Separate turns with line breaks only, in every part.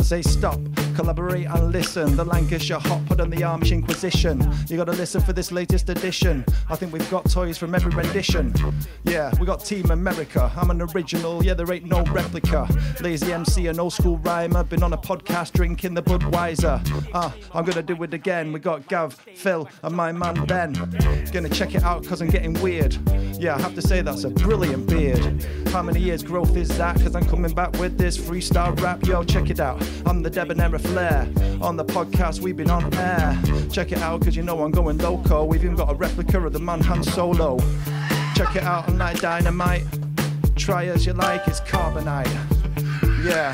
Say stop, collaborate and listen. The Lancashire Hot Pod and the Amish Inquisition. You gotta listen for this latest edition. I think we've got toys from every rendition. Yeah, we got Team America. I'm an original, yeah, there ain't no replica. Lazy MC, an old school rhymer. Been on a podcast drinking the Budweiser. Ah, I'm gonna do it again. We got Gav, Phil, and my man Ben. Gonna check it out cause I'm getting weird. Yeah, I have to say that's a brilliant beard. How many years growth is that? Cause I'm coming back with this freestyle rap. Yo, check it out. I'm the debonair flair. On the podcast, we've been on air. Check it out cause you know I'm going loco. We've even got a replica of the man Han Solo. Check it out, I'm like dynamite. Try as you like, it's carbonite. Yeah.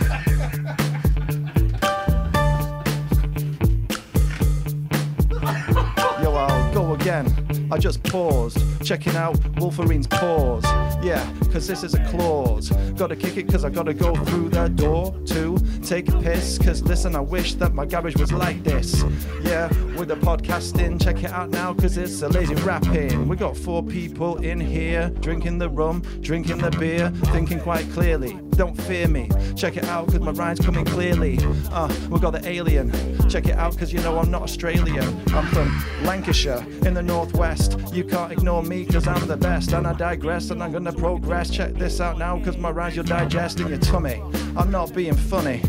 Yo, I'll go again. I just paused, checking out Wolverine's paws. Yeah, cause this is a clause. Gotta kick it cause I gotta go through the door to take a piss. Cause listen, I wish that my garage was like this. Yeah, with the podcasting, check it out now cause it's a lazy rapping. We got four people in here, drinking the rum, drinking the beer, thinking quite clearly. Don't fear me, check it out cause my rhyme's coming clearly. Uh, we got the alien, check it out cause you know I'm not Australian. I'm from Lancashire in the northwest. You can't ignore me cause I'm the best and I digress and I'm gonna progress. Check this out now cause my rhymes you'll digest in your tummy. I'm not being funny.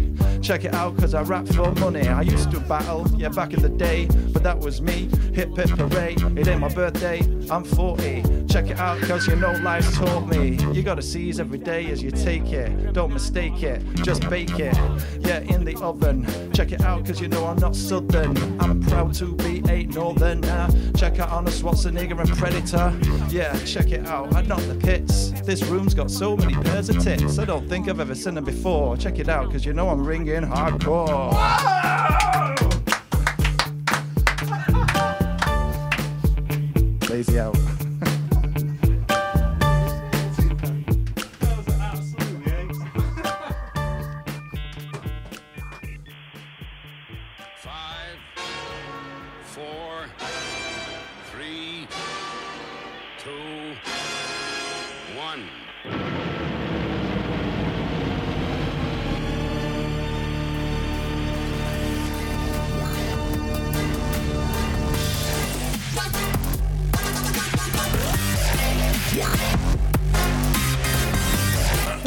Check it out cause I rap for money. I used to battle, yeah, back in the day, but that was me. Hip hip hooray, it ain't my birthday, I'm 40. Check it out cause you know life's taught me. You gotta seize every day as you take it. Don't mistake it, just bake it. Yeah, in the oven. Check it out cause you know I'm not southern. I'm proud to be a northerner. Check out Arnold Schwarzenegger and Predator. Yeah, check it out, I knock the pits. This room's got so many pairs of tits. I don't think I've ever seen them before. Check it out cause you know I'm ringing hardcore. Lazy out.
Five, four, three, two, one.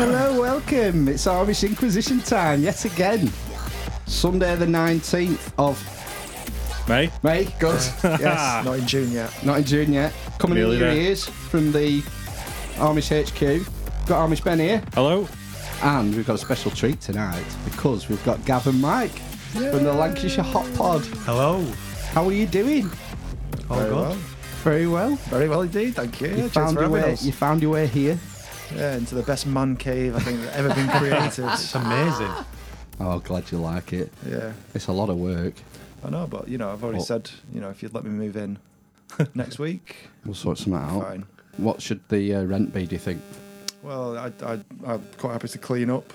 Hello, welcome. It's Amish Inquisition time yet again. Sunday the 19th of
May?
May. Good. Yes.
Not in June yet.
Not in June yet. Coming
Nearly
in your
there.
ears from the Amish HQ. Got Amish Ben here.
Hello?
And we've got a special treat tonight because we've got Gavin Mike from the Lancashire Hot Pod.
Hello.
How are you doing?
Oh
Very
God.
well.
Very well.
Very well indeed, thank you.
You,
Yeah, cheers
found
for
your
having
way,
us.
you found your way here.
Yeah, into the best man cave I think that ever been created.
It's amazing.
Oh, glad you like it.
yeah,
It's a lot of work.
I know, but you know, I've already
Well-
said, you know, if you'd let me move in next week,
We'll sort something out.
fine.
What should the uh, rent be, do you think?
Well, I, I, I'm quite happy to clean up.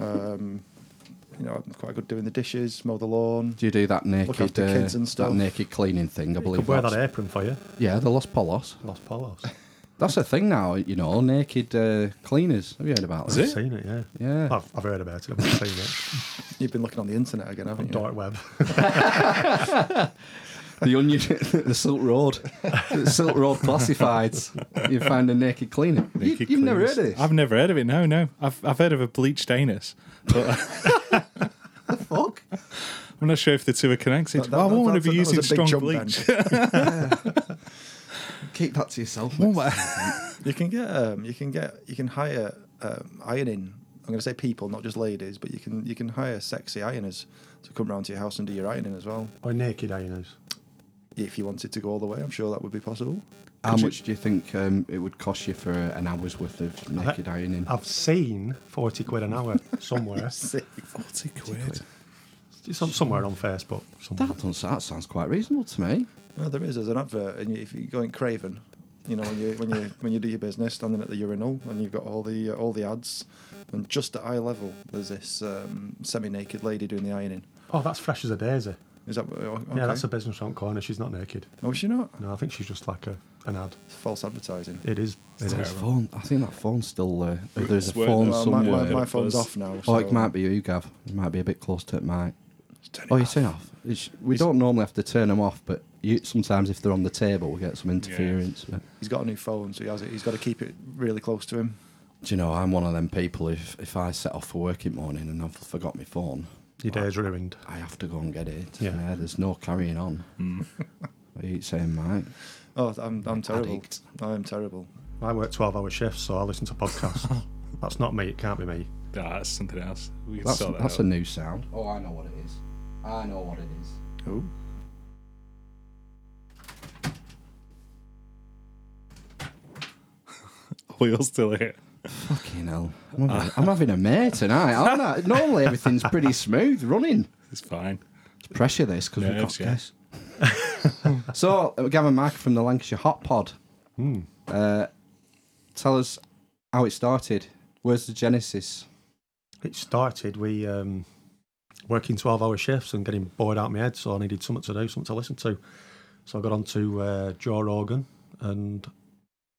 Um, you know, I'm quite good doing the dishes, mow the lawn.
Do you do that naked,
after
uh,
kids and stuff.
that naked cleaning thing? I believe.
Could wear
that's-
that apron for you.
Yeah, the Los Polos.
Los Polos.
That's the thing now. You know, naked uh, cleaners. Have you heard about
Is
this?
it?
I've seen it, yeah.
Yeah.
I've, I've heard about it. I've seen it.
You've been looking on the internet again, haven't you?
Dark web.
the onion, the Silk Road, the Silk Road classifieds. You find a naked cleaner.
Naked
you, have never
cleaners.
heard of this.
I've never heard of it. No, no. I've, I've heard of a bleached anus, but uh,
fuck.
I'm not sure if the two are connected.
That- that-
I won't want
that's
to
a-
be
that was a
using
big
strong
jump
bleach.
then.
Keep that to yourself.
Won't wa-
you can get, um, you can get, you can hire um, ironing. I'm going to say people, not just ladies, but you can you can hire sexy ironers to come round to your house and do your ironing as well.
or naked anus.
If you wanted to go all the way, I'm sure that would be possible.
How much do you think um, it would cost you for an hour's worth of naked ironing?
I've seen 40 quid an hour somewhere.
Forty quid.
It's on, somewhere on Facebook. Somewhere.
That does that sounds quite reasonable to me.
No, there is. There's an advert, and you, if you go in Craven, you know when you when you when you do your business, standing at the urinal, and you've got all the uh, all the ads, and just at eye level, there's this um, semi-naked lady doing the ironing.
Oh, that's fresh as a daisy.
Is that okay?
Yeah, that's a business on corner. She's not naked.
Oh, is she not?
No, I think she's just like a, an ad.
It's false advertising.
It is. It is.
His phone. I think that phone's still there. There's a
Swear
phone
that-
Well, my, my,
somewhere.
my phone's
Buzz.
off now.
Oh, it
so-
might be you, Gav. It might be a bit close to it, Mike.
Turn it
Oh, you
off.
turn it off. It's, we don't normally have to turn them off, but you, sometimes if they're on the table, we get some interference. But,
He's got a new phone, so he has it. He's got to keep it really close to him.
do you know, I'm one of them people, if, if I set off for work in the morning and I've forgot my phone,
Your day's ruined.
I have to go and get it.
Yeah.
Yeah, there's no carrying on. What are you saying, Mike?
Oh, I'm, I'm terrible.
Addict.
I am terrible.
I work 12 hour shifts, so I listen to podcasts. that's not me. It can't be me.
Nah, that's something else. We can
That's,
sort that
that's a
out.
new sound. Oh, I know what it is. I know what it is.
Oh,
Wheel's still here.
Fucking hell. I'm having, I'm having a mare tonight, aren't I? Normally everything's pretty smooth running.
It's fine.
It's pressure this because we've got
Nerves, yeah.
guests. so, uh, Gavin Mack from the Lancashire Hot Pod.
Hmm.
Uh, tell us how it started. Where's the genesis?
It started we um, working 12 hour shifts and getting bored out of my head, so I needed something to do, something to listen to. So I got onto uh, Joe Rogan, and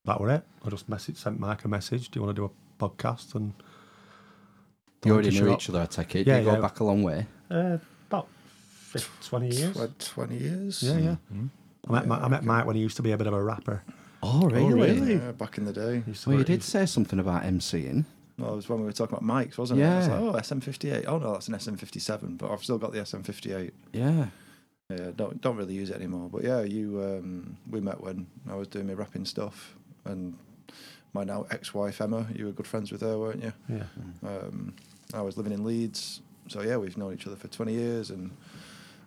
that were it. I just messaged, sent Mike a message. Do you want to do a podcast? And
You already
Lancashire
knew
Hot-
each other, I take it.
Yeah,
you go
yeah.
back a long way.
Uh, about fif- 20 years.
tw- 20 years?
Yeah, yeah. I met, Ma- I met Mike when he used to be a bit of a rapper.
Oh, really?
Yeah, back in the day.
He used to
Well, Oh, you
work-
did say something about MCing.
Well, it was when we were talking about mics, wasn't it?
Yeah.
I was like, oh, SM58. Oh, no, that's an SM57, but I've still got the SM58.
Yeah.
Yeah, don't don't really use it anymore. But yeah, you um, we met when I was doing my rapping stuff, and my now ex-wife Emma. You were good friends with her, weren't you?
Yeah.
Hmm.
Um, I was living in Leeds, so yeah, we've known each other for twenty years, and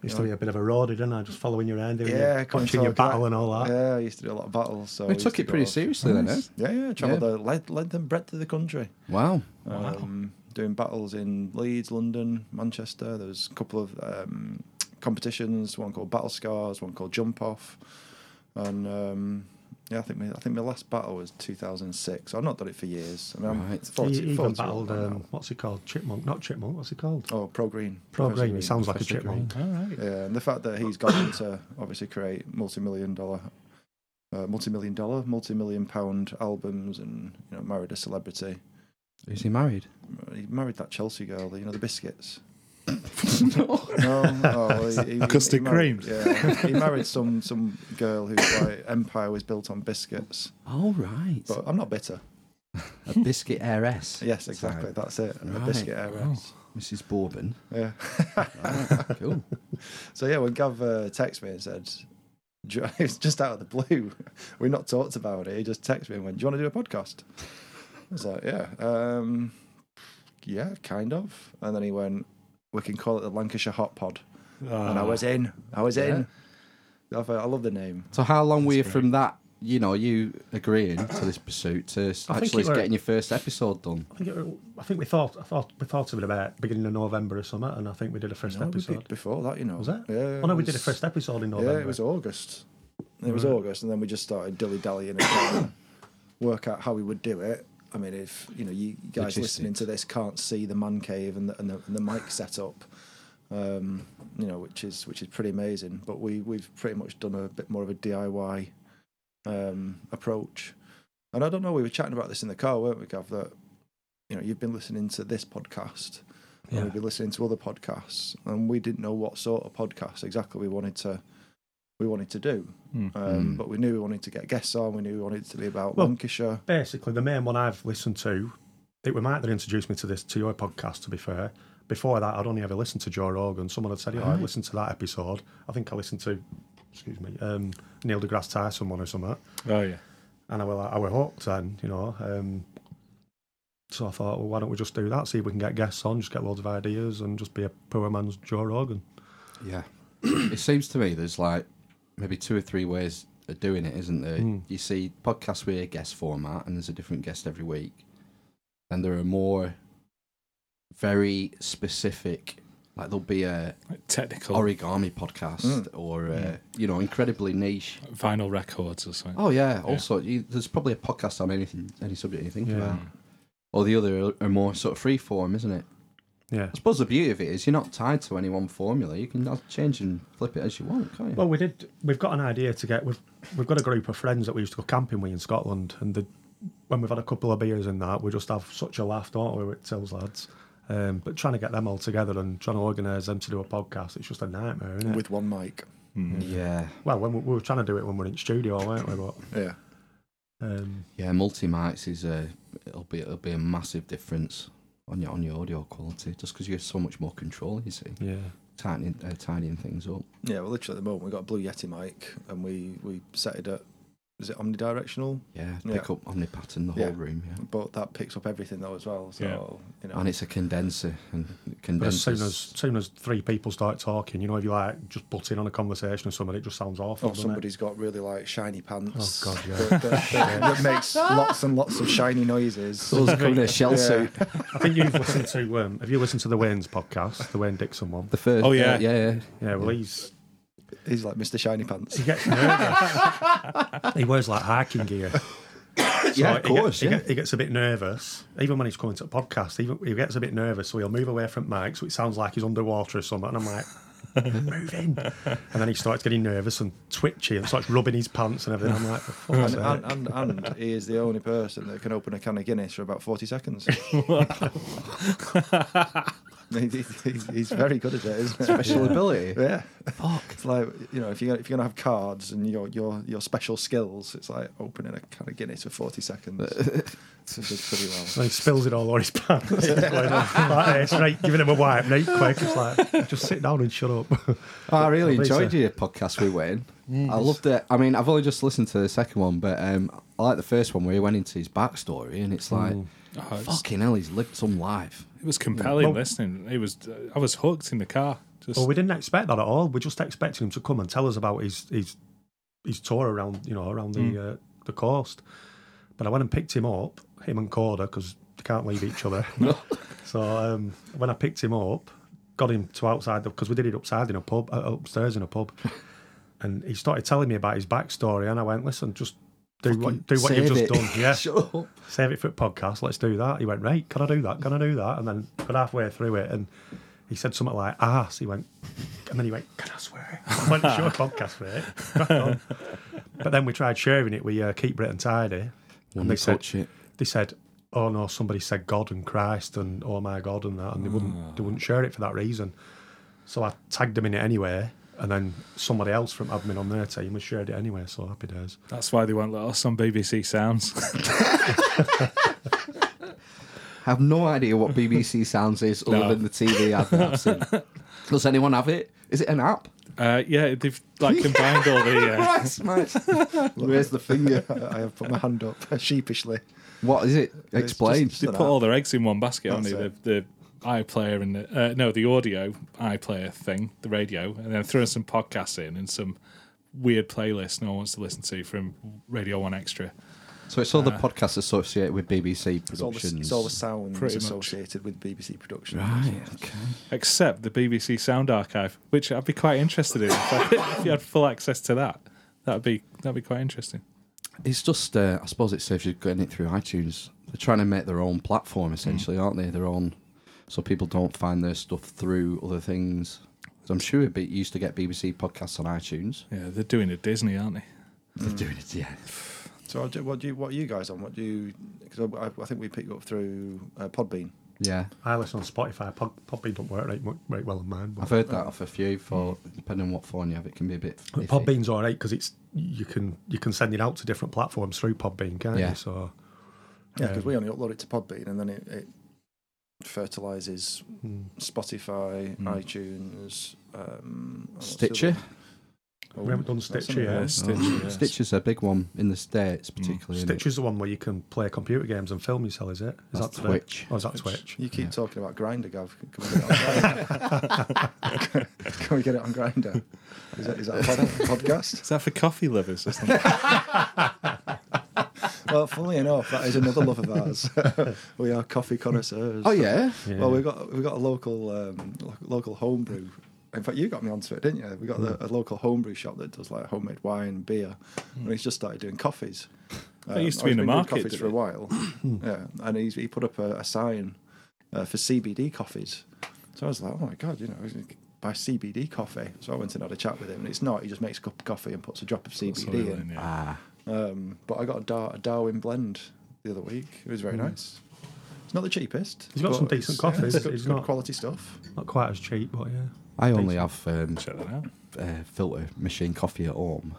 Used to be a bit of a roadie, didn't I? Just following your hand, doing
yeah,
yeah,
coming to
watching your
a cla-
battle and all that.
Yeah, I used to do a lot of battles. So I
we
used
took
to
it
go
pretty
off-
seriously then, eh?
Yeah, yeah, travelled
Yeah.
the length, length and breadth of the country.
Wow.
Wow.
Um, doing battles in Leeds, London, Manchester. There was a couple of um, competitions. One called Battle Scars. One called Jump Off. And um, yeah, I think my, I think my last battle was 2006. I've not done it for years. I mean, I'm
Right.
40,
he E- even
40
battled,
right now.
um, what's he called? Chipmunk. Not Chipmunk, what's he called?
Oh, Pro Green.
Pro
Professor
Green. He sounds like a
Professor Green.
chipmunk.
All right.
Yeah, and the fact that he's gone on to obviously create multi-million dollar, uh, multi-million dollar, multi-million pound albums, and you know, married a celebrity.
Is he married?
He married that Chelsea girl, you know, the biscuits.
no.
No, oh, he, he,
Custard
he married,
creams.
Yeah, he married some some girl whose like, empire was built on biscuits.
All right.
But I'm not bitter.
A biscuit heiress.
Yes, exactly. That's it. A
Right.
biscuit heiress.
Mrs. Bourbon.
Yeah.
Cool.
So yeah, when Gav uh, texted me and said, do you- "It's just out of the blue. We've not talked about it." He just texted me and went, "Do you want to do a podcast?" I was like, "Yeah, um, yeah, kind of." And then he went, "We can call it the Lancashire Hot Pod." and
Ah.
I was in. I was in. I thought, I love the name.
So how long were you from that? You know, you agreeing to this pursuit to s-
I think
actually
it were-
getting your first episode done.
I think, it, I think we thought I thought we thought of it about beginning of November or something, and I think we did a first
No, we did
episode.
before that, you know.
Was that?
Yeah.
oh no,
it
we did a
was-
first episode in
Yeah,
November.
it was August. It was August, and then we just started dilly dallying and trying to work out how we would do it. I mean, if you know, you guys listening
Logistics.
to this can't see the man cave and the and the, and the mic setup, um, you know, which is which is pretty amazing. But we we've pretty much done a bit more of a DIY um, approach. And I don't know, we were chatting about this in the car, weren't we, Gav? That you know, you've been listening to this podcast, and
Yeah.
we've been listening to other podcasts, and we didn't know what sort of podcast exactly we wanted to we wanted to do.
Mm.
Um,
Mm.
But we knew we wanted to get guests on. We knew we wanted it to be about
Well-
Lancashire.
Basically, the main one I've listened to, it was Mike that introduced me to this to your podcast. To be fair, before that, I'd only ever listened to Joe Rogan. Someone had said, "Oh, I listened to that episode." I think I listened to, excuse me, um, Neil deGrasse Tyson one or something.
Oh yeah.
and I were like, I were hooked then, you know. Um, so I thought, well, why don't we just do that? See if we can get guests on, just get loads of ideas, and just be a poor man's Joe Rogan.
Yeah. it seems to me there's like maybe two or three ways of doing it, isn't there? You see podcasts with a guest format and there's a different guest every week. And there are more very specific like there'll be a
Like technical
origami podcast or uh, you know incredibly niche
vinyl records or something.
Oh yeah. Also, you, there's probably a podcast on anything, any subject you think
Yeah.
about. Or the other are more sort of free form, isn't it?
Yeah.
I suppose the beauty of it is you're not tied to any one formula. You can change and flip it as you want, can't you?
Well, we did. We've got an idea to get. We've we've got a group of friends that we used to go camping with in Scotland, and the, when we've had a couple of beers and that, we just have such a laugh, don't we, with Till's lads? Um, but trying to get them all together and trying to organise them to do a podcast, it's just a nightmare, isn't it?
with one mic.
Mm.
yeah,
well, when we, we were trying to do it when we were in studio, weren't we? But
Yeah.
um,
yeah. Multi mics is a it'll be it'll be a massive difference on your on your audio quality just because you have so much more control. You see,
yeah,
tightening uh, tidying things up.
Yeah, well, literally at the moment, we've got a Blue Yeti mic and we, we set it at, is it omnidirectional?
Yeah,
Yeah.
pick up omni pattern the
Yeah.
whole room. Yeah.
But that picks up everything though as well. So, you know.
And it's a condenser and
but
condensers.
as soon as soon as three people start talking, you know, if you like just butt in on a conversation or something, it just sounds awful.
Oh,
Or
doesn't it?
oh, somebody's got really like shiny pants.
Oh, God, yeah.
That, that- that- that makes lots and lots of shiny noises.
Those come in a shell suit.
I think you've listened to. Um, have you listened to the Wayne's podcast, the Wayne Dixon one?
The first.
Oh, yeah.
uh, yeah, yeah.
Yeah, well, he's
He's like Mr. Shiny Pants.
he gets nervous. he wears like hiking gear.
yeah,
Like,
of
he get-
course.
he,
yeah.
get- he gets a bit nervous, even when he's coming to a podcast. Even he gets a bit nervous, so he'll move away from Mike, so it sounds like he's underwater or something. And I'm like, move in. And then he starts getting nervous and twitchy and starts rubbing his pants and everything. I'm like, for fuck's
And,
sake.
and, and, and he is the only person that can open a can of Guinness for about 40 seconds. He- he- he's, he's very good at it, isn't he?
Special ability.
Yeah. Fuck. It's like, you know, if you're, if you're going to have cards and your, your, your special skills, it's like opening a can of Guinness for 40 seconds. He does pretty well.
And he spills it all over his pants. like, eh, straight, giving him a wipe, right, quick. It's like, just sit down and shut up.
I really
Probably
enjoyed
so.
your podcast with Wayne. I loved it. I mean, I've only just listened to the second one, but um, I like the first one where he went into his backstory, and it's like,
Mm.
Oh, it's-
fucking hell, he's lived some life.
It was compelling
Well-
listening. It was. uh, I was hooked in the car. Just
Well, we didn't expect that at all. We're just expecting him to come and tell us about his his his tour around you know around the
Hmm.
uh, the coast. But I went and picked him up, him and Corda, because they can't leave each other. So um, when I picked him up, got him to outside because we did it upside in a pub, uh, upstairs in a pub, and he started telling me about his backstory, and I went, "Listen, just do what do what
Save
you've just
it.
done, yeah."
Shut up.
save it for a podcast. Let's do that. He went, right, can I do that? Can I do that? And then got halfway through it and he said something like ass. He went, and then he went, can I swear? I went, sure, podcast, mate. Crack on. but then we tried sharing it with uh, Keep Britain Tidy.
When
they
they
said-
touch it.
They said, oh no, somebody said God and Christ and oh my God and that. And they wouldn't, they wouldn't share it for that reason. So I tagged them in it anyway. And then somebody else from admin on their team has shared it anyway. So happy days.
that's why they won't let us on BBC Sounds.
I have no idea what BBC Sounds is other
No.
than the TV ad that I've seen. Does anyone have it? Is it an app?
uh, yeah, they've like combined all the. Uh,
Christ, mate. Where's the finger?
I have put my hand up sheepishly.
What is it?
just-
Explain.
they put all their eggs in one basket, haven't they?
That's
The, the iPlayer and the, uh, no, the audio iPlayer thing, the radio, and then throwing some podcasts in and some weird playlist no one wants to listen to from Radio One Extra.
So it's all the podcasts associated with BBC
Uh, It's all, the,
productions.
it's all the sounds
Pretty much.
associated with BBC production.
Right, okay.
except the BBC Sound Archive, which I'd be quite interested in if, I, if you had full access to that. That'd be that'd be quite interesting.
It's just, uh, I suppose it saves you getting it through iTunes. They're trying to make their own platform, essentially, aren't they? Their own, so people don't find their stuff through other things. 'Cause I'm sure it used to get BBC podcasts on iTunes.
Yeah, they're doing a Disney, aren't they?
They're doing it, yeah.
So, I do- what do you, what are you guys on? What do you? Because I, I think we picked you up through uh, Podbean.
Yeah,
I listen on Spotify. Pod, Podbean don't work right, mu- right well on mine. But.
I've heard that off a few. For depending on what phone you have, it can be a bit.
But
iffy.
Podbean's all right because it's you can you can send it out to different platforms through Podbean, can't
Yeah.
you? So
Yeah, because
Um,
we only upload it to Podbean, and then it, it fertilizes
mm,
Spotify,
Hmm.
iTunes, um, what's the
Stitcher. Oh,
other-
We haven't done
Oh, that's
Stitcher
another
yet.
one.
Stitcher, yeah.
Stitcher's a big one in the states, particularly. isn't it?
Stitcher's the one where you can play computer games and film yourself. Is it? Is
That's
that Twitch?
Twitch.
Oh, is that Twitch?
You keep
Yeah.
talking about Grinder, Gav. Can we get it on Grindr? Can we get it on Grinder? Is that, is that a pod- podcast?
Is that for coffee lovers? Or something?
Well, funnily enough, that is another love of ours. we are coffee connoisseurs.
Oh yeah.
Yeah.
Well, we got we got a local um, lo- local homebrew. In fact, you got me onto it, didn't you? We got
Hmm.
the, a local homebrew shop that does like homemade wine, beer, and he's just started doing coffees.
That used to
or
be
he's
in the
been doing
market, Hmm.
coffees
didn't
for a
it?
while. yeah, and he's, he put up a, a sign uh, for CBD coffees. So I was like, oh my god, you know, buy CBD coffee. So I went and had a chat with him, and it's not. He just makes a cup of coffee and puts a drop of
That's what
CBD
I
in.
mean, yeah.
Ah,
Um, but I got a, Dar- a Darwin blend the other week. It was very nice. It's not the cheapest.
Hmm. He's got
but
some decent
it's- yeah,
coffee.
it's
It's-
good,
it's
good
not-
quality stuff.
Not quite as cheap, but yeah.
I only have um,
Check that out.
uh, filter machine coffee at home.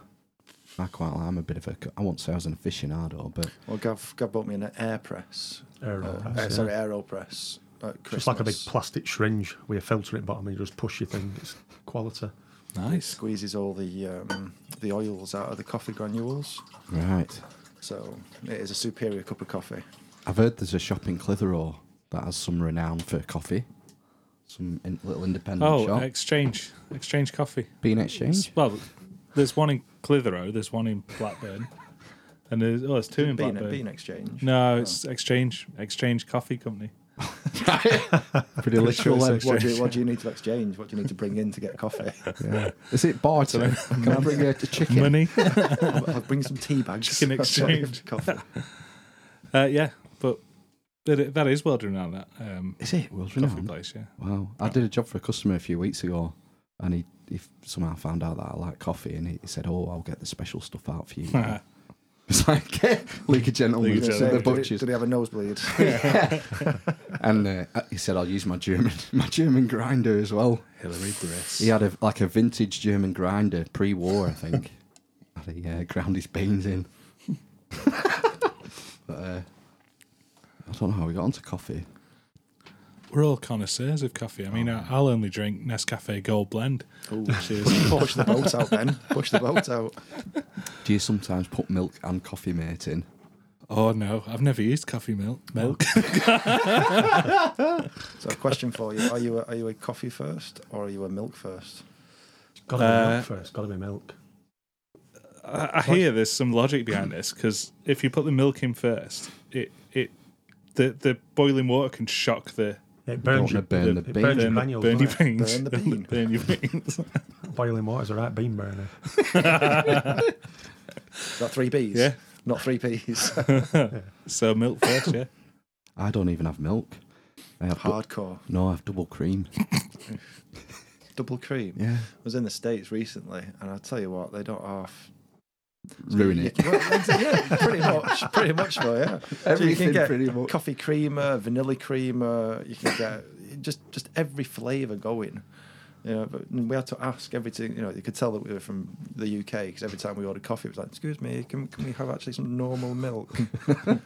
I quite like. I'm a bit of a. co- I won't say I was an aficionado, but
Well, Gav, Gav bought me an AirPress.
Aero
Uh,
press,
uh,
yeah.
Sorry, AeroPress. at
Oh, Just like a big
Christmas.
plastic syringe with a filter at the bottom and you just push your thing. It's quality.
Nice.
Squeezes all the um, the oils out of the coffee granules,
right.
so it is a superior cup of coffee.
I've heard there's a shop in Clitheroe that has some renown for coffee. Some in, little independent
Oh,
shop.
exchange, exchange coffee.
Bean exchange.
Well, there's one in Clitheroe, there's one in Blackburn, and there's oh, there's two in
Bean,
Blackburn.
bean exchange.
No, it's exchange, exchange coffee company.
Pretty literal. eh?
So
then.
what, do you, what do you need to exchange? What do you need to bring in to get coffee?
Yeah. Is it barter? Can I bring a, a chicken?
Money.
I'll, I'll bring some tea bags.
Chicken
I'll show you
exchange.
coffee.
uh, yeah, but that i- that is well done now. That um,
Is it world
coffee
renowned?
place, yeah.
Wow. I did a job for a customer a few weeks ago, and he, he somehow found out that I like coffee, and he, he said, "Oh, I'll get the special stuff out for you."
Uh,
it's like League of Gentlemen,
League of
it's in the
Gentlemen.
Did, he,
butchers,
did he have a nosebleed?
and uh, he said, "I'll use my German my German grinder as well."
Hillary Briss.
He had a, like a vintage German grinder pre-war, I think. and he uh, ground his beans in. but uh, I don't know how we got onto coffee.
We're all connoisseurs of coffee. I mean, I I'll only drink Nescafe Gold Blend.
Ooh, Push the boat out, then. Push the boat out.
Do you sometimes put milk and coffee mate in?
Oh no, I've never used coffee milk. Milk.
So, a question for you: Are you a, are you a coffee first or are you a milk first?
Gotta be
Uh,
milk first. Gotta be milk.
I, I hear there's some logic behind this because if you put the milk in first, it it the the boiling water can shock the
It
Don't
burns
wanna
your,
burn
the,
the
it
bean.
burns your
burn, the, burn
granules.
your
doesn't it?
veins.
Burn the bean.
burn your veins.
Boiling water's a right bean burner.
Is that three B's?
Yeah.
Not three P's.
so milk first, yeah.
I don't even have milk. I have du-
Hardcore.
no, I have double cream.
Double cream.
Yeah,
I was in the States recently, and I tell you what, they don't half.
ruin it.
Well, that's it, yeah, pretty much. Pretty much, though, yeah. so you
Everything
can get
pretty much.
coffee creamer, vanilla creamer, you can get just, just every flavour going. You know, but we had to ask everything. You know, you could tell that we were from the UK because every time we ordered coffee, it was like, "Excuse me, can, can we have actually some normal milk?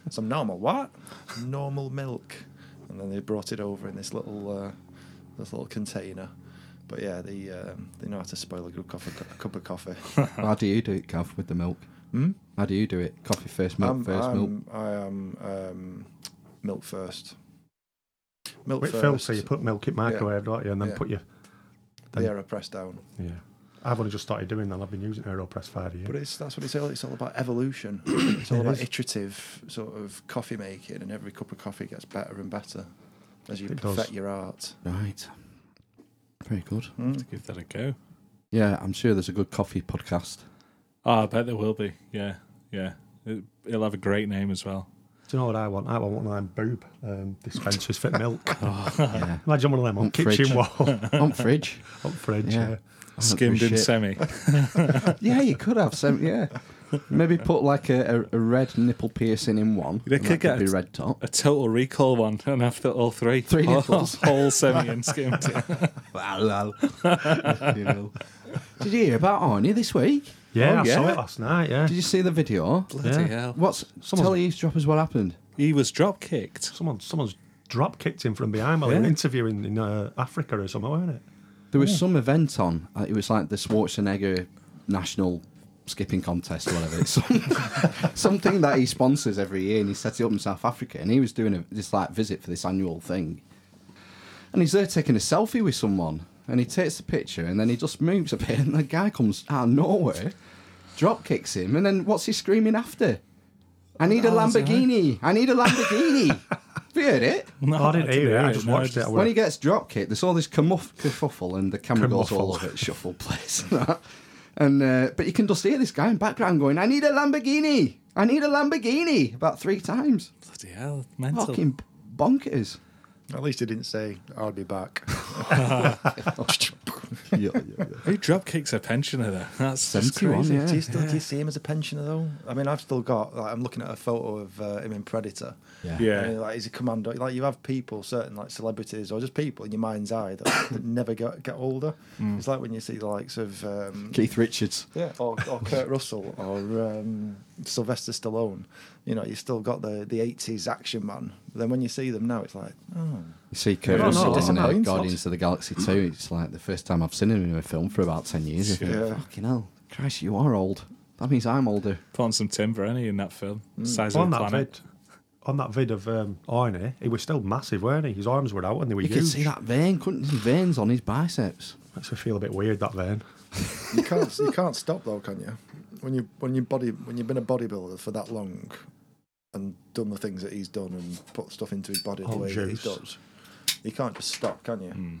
some normal what? Normal milk." And then they brought it over in this little, uh, this little container. But yeah, they um, they know how to spoil a good coffee, a cup of coffee.
How do you do it, Gav, with the milk?
Hmm?
How do you do it? Coffee first, milk
I'm,
first,
I'm,
milk.
I am um, milk first. Milk
With
first.
filter, you put milk in microwave, don't you? And then
Yeah.
put your.
the AeroPress down.
Yeah. I've only just started doing that. I've been using AeroPress for a year.
But it's that's what it's all it's all about evolution. It's all
It
about
is.
iterative sort of coffee making, and every cup of coffee gets better and better as you
It does.
perfect your art. Hmm?
Right. Very good.
To give that a go.
Yeah, I'm sure there's a good coffee podcast.
Oh, I bet there will be. Yeah, yeah. It, it'll have a great name as well.
Do you know what I want? I want one of them boob um, dispensers for milk.
Yeah.
Imagine one of them on
On fridge.
kitchen wall,
on fridge.
on fridge.
Yeah.
Yeah.
I don't give a
Skimmed and
shit.
semi.
Yeah, you could have some. Yeah, maybe put like a, a, a red nipple piercing in one.
They
and
could
that
get
be
a-
red top.
A total recall one, and after all three,
Three
whole,
nipples.
whole semi and skimmed. Ah,
Well, well. You know. Did you hear about Arnie this week?
Yeah,
Oh,
I saw
yeah.
it last night. Yeah.
Did you see the video?
Bloody
Yeah.
hell!
What's tell the eavesdroppers what happened?
He was drop kicked.
Someone, someone's drop kicked him from behind while in an interview in, in uh, Africa or somewhere, wasn't it?
There was some event on. uh, It was like the Schwarzenegger national skipping contest or whatever. It's some, something that he sponsors every year, and he set it up in South Africa. And he was doing a, this like visit for this annual thing, and he's there taking a selfie with someone, and he takes the picture, and then he just moves a bit, and the guy comes out of nowhere, drop kicks him, and then what's he screaming after? I need a Lamborghini! I need a Lamborghini! Have you heard it?
No,
I didn't hear it. I just
no,
watched it. I
When he
went,
gets drop kicked, there's all this kermuff, kerfuffle, and the camera goes all
Kermuffle.
over it, shuffle place. And, that. and uh, but you can just hear this guy in background going, "I need a Lamborghini! I need a Lamborghini!" about three times.
Bloody hell! Mental.
Fucking bonkers.
At least he didn't say, I'll be back.
yeah, yeah, yeah.
Who drop kicks a pensioner there? That's just
71,
crazy.
yeah.
do, you still, do you see him as a pensioner, though? I mean, I've still got, like, I'm looking at a photo of uh, him in Predator. I mean,
Yeah.
like he's a commander. Like you have people, certain like celebrities or just people in your mind's eye that, that never get get older.
Mm.
It's like when you see the likes of um,
Keith Richards.
yeah, or, or Kurt Russell or um, Sylvester Stallone. You know, you still got the the eighties action man. But then when you see them now, it's like, oh,
You see Kurt
no,
Russell
it's
on uh,
disappointing.
Guardians of the Galaxy 2. It's like the first time I've seen him in a film for about 10 years. You think,
Yeah.
Fucking hell. Christ, you are old. That means I'm older.
Put on some timber, any in that film. Size
on
of the
that
planet.
vid, on that vid of um, Arnie, he was still massive, weren't he? His arms were out and they were
You
huge.
could see that vein, couldn't you? Veins on his biceps.
Makes me feel a bit weird that vein.
you can't you can't stop though, can you? When you when you body when you've been a bodybuilder for that long. And done the things that he's done and put stuff into his body the
Oh,
way that he
juice.
does. You can't just stop, can you?
Mm.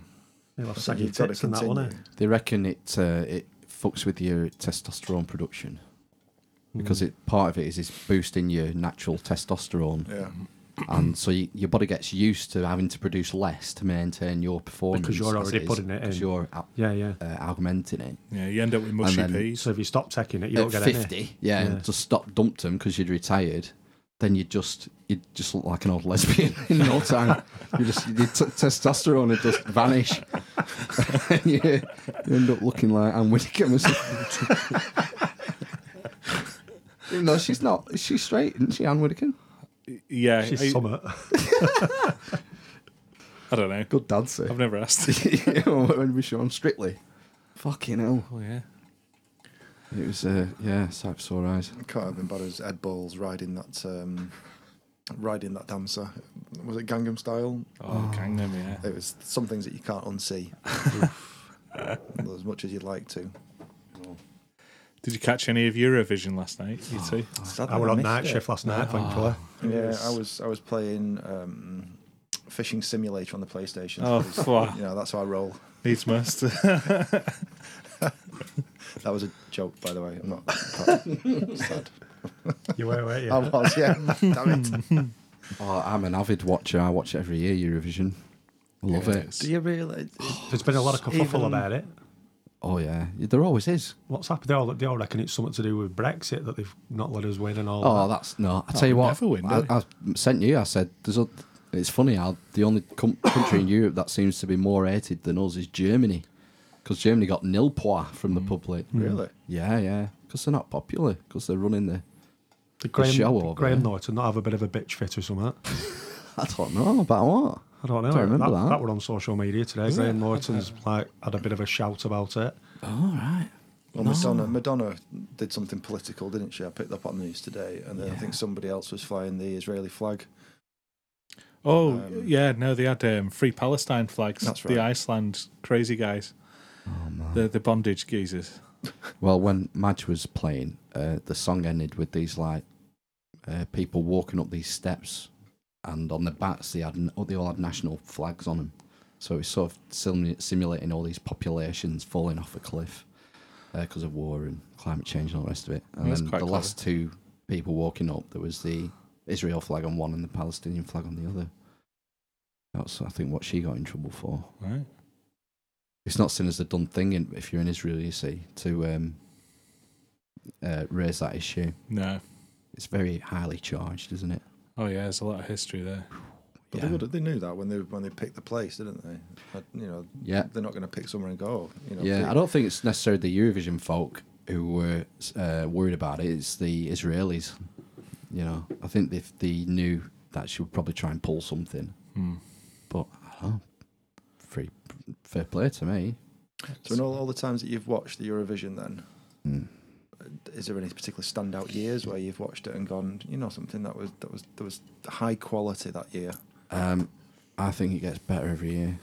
He'll have
So
saggy
you've gotta
tits and that, won't he?
continue.
They reckon it uh, it fucks with your testosterone production
Mm.
because it part of it is it's boosting your natural testosterone,
Yeah.
and so you, your body gets used to having to produce less to maintain your performance
Because you're
as
already
is,
putting it
because
in.
You're a-
Yeah, yeah.
uh, augmenting it.
Yeah, you end up with mushy
then-
peas.
So if you stop taking it, you
At
don't get any.
fifty, yeah,
Yeah.
and just stop dumped them because you'd retired. Then you just you just look like an old lesbian in no time. You just your t- testosterone would just vanish, and you, you end up looking like Anne Whittaker or something. Even though she's not, she's straight, isn't she, Anne Whittaker?
yeah,
She's
I,
summer.
I don't know.
Good dancer.
I've never asked.
when we show on Strictly, fucking hell,
oh yeah.
it was uh, yeah, sap sore eyes.
can't even bother as Ed Balls riding that um, riding that dancer. Was it Gangnam Style?
Oh, Gangnam, yeah.
It was some things that you can't unsee. as much as you'd like to.
Did you catch any of Eurovision last night? You two?
Sadly,
I were on
missed
night
it.
shift last night, thankfully.
Yeah, I was I was playing um, fishing simulator on the PlayStation.
Oh, fuck.
you know that's how I roll.
Needs must.
That was a joke, by the way. I'm not sad.
You were, weren't you?
I was, yeah. Damn it.
Oh, I'm an avid watcher. I watch it every year Eurovision. I love it.
Do you really?
There's been a lot of kerfuffle
Even-
about it.
Oh yeah, there always is.
What's happened? They all, they all reckon it's something to do with Brexit that they've not let us win and all
Oh,
that.
that's no. I tell you what,
never win, do
I,
we?
I sent you. I said, "There's a." It's funny how the only com- country in Europe that seems to be more hated than us is Germany, because Germany got nil points from the public.
Really?
Yeah, yeah. Because they're not popular. Because they're running the.
Did Graham,
show
did
over
Graham
there.
Norton not have a bit of a bitch fit or something?
I don't know about what.
I don't know.
Don't remember
that,
that.
were on social media today. Graham Norton's like had a bit of a shout about it.
All right.
Well, Madonna, Madonna did something political, didn't she? I picked up on the news today, and then I think somebody else was flying the Israeli flag.
oh
Um,
yeah, no, they had um, free Palestine flags.
That's
The
right.
Iceland crazy guys.
Oh man.
The the bondage geezers.
Well, when Madge was playing, uh, the song ended with these like uh, people walking up these steps, and on the bats they had n- oh, they all had national flags on them, so it was sort of simu- simulating all these populations falling off a cliff because of war and climate change and all the rest of it. And
That's
then the
quite
last two people walking up, there was the Israel flag on one and the Palestinian flag on the other. That's I think what she got in trouble for
Right.
it's not seen as a done thing in, if you're in Israel, you see, to um, uh, raise that issue.
No.
It's very highly charged, isn't it?
Oh yeah, there's a lot of history there.
But
Yeah.
they, would, they knew that when they when they picked the place, didn't they? But, you know,
Yeah.
they're not going to pick somewhere and go. You know,
Yeah,
pick-
I don't think it's necessarily the Eurovision folk who were uh, worried about it. It's the Israelis. You know, I think if they knew that she would probably try and pull something,
Hmm.
but I don't know. Free, fair play to me.
So, in all, all the times that you've watched the Eurovision, then
Hmm.
is there any particular standout years where you've watched it and gone, you know, something that was that was that was high quality that year?
Um, I think it gets better every year.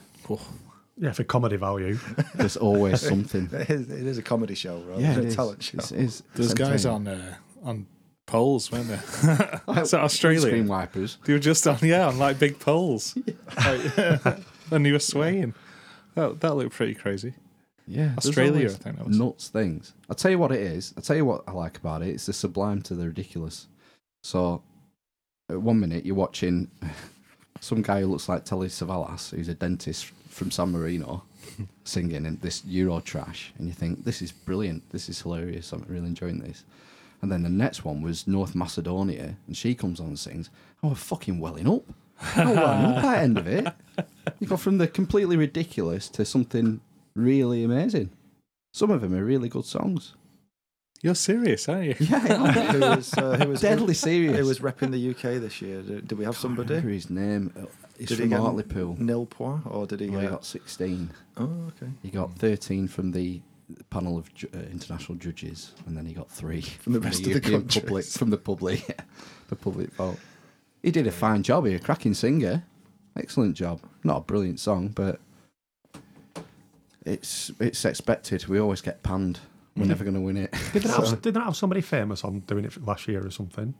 Yeah, for comedy value.
There's always something.
It is, it is a comedy show, right?
yeah,
a
it is.
talent show.
It's- it's-
Those
it's
guys
entertaining.
on uh, on poles, weren't they? Is that Australia?
screen wipers.
They were just on, yeah, on like big poles. Like, and you were swaying. That, that looked pretty crazy.
Yeah, there's
Australia,
always
I think that was.
nuts things. I'll tell you what it is. I'll tell you what I like about it. It's the sublime to the ridiculous. So, at one minute you're watching some guy who looks like Telly Savalas, who's a dentist from San Marino, singing in this Euro trash, and you think this is brilliant, this is hilarious, I'm really enjoying this. And then the next one was North Macedonia, and she comes on and sings, "Oh, we're fucking welling up, oh, welling up that end of it." You go from the completely ridiculous to something really amazing. Some of them are really good songs.
You're serious, aren't you?
Yeah,
who was uh, who was
deadly
who,
serious.
who was repping the UK this year? Did, did we have
remember
somebody?
his name. Uh, He's
eh? Did he
from
get
Hartlepool.
Nil point or did he?
He
Get,
got 16.
oh, okay.
He got 13 from the panel of ju- uh, international judges, and then he got three from
the rest of the
European
countries.
public. From the public, yeah, the public vote. He did a fine job. He was a cracking singer. Excellent job. Not a brilliant song, but it's it's expected. We always get panned. We're
Mm-hmm.
never going to win it.
Did they, not have, did they not have somebody famous on doing it last year or something?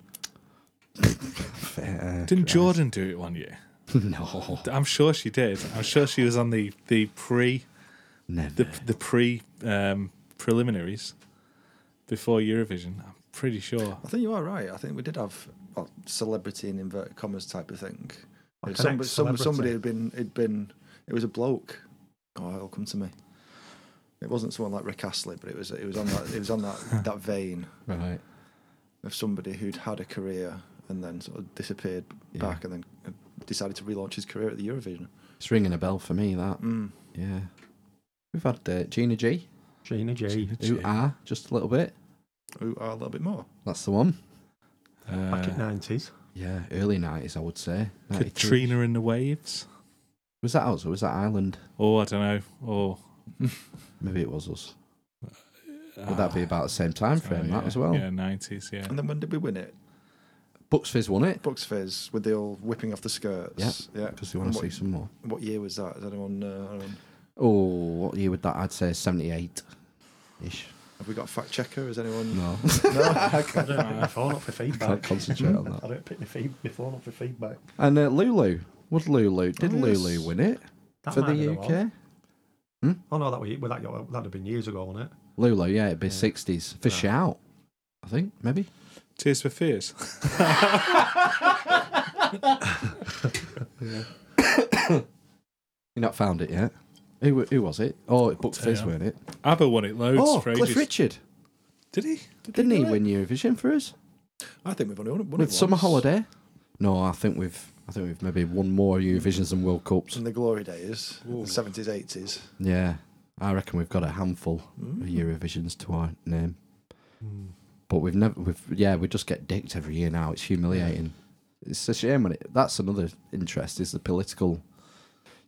Fair
Didn't
Christ.
Jordan do it one year?
No,
I'm sure she did. I'm sure she was on the the pre
never.
the the pre um, preliminaries before Eurovision. I'm pretty sure.
I think you are right. I think we did have well, celebrity in inverted commas type of thing.
Like an
somebody, some,
ex-celebrity.
somebody had been had been it was a bloke. Oh, it'll come to me. It wasn't someone like Rick Astley, but it was it was on that it was on that, that vein
right.
of somebody who'd had a career and then sort of disappeared
Yeah.
back and then uh, decided to relaunch his career at the Eurovision.
It's ringing a bell for me. That
Mm.
yeah. We've had uh, Gina G,
Gina G.
who are just a little bit.
Ooh, ah, a little bit more.
That's the one.
Back
Uh,
in nineties.
Yeah, early nineties, I would say. 92.
Katrina and the Waves.
Was that us or was that Ireland?
Oh, I don't know. Or
Maybe it was us.
uh,
Would that be about the same time frame?
oh,
that
yeah,
as well.
Yeah, nineties. Yeah.
And then when did we win it?
Bucks Fizz won it
Bucks Fizz with the old whipping off the skirts. Yeah.
because we want to
What-
see some more.
What year was that? Is anyone, uh, anyone-
Oh, what year would that? I'd say seventy-eight ish.
Have we got a fact checker? Is anyone?
No,
I don't pick my phone up for
can't
feedback.
concentrate on that.
I don't pick my, feed, my phone up for feedback.
And uh, Lulu, would Lulu did
Oh, yes.
Lulu win it
That
for
might be
the
one.
UK?
Oh no, that was well, that that'd have been years ago, wasn't it?
Lulu, yeah, it'd be sixties for shout. I think maybe.
Tears for Fears.
You not found it yet? Who, wa- who was it? Oh, it Bucks
tell
Fizz,
you.
weren't it?
ABBA won it loads
oh,
for
Cliff
ages.
Richard.
Did he?
Didn't he win Eurovision for us?
I think we've only won it
With
once.
summer holiday? No, I think we've I think we've maybe won more Eurovisions and World Cups.
in the glory days, seventies, eighties.
Yeah, I reckon we've got a handful of Eurovisions to our name. Hmm. But we've never we've yeah we just get dicked every year now. It's humiliating. It's a shame when it. That's another interest is the political.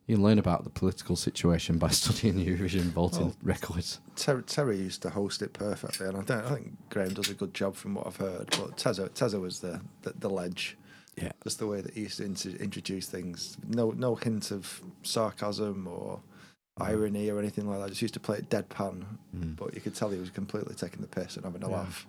You learn about the political situation by studying Eurovision voting records.
Ter- Terry used to host it perfectly, and I, don't, I think Graham does a good job from what I've heard. But Tezza, Tezza was the, the the ledge.
Yeah.
just the way that he used to int- introduce things. No, no hint of sarcasm or irony or anything like that. Just used to play it deadpan,
Hmm.
but you could tell he was completely taking the piss and having a laugh.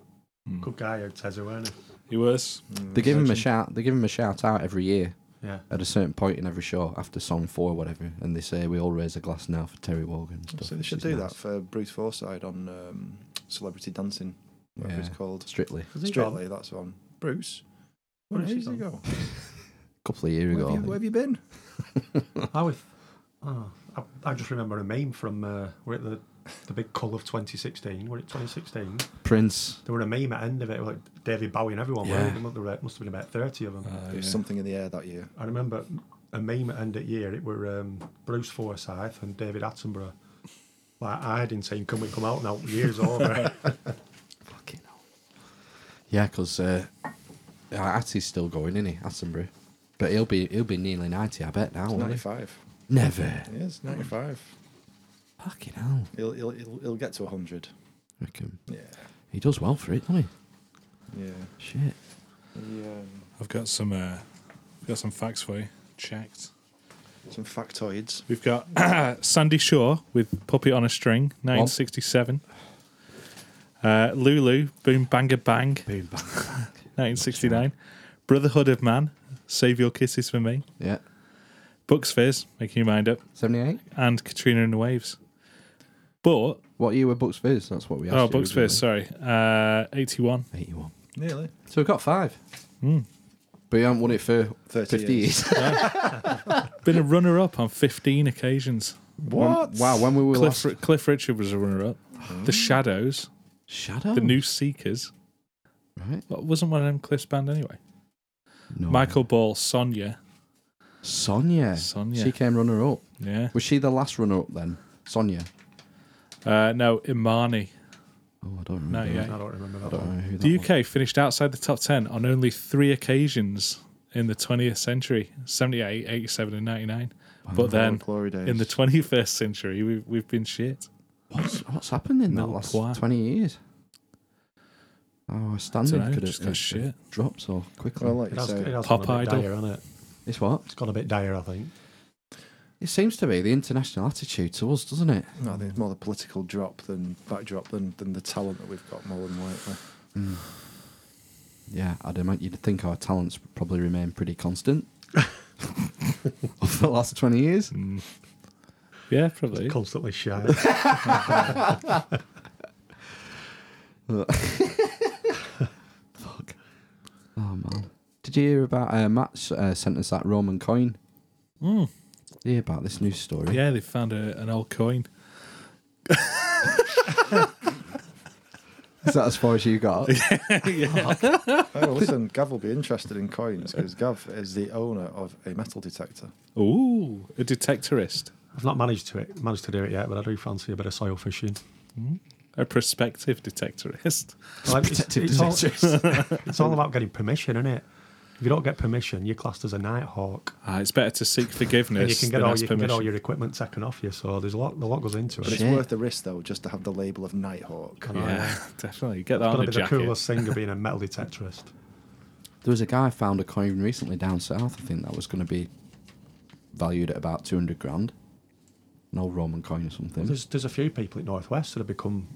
Good guy, Tezza, weren't he?
Hmm. He was.
They give him a shout. They give him a shout out every year.
Yeah.
at a certain point in every show after song four or whatever, and they say we all raise a glass now for Terry Wogan. and stuff,
So they
which
should
is
do
nice.
that for Bruce Forsyth on um, Celebrity Dancing, whatever
Yeah.
it's called.
Strictly,
Was he gone?
Strictly, that's on. Bruce, where
Where
did
is he
you go?
a couple of years
Where
ago.
have
I
you,
think.
where have you been?
I was. Oh, I, I just remember a meme from uh, were it the the big cull of 2016. Were it 2016?
Prince,
There were a meme at the end of it, like David Bowie and everyone.
Yeah.
Yeah. There must there were- must have been about 30 of them.
Uh,
There was
yeah.
something in the air that year.
I remember a meme at end of year. It were um, Bruce Forsyth and David Attenborough. Like hiding, saying, "Can we come out now? Years over."
fucking hell. Yeah, because uh, Atty's still going, isn't he, Attenborough? But he'll be he'll be nearly ninety, I bet now.
Oh,
won't he?
Ninety-five.
Never.
He is ninety-five.
Fucking hell.
He'll he'll he'll, he'll get to hundred.
I reckon
Yeah.
he does well for it, doesn't he?
Yeah.
Shit.
He, um,
I've got some. Uh, got some facts for you. Checked.
some factoids.
We've got Sandy Shaw with Puppet on a String, 1967. Uh, Lulu, Boom Banger Bang,
Boom bang. bang.
1969. Brotherhood of Man, Save Your Kisses for Me.
yeah.
Bucks Fizz, Making Your Mind Up.
Seventy-eight.
And Katrina and the Waves. But,
What year were Bucks Fizz? That's what we asked.
oh,
you
Bucks Fizz,
originally.
sorry. Uh, 81.
Eighty-one.
Nearly.
Hmm.
So we've got five. But you haven't won it for
30
50 years.
Been a runner up on 15 occasions.
What?
wow, when we Hmm? were
Cliff,
last...
Ri- Cliff Richard was a runner up. The Shadows,
Shadow?
The New Seekers.
Right.
What wasn't one of them Cliff's band anyway?
No.
Michael Ball, Sonia.
Sonia.
Sonia.
She came runner-up.
Yeah.
Was she the last runner-up then? Sonia?
Uh, no, Imani.
Oh, I don't remember.
No,
I
yeah.
don't remember that
I don't
one.
know who that
The
was.
UK finished outside the top 10 on only three occasions in the 20th century 78, 87, and 99. But then
glory days.
in the 21st century, we've, we've been shit.
What's, what's happened in that
Not
last
quite.
20 years? Our standard
Dunno,
could have,
just got
could have
shit.
dropped so quickly.
well, uh, like
It
you
has, it
say,
has gone a
Pop
bit
Idol.
dire, hasn't it?
it's what?
It's gone a bit dire, I think.
It seems to be the international attitude to us, doesn't it?
no, I think it's more the political drop than backdrop than, than the talent that we've got more than likely.
Mm. Yeah, I'd imagine you'd think our talents would probably remain pretty constant over the last 20 years.
Yeah, probably.
Constantly shy.
Fuck. Oh, man. Did you hear about uh, Matt uh, sent us that Roman coin?
Mm.
Did you hear about this news story?
Yeah, they found a, an old coin.
Is that as far as you got?
Oh, listen, Gav will be interested in coins because Gav is the owner of a metal detector.
Ooh, a detectorist,
I've not managed to it, managed to do it yet, but I do fancy a bit of soil fishing.
a prospective detectorist.
Like, it's, it's all, it's all about getting permission, isn't it? If you don't get permission, you're classed as a nighthawk,
Ah, it's better to seek
and you
forgiveness
can get
than
all
ask
you can
permission.
get all your equipment taken off you. So there's a lot, a lot goes into
But
it.
it's
Shit.
worth the risk, though, just to have the label of Nighthawk.
I know.
yeah, definitely. Get that
It's
on
gonna
a
be the
jacket.
coolest thing of being a metal detectorist.
There was a guy found a coin recently down south. I think that was going to be valued at about two hundred grand, an old Roman coin or something.
There's there's a few people in Northwest that have become.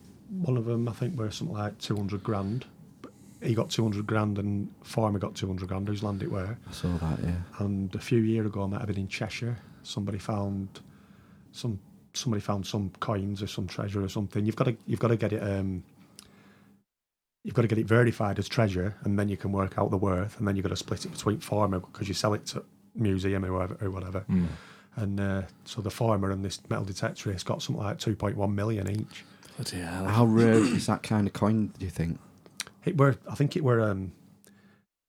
One of them, I think, were something like 200 grand. But He got 200 grand, and Farmer got 200 grand. Whose land it were?
I saw that, yeah.
and a few year ago I might have been in Cheshire. Somebody found some somebody found some coins or some treasure or something. You've got to you've got to get it um you've got to get it verified as treasure, and then you can work out the worth, and then you've got to split it between farmer because you sell it to museum or whatever. Or whatever.
Hmm.
And uh, so the farmer and this metal detectorist got something like 2.1 million each.
Bloody hell.
How rare is that kind of coin? Do you think?
It were I think it were um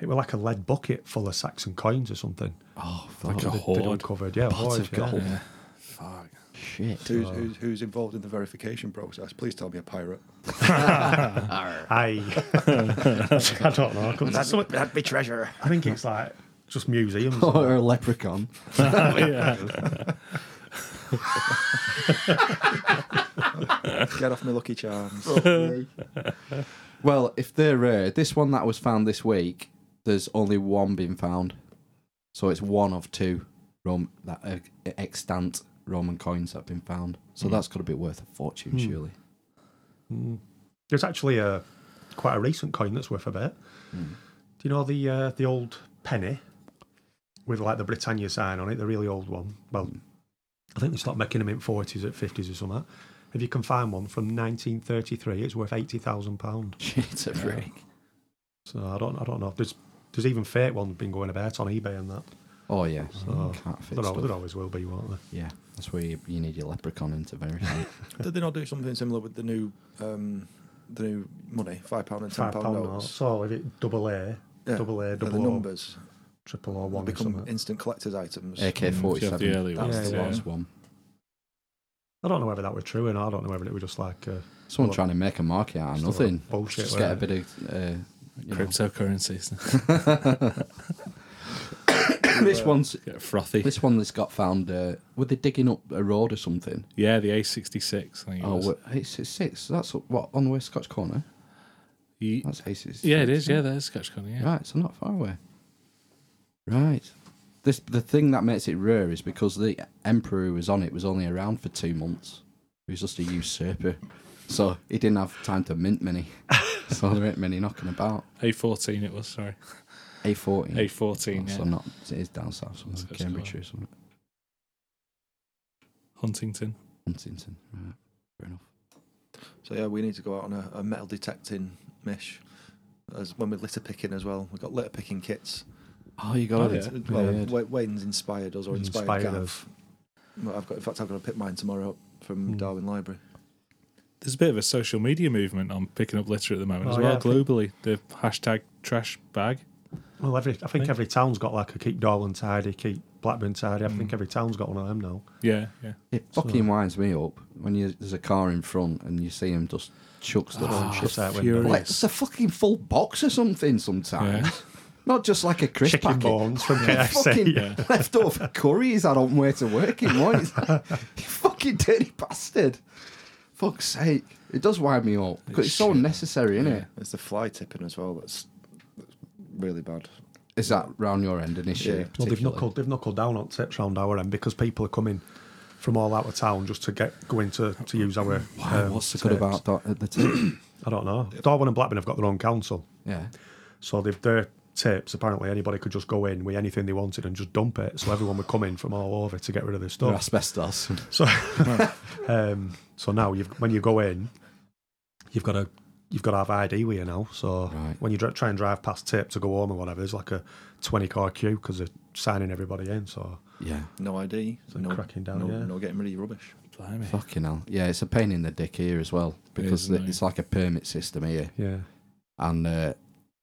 it were like a lead bucket full of Saxon coins or something.
Oh,
Like
fuck.
a
They
hoard.
covered, yeah,
Pot of
hoard, yeah.
gold.
Fuck.
Shit.
Who's, who's, who's involved in the verification process? Please tell me a pirate.
Aye. I don't know. I couldn't-
That'd be treasure.
I think it's like just museums.
Or a leprechaun.
Get off my lucky charms.
well, if they're rare, this one that was found this week, there's only one being found, so it's one of two Rom that uh, extant Roman coins that have been found.
Hmm.
So that's got to be worth a fortune, surely.
There's actually a quite a recent coin that's worth a bit. Hmm. Do you know the uh, the old penny with like the Britannia sign on it, the really old one? Well, I think they stopped making them in forties at fifties or something. If you can find one from 1933, it's worth eighty thousand pound.
Shit, a break.
So I don't I don't know. There's there's even fake ones been going about on eBay and that.
Oh yeah,
So
catfish
there, al- there
stuff.
always will be, won't there?
Yeah, that's where you, you need your leprechaun into verify.
Did they not do something similar with the new um, the new money, five pound and ten
Five
pound
pound notes.
notes?
So if it double A,
Yeah.
double A,
And the
double O,
numbers
triple O, one or
become
something.
instant collectors items.
AK
Mm, if you have the
forty-seven.
early
That's
ones,
the
yeah.
last one.
I don't know whether that was true, and I don't know whether it was just like uh,
Someone
Well,
trying to make a market out of
just a lot of
nothing.
bullshit,
Just get a
wasn't
bit of. Uh, you know.
Cryptocurrencies.
this one's
Get frothy.
this one that's got found. Uh, were they digging up a road or something?
Yeah, the A66. I think it
Oh,
was.
what- it's, it's six. That's what on the way to Scotch Corner.
Ye-
That's aces.
Yeah, it is. Yeah, that is Scotch Corner. Yeah.
Right, so not far away. Right. This the thing that makes it rare is because the emperor who was on it was only around for two months. He was just a usurper, so he didn't have time to mint many. so there ain't many knocking about.
A14 it was, sorry.
A fourteen.
A14,
So
yeah.
not it is down south somewhere,
That's- that's
Cambridgeshire or something.
Huntington.
Huntington. Right. Fair enough.
So yeah, we need to go out on a, a metal detecting mish. As when we're litter picking as well, we've got litter picking kits.
Oh, you got
Oh,
it.
yeah.
Well,
Weird.
Wa- Wayne's inspired us or inspired,
Inspired
Gav.
us.
Well, I've got, in fact, I've got to pick mine tomorrow up from
Hmm.
Darwin Library.
There's a bit of a social media movement on picking up litter at the moment as
Oh,
well
yeah.
globally. The hashtag trash bag.
Well, every I think
Right.
every town's got like a keep Darwin tidy, keep Blackburn tidy. I think every town's got one of them now.
Yeah, yeah.
It fucking winds me up when you, there's a car in front and you see him just chuck stuff and shit.
Oh, Just out
furious.
window.
Like, it's a fucking full box or something sometimes.
Yeah.
Not just like a crisp
Chicken
packet.
bones from
fucking
KFC.
leftover curry is I don't know where to work in one. It's like, you fucking dirty bastard. Fuck's sake. It does wind me up. 'cause it's, so unnecessary, isn't it?
There's the fly tipping as well. That's, that's really bad.
Is that round your end an issue?
Yeah.
Well, they've
particularly?
knuckled they've knuckled down on tips round our end because people are coming from all out of town just to get go in to, to use our.
Why,
um,
what's the
tips.
good about that at the tip?
I don't know. Darwin and Blackburn have got their own council,
yeah.
so they've their tips. Apparently, anybody could just go in with anything they wanted and just dump it. So everyone would come in from all over to get rid of their
Or
stuff.
asbestos.
So, um, so now you've when you go in, you've got to you've got to have ID with you now. So
Right.
when you dri try and drive past tip to go home or whatever, there's like a twenty car queue because they're signing everybody in. So
yeah.
No ID.
So
no,
cracking down,
no,
yeah.
no getting rid of your rubbish.
Blimey.
Fucking hell. Yeah, it's a pain in the dick here as well because
isn't
it-
it?
it's like a permit system here.
yeah,
And uh,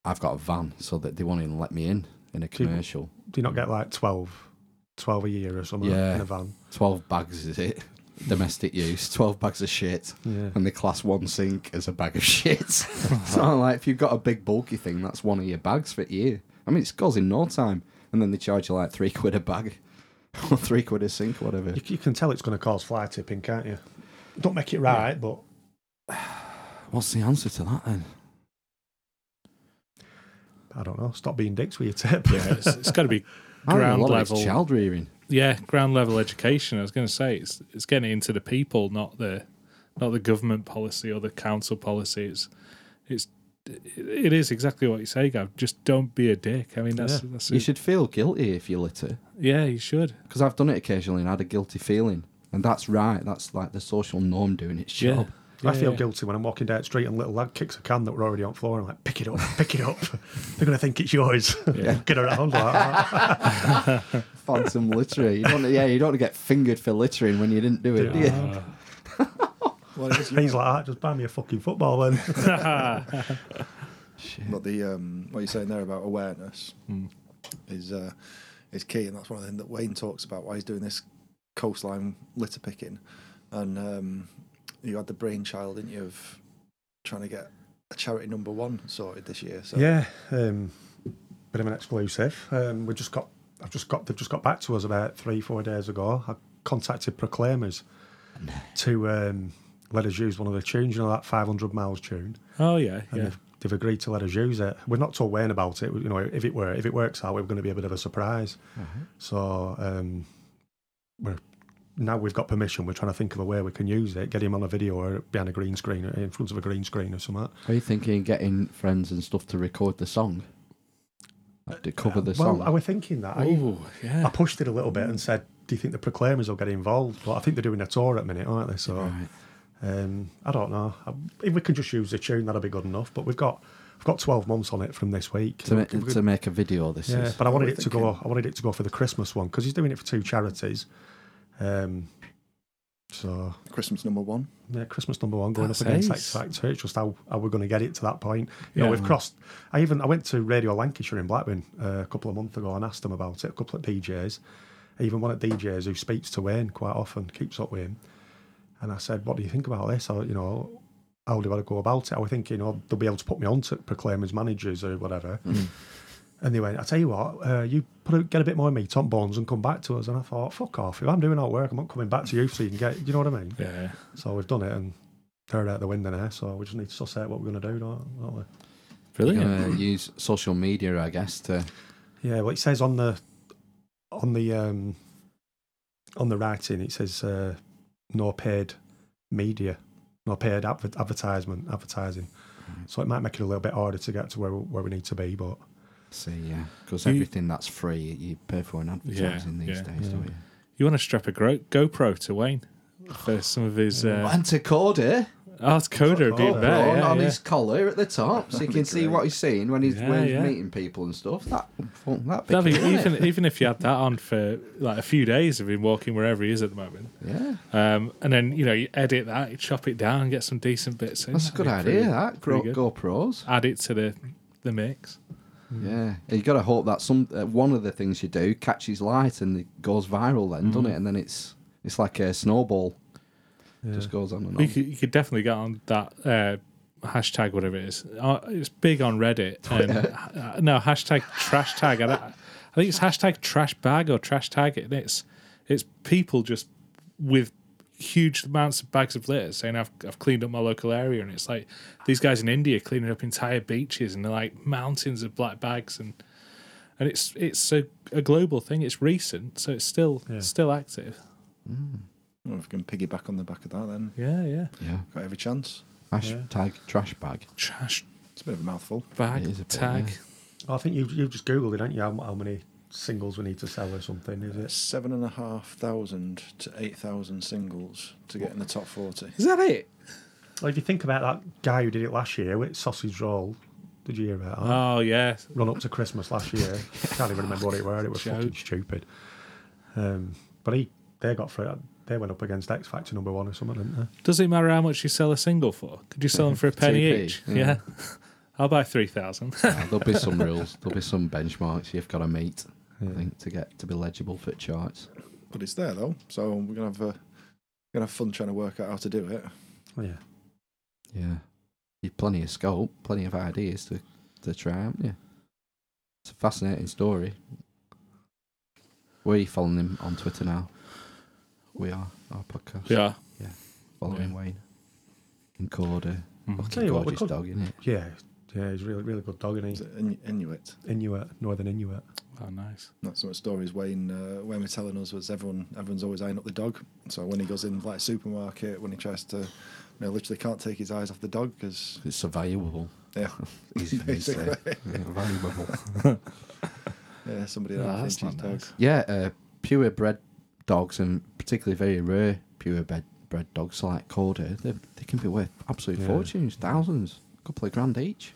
I've got a van so that they won't even let me in in a
Do you-
commercial.
do you not get like 12, 12 a year or something
Yeah.
in a van?
12 bags is it? Domestic use, 12 bags of shit.
Yeah,
and they class one sink as a bag of shit. so I'm like, if you've got a big bulky thing, that's one of your bags for the year. I mean, it goes in no time, and then they charge you like three quid a bag or three quid a sink, or whatever.
you, c- you can tell it's going to cause fly tipping, can't you? Don't make it right, but
What's the answer to that then?
I don't know. Stop being dicks with your tip.
Yeah, it's, it's got to be
I reckon
ground
a lot of it's
level.
child rearing.
Yeah, ground level education. I was going to say it's it's getting into the people, not the not the government policy or the council policy. It's it's it is exactly what you say, Gav. Just don't be a dick. I mean, that's
Yeah.
that's
You
it.
should feel guilty if you litter,
yeah, you should.
because I've done it occasionally and had a guilty feeling, and that's right. That's like the social norm doing its
Yeah.
job.
I feel
Yeah.
guilty when I'm walking down the street and little lad kicks a can that were already on floor and I'm like, pick it up, pick it up. They're going to think it's yours. Get around like that.
Phantom littering. You don't, yeah, you don't want to get fingered for littering when you didn't do it. do you?
Uh,
Well, it is,
Things like that. Just buy me a fucking football then.
but the um, what you're saying there about awareness is uh, is key, and that's one of the things that Wayne talks about. Why he's doing this coastline litter picking, and um, you had the brainchild, didn't you, of trying to get a charity number one sorted this year. So
yeah, um, bit of an exclusive. Um, we just got, I've just got, they've just got back to us about three, four days ago. I contacted Proclaimers to um, let us use one of their tunes, you know, that 500 miles tune.
Oh yeah,
and
yeah.
they've, they've agreed to let us use it. We've not told Wayne about it. You know, if it were if it works out, it was going to be a bit of a surprise. So um, we're now we've got permission. We're trying to think of a way we can use it. Get him on a video or behind a green screen, or in front of a green screen or something.
Are you thinking getting friends and stuff to record the song? Like to cover the
well,
song?
I was thinking that. I,
Oh yeah.
I pushed it a little bit and said, "Do you think the Proclaimers will get involved?" But I think they're doing a tour at the minute, aren't they? So.
Oh,
Right.
Um, I don't know. I- If we can just use the tune, that'll be good enough. But we've got, I've got twelve months on it from this week.
To,
We
ma-
can- we
to
can-
make a video, this
Yeah,
is.
but I wanted
we're
it to go. I wanted it to go for the Christmas one because he's doing it for two charities. Um, so
Christmas number one.
yeah, uh, Christmas number one going
That's
up against
ace.
X Factor. It's just how, how we're going to get it to that point. You know,
Yeah.
we've crossed. I even I went to Radio Lancashire in Blackburn uh, a couple of months ago and asked them about it. A couple of DJs, even one of DJs who speaks to Wayne quite often, keeps up with him. And I said, "What do you think about this? How, you know, how do I go about it? I was thinking, oh, they'll be able to put me on to Proclaimers managers or whatever."
Oh,
And they went, I tell you what, uh, you put a, get a bit more meat on bones and come back to us. And I thought, fuck off. If I'm doing all work, I'm not coming back to you so you can get, do you know what I mean?
yeah.
So we've done it and they're out the window now. So we just need to suss out what we're going to do, don't, don't we?
You're
Brilliant.
Mm. gonna use social media, I guess, to.
Yeah, well, it says on the on the um, on the writing, it says uh, no paid media, no paid adver- advertisement, advertising. So it might make it a little bit harder to get to where where we need to be, but
See, yeah. Because
You-
everything that's free, you pay for in advertising these
yeah.
days,
Yeah.
don't you?
You want to strap a gro- GoPro to Wayne for some of his. Uh,
And to Cordy,
art coder would be
Oh,
better.
on,
Yeah,
on
yeah.
his collar at the top, so you can see what he's seeing when he's, when
Yeah,
he's
yeah.
meeting people and stuff. That that'd be,
That'd be,
cool, wouldn't
even
it?
even if you had that on for like a few days of him walking wherever he is at the moment,
yeah,
um, and then you know you edit that, you chop it down, get some decent bits in.
that's a
That'd
good
be
idea.
pretty-
that Gro-
pretty good.
GoPros.
Add it to the the mix. Mm.
Yeah, and you got to hope that some uh, one of the things you do catches light and it goes viral, then
Mm.
doesn't it? And then it's it's like a snowball, just goes on and on.
You could, you could definitely get on that uh, hashtag, whatever it is. Uh, It's big on Reddit. And, uh, no, hashtag trash tag. I, don't- I think it's hashtag trash bag or trash tag. And it's, it's people just with huge amounts of bags of litter saying, I've, I've cleaned up my local area. And it's like these guys in India cleaning up entire beaches and they're like mountains of black bags. And and it's it's a, a global thing. It's recent, so it's still
Yeah.
still active.
I wonder if we can piggyback on the back of that, then
Yeah, yeah.
yeah,
got every chance.
hashtag trash bag.
Trash
It's a bit of a mouthful.
bag
It is a bit,
tag.
yeah.
I think you you just googled it, didn't you? How, how many singles we need to sell or something? Is it?
Seven and a half thousand to eight thousand singles to get in the top forty.
Is that it?
Well, if you think about that guy who did it last year with sausage roll, did you hear about that?
Oh yeah,
Run up to Christmas last year. Can't even remember what it were. It was
Joke.
fucking stupid. Um, but he they got through. They went up against X Factor number one or something, didn't they?
does it matter how much you sell a single for? Could you sell them for a penny
2p,
each?
yeah.
Yeah, I'll buy three thousand.
Yeah, there'll be some rules. There'll be some benchmarks you've got to meet. I think to get to be legible for charts.
But it's there though, so we're gonna have uh, gonna have fun trying to work out how to do it.
Oh, yeah.
Yeah, you've plenty of scope, plenty of ideas to to try, haven't you? It's a fascinating story. We following him on Twitter now. We are our podcast.
yeah,
following
Yeah.
Wayne and Corder.
Mhm.
Tell you what, we
gorgeous
could-
dog, isn't it?
Yeah, yeah, he's a really, really good dog, and
Is
he
it In- Inuit.
Inuit, Northern Inuit.
oh nice.
That's so much stories Wayne uh, Wayne was telling us was everyone everyone's always eyeing up the dog. So when he goes in like a supermarket, when he tries to, you know, literally can't take his eyes off the dog because
It's survivable.
yeah,
Easy to say.
Basically.
Valuable.
yeah, somebody
Oh,
that
that's
thinks his
not
dog.
nice.
Yeah, uh, purebred dogs and particularly very rare purebred bred dogs like Corder, they, they can be worth absolute
Yeah.
fortunes, thousands, a couple of grand each.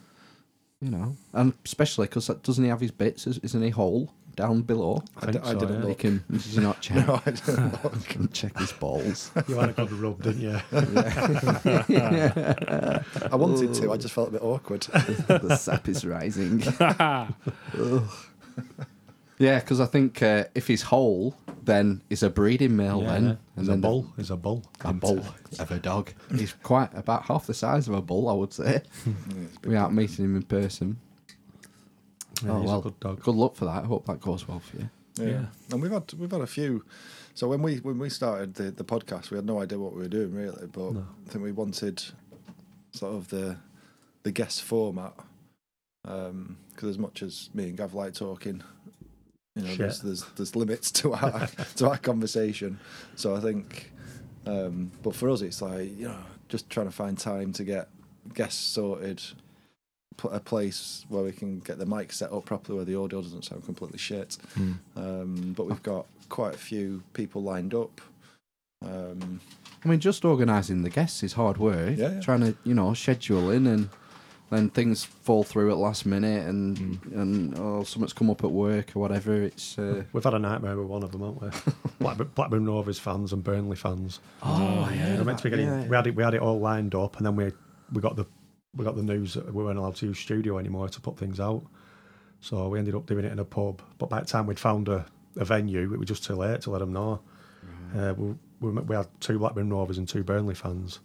You know, and especially because doesn't he have his bits? is- Isn't he whole down below?
I,
think
d- I
so,
didn't
Oh, yeah.
He
look.
can. Did you not check?
No, I didn't look.
Can check his balls.
You had a good rub, didn't you?
I wanted to. I just felt a bit awkward.
the sap is rising. Yeah, because I think uh, if he's whole, then he's a breeding male.
yeah,
then
yeah. He's a
then the-
bull. He's a bull.
a bull of a dog. He's quite about half the size of a bull, I would say, without meeting him in person.
Yeah,
oh
he's
well,
a good dog.
good luck for that. I hope that goes well for you.
Yeah.
Yeah.
and we've had we've had a few. So when we when we started the, the podcast, we had no idea what we were doing really, but I think we wanted sort of the the guest format because as much as me and Gav like talking, you know,
Shit.
there's, there's there's limits to our to our conversation. So I think, um, but for us, it's like you know, just trying to find time to get guests sorted. Put a place where we can get the mic set up properly, where the audio doesn't sound completely shit. Um, but we've got quite a few people lined up. Um,
I mean, just organising the guests is hard work.
Yeah, yeah.
Trying to, you know, schedule in and then things fall through at last minute and
Hmm.
and oh, something's come up at work or whatever. It's uh,
We've had a nightmare with one of them, haven't we? Blackburn, Blackburn Rovers fans and Burnley fans.
oh yeah,
They're meant to be getting- we had it. We had it all lined up, and then we we got the we got the news that we weren't allowed to use studio anymore to put things out. So we ended up doing it in a pub. But by the time we'd found a, a venue, it was just too late to let them know. Uh, we, we, met- we had two Blackburn Rovers and two Burnley fans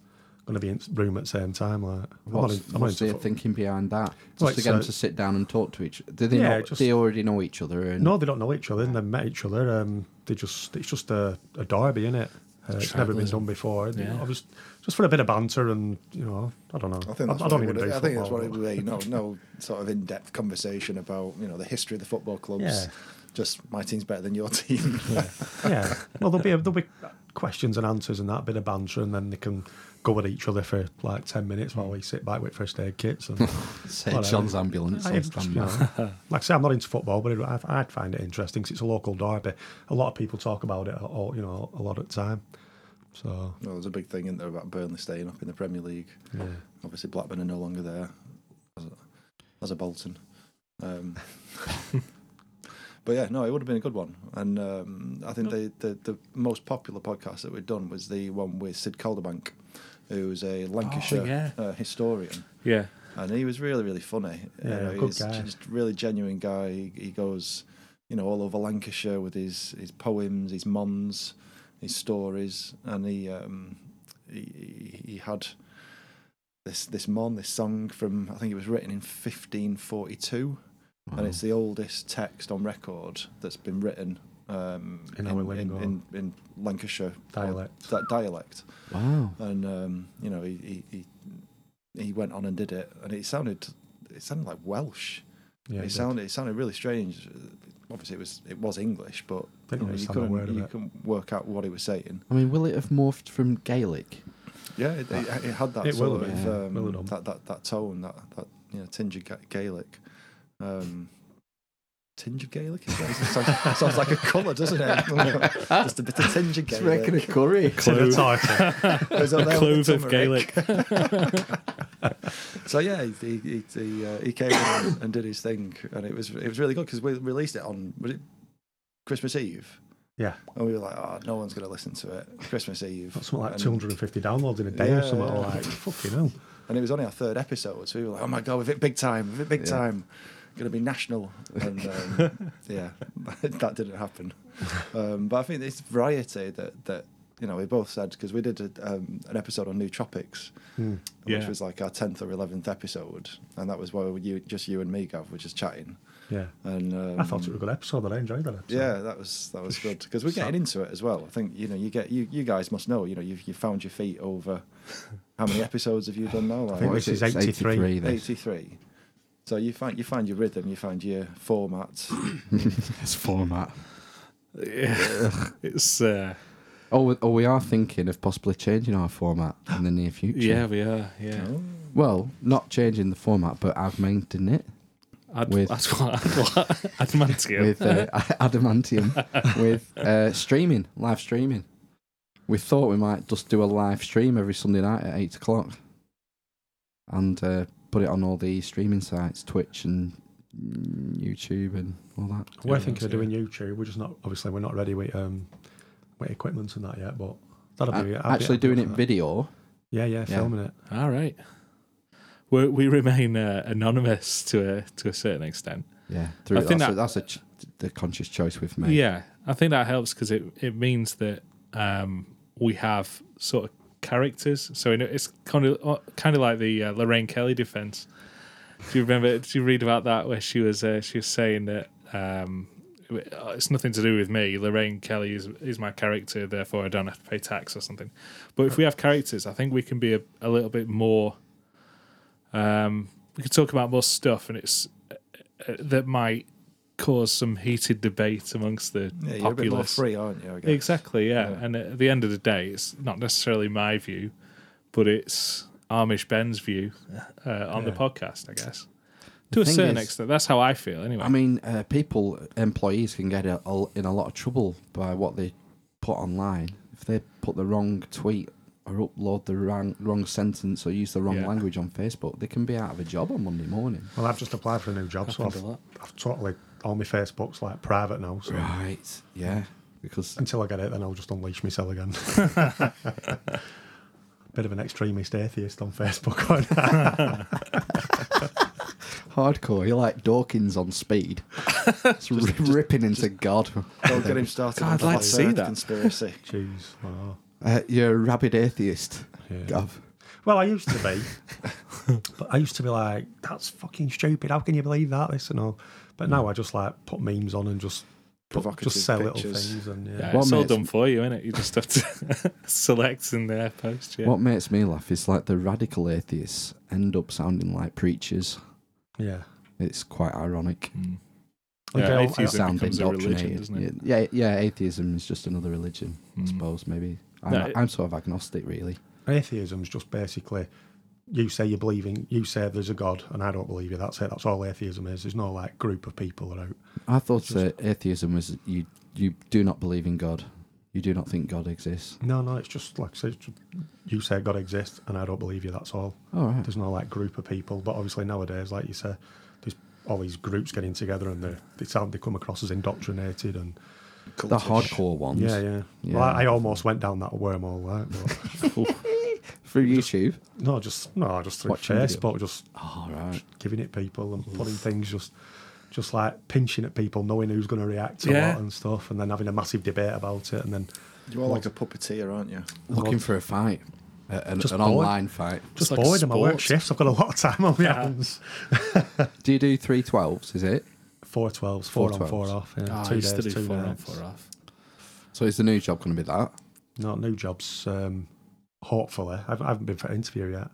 going to be in the room at the same time. Like, I'm not
What's,
in- I'm not
what's
into
their
fo-
thinking behind that? Just
Well,
to
it's,
get them
uh,
to sit down and talk to each. Do they
Yeah,
not?
just-
they already know each other. And,
No, they don't know each other. They've met each other. Um, they just it's just a, a derby, isn't it? Uh, it's never been
Tribalism.
done before. and, you
Yeah.
know, just just for a bit of banter and you know, I don't know.
I think that's
I,
what
don't
it
even
would,
do
I think that's
football,
what it
but-
would be. No, no sort of in-depth conversation about you know the history of the football clubs.
Yeah.
Just my team's better than your team.
yeah. Well, there'll be a, there'll be questions and answers and that bit of banter, and then they can go at each other for like ten minutes while we sit back with first aid kits. And
Say
whatever.
John's ambulance
I-
on
it's, you
standby.
know, like I say, I'm not into football, but it, I, I find it interesting 'cause it's a local derby. A lot of people talk about it, all, you know, a lot at the time. So
Well, there's a big thing in there about Burnley staying up in the Premier League.
yeah,
Obviously, Blackburn are no longer there as a, as a Bolton. Um, but yeah, no, it would have been a good one. And um, I think the, the, the most popular podcast that we'd done was the one with Sid Calderbank, who's a
Oh,
Lancashire
yeah.
uh, historian.
Yeah.
and he was really really funny. You
Yeah,
know,
good
he's
guy.
just really genuine guy. He, he goes, you know, all over Lancashire with his his poems, his moms, his stories, and he um he he- he had this this mon this song from I think it was written in 1542, and it's the oldest text on record that's been written. Um,
In our lingo.
in, in, in Lancashire
Dialect.
that dialect,
Wow.
and um, you know he, he he he went on and did it, and it sounded it sounded like Welsh. it
yeah. it did.
sounded it sounded really strange. Obviously, it was it was English, but you,
Didn't
know, you
understand a
couldn't
word of
you
it.
couldn't work out what he was saying.
I mean, will it have morphed from Gaelic?
Yeah, it, it, it had that
It will
sort of
have,
yeah.
um,
Will have done.
that, that that tone that that you know tinge of Ga- Gaelic. Um, Tinge of Gaelic? Is that- it sounds, sounds like a colour, doesn't it? Just a bit of tinge of Gaelic.
curry.
It's
Clove,
a tartar.
Goes up there with the
clove of
turmeric.
Gaelic.
So yeah, he he he, uh, he came in and, and did his thing, and it was it was really good because we released it on was it Christmas Eve,
yeah,
and we were like, oh, no one's going to listen to it Christmas Eve.
something like
And-
250 downloads in a day
Yeah,
or something.
yeah.
Like fucking hell.
and it was only our third episode, so we were like, oh my god, we've hit big time, we've hit big time, going to be national, and um, yeah, that didn't happen. Um, but I think it's variety that that you know we both said because we did a, um, an episode on new tropics.
Hmm.
which
Yeah.
was like our tenth or eleventh episode, and that was where you just you and me, Gav, were just chatting.
Yeah,
And um,
I thought it was a good episode. and I enjoyed that. Episode.
yeah, that was that was good because we're getting into it as well. I think you know you get you you guys must know you know you've you found your feet over how many episodes have you done now? Like
think This is 83.
this.
eighty three. So you find you find your rhythm, you find your format.
It's format.
Yeah. it's uh,
Oh, we- oh, we are thinking of possibly changing our format in the near future.
yeah, we are. Yeah.
Well, not changing the format, but augmenting it
Ad,
With-
that's what, ad, what adamantium.
with uh, adamantium, with uh, streaming, live streaming. We thought we might just do a live stream every Sunday night at eight o'clock, and uh, put it on all the streaming sites, Twitch and mm, YouTube and all that.
We're
Yeah,
thinking of
yeah.
doing YouTube. We're just not obviously we're not ready with um with equipment and that yet, but that'll
A-
be I'd be
actually,
happy
doing
with
it
that.
video.
Yeah, yeah, filming it.
All right. We we remain uh, anonymous to a to a certain extent.
Yeah, through
I think
that's, a,
that-
that's a ch- the conscious choice we've made.
Yeah, I think that helps because it it means that um, we have sort of characters. So you know, it's kind of uh, kind of like the uh, Lorraine Kelly defense. Do you remember? did you read about that where she was uh, she was saying that um, it's nothing to do with me. Lorraine Kelly is is my character, therefore I don't have to pay tax or something. But if we have characters, I think we can be a, a little bit more. Um, we could talk about more stuff, and it's uh, that might cause some heated debate amongst the
Yeah, you're a bit more
populace.
free, aren't you? I guess?
Exactly, yeah.
Yeah.
And at the end of the day, it's not necessarily my view, but it's Amish Ben's view uh, on the
Yeah.
podcast, I guess. To a
thing
certain
is-
extent, that's how I feel. Anyway,
I mean, uh, people, employees can get a, a, in a lot of trouble by what they put online. If they put the wrong tweet or upload the wrong, wrong sentence or use the wrong
Yeah.
language on Facebook, they can be out of a job on Monday morning.
Well, I've just applied for a new job, so
Happened
I've,
a lot.
I've totally all my Facebook's like private now. So
Right. Yeah. Because
until I get it, then I'll just unleash myself again. Bit of an extremist atheist on Facebook. aren't I?
hardcore, you're like Dawkins on speed. It's ri- ripping into God.
Don't get him started.
God,
on
I'd
the
like
whole
to see
Earth
that.
conspiracy.
Jeez. wow.
Uh, you're a rabid atheist,
Yeah.
Gav.
Well, I used to be, but I used to be like, "That's fucking stupid. How can you believe that?" This and all. But now I just like put memes on and just put,
Provocative
just sell little
pictures.
things and yeah.
yeah,
What
it's all
makes-
done for you, isn't it? You just have to select in their post. Yeah.
What makes me laugh is like the radical atheists end up sounding like preachers.
Yeah.
It's quite ironic.
Mm.
Like,
Yeah,
I- I-
atheism
sound
becomes a religion,
indoctrinated.
doesn't it?
Yeah, yeah, yeah, atheism is just another religion, I
Mm.
suppose. Maybe I'm,
No, it-
I'm sort of agnostic, really.
uh, atheism's just basically you say you believe in you say there's a god and i don't believe you that's it that's all atheism is there's no like group of people that are out
I thought uh, atheism was you you do not believe in God, You do not think God exists.
No, no, it's just like I say, it's just- you say God exists, and I don't believe you. That's all.
All right.
There's no like group of people, but obviously nowadays, like you say, there's all these groups getting together, and they they sound they come across as indoctrinated and
The hardcore ones.
yeah, yeah.
Yeah.
Well, I, I almost went down that wormhole, right? But
Through YouTube.
no, just no, just through
Watching video.
Facebook, just
All right.
giving it people and putting things just. Just like pinching at people, knowing who's going to react to
Yeah.
what and stuff, and then having a massive debate about it, and then
You are like a puppeteer, aren't you?
Looking for a fight. A- An,
Just
an
bored.
online fight.
just
like a
bored. And my work
sport.
shifts. I've got a lot of time on my hands.
Do you do 312s, is it?
Four twelves, four, on,
412s.
four off. Yeah.
Ah, I
two
used
days,
to do
two
four on,
nights.
four off.
So is the new job going to be that?
No, new jobs. Um, hopefully, I've, I haven't been for interview yet,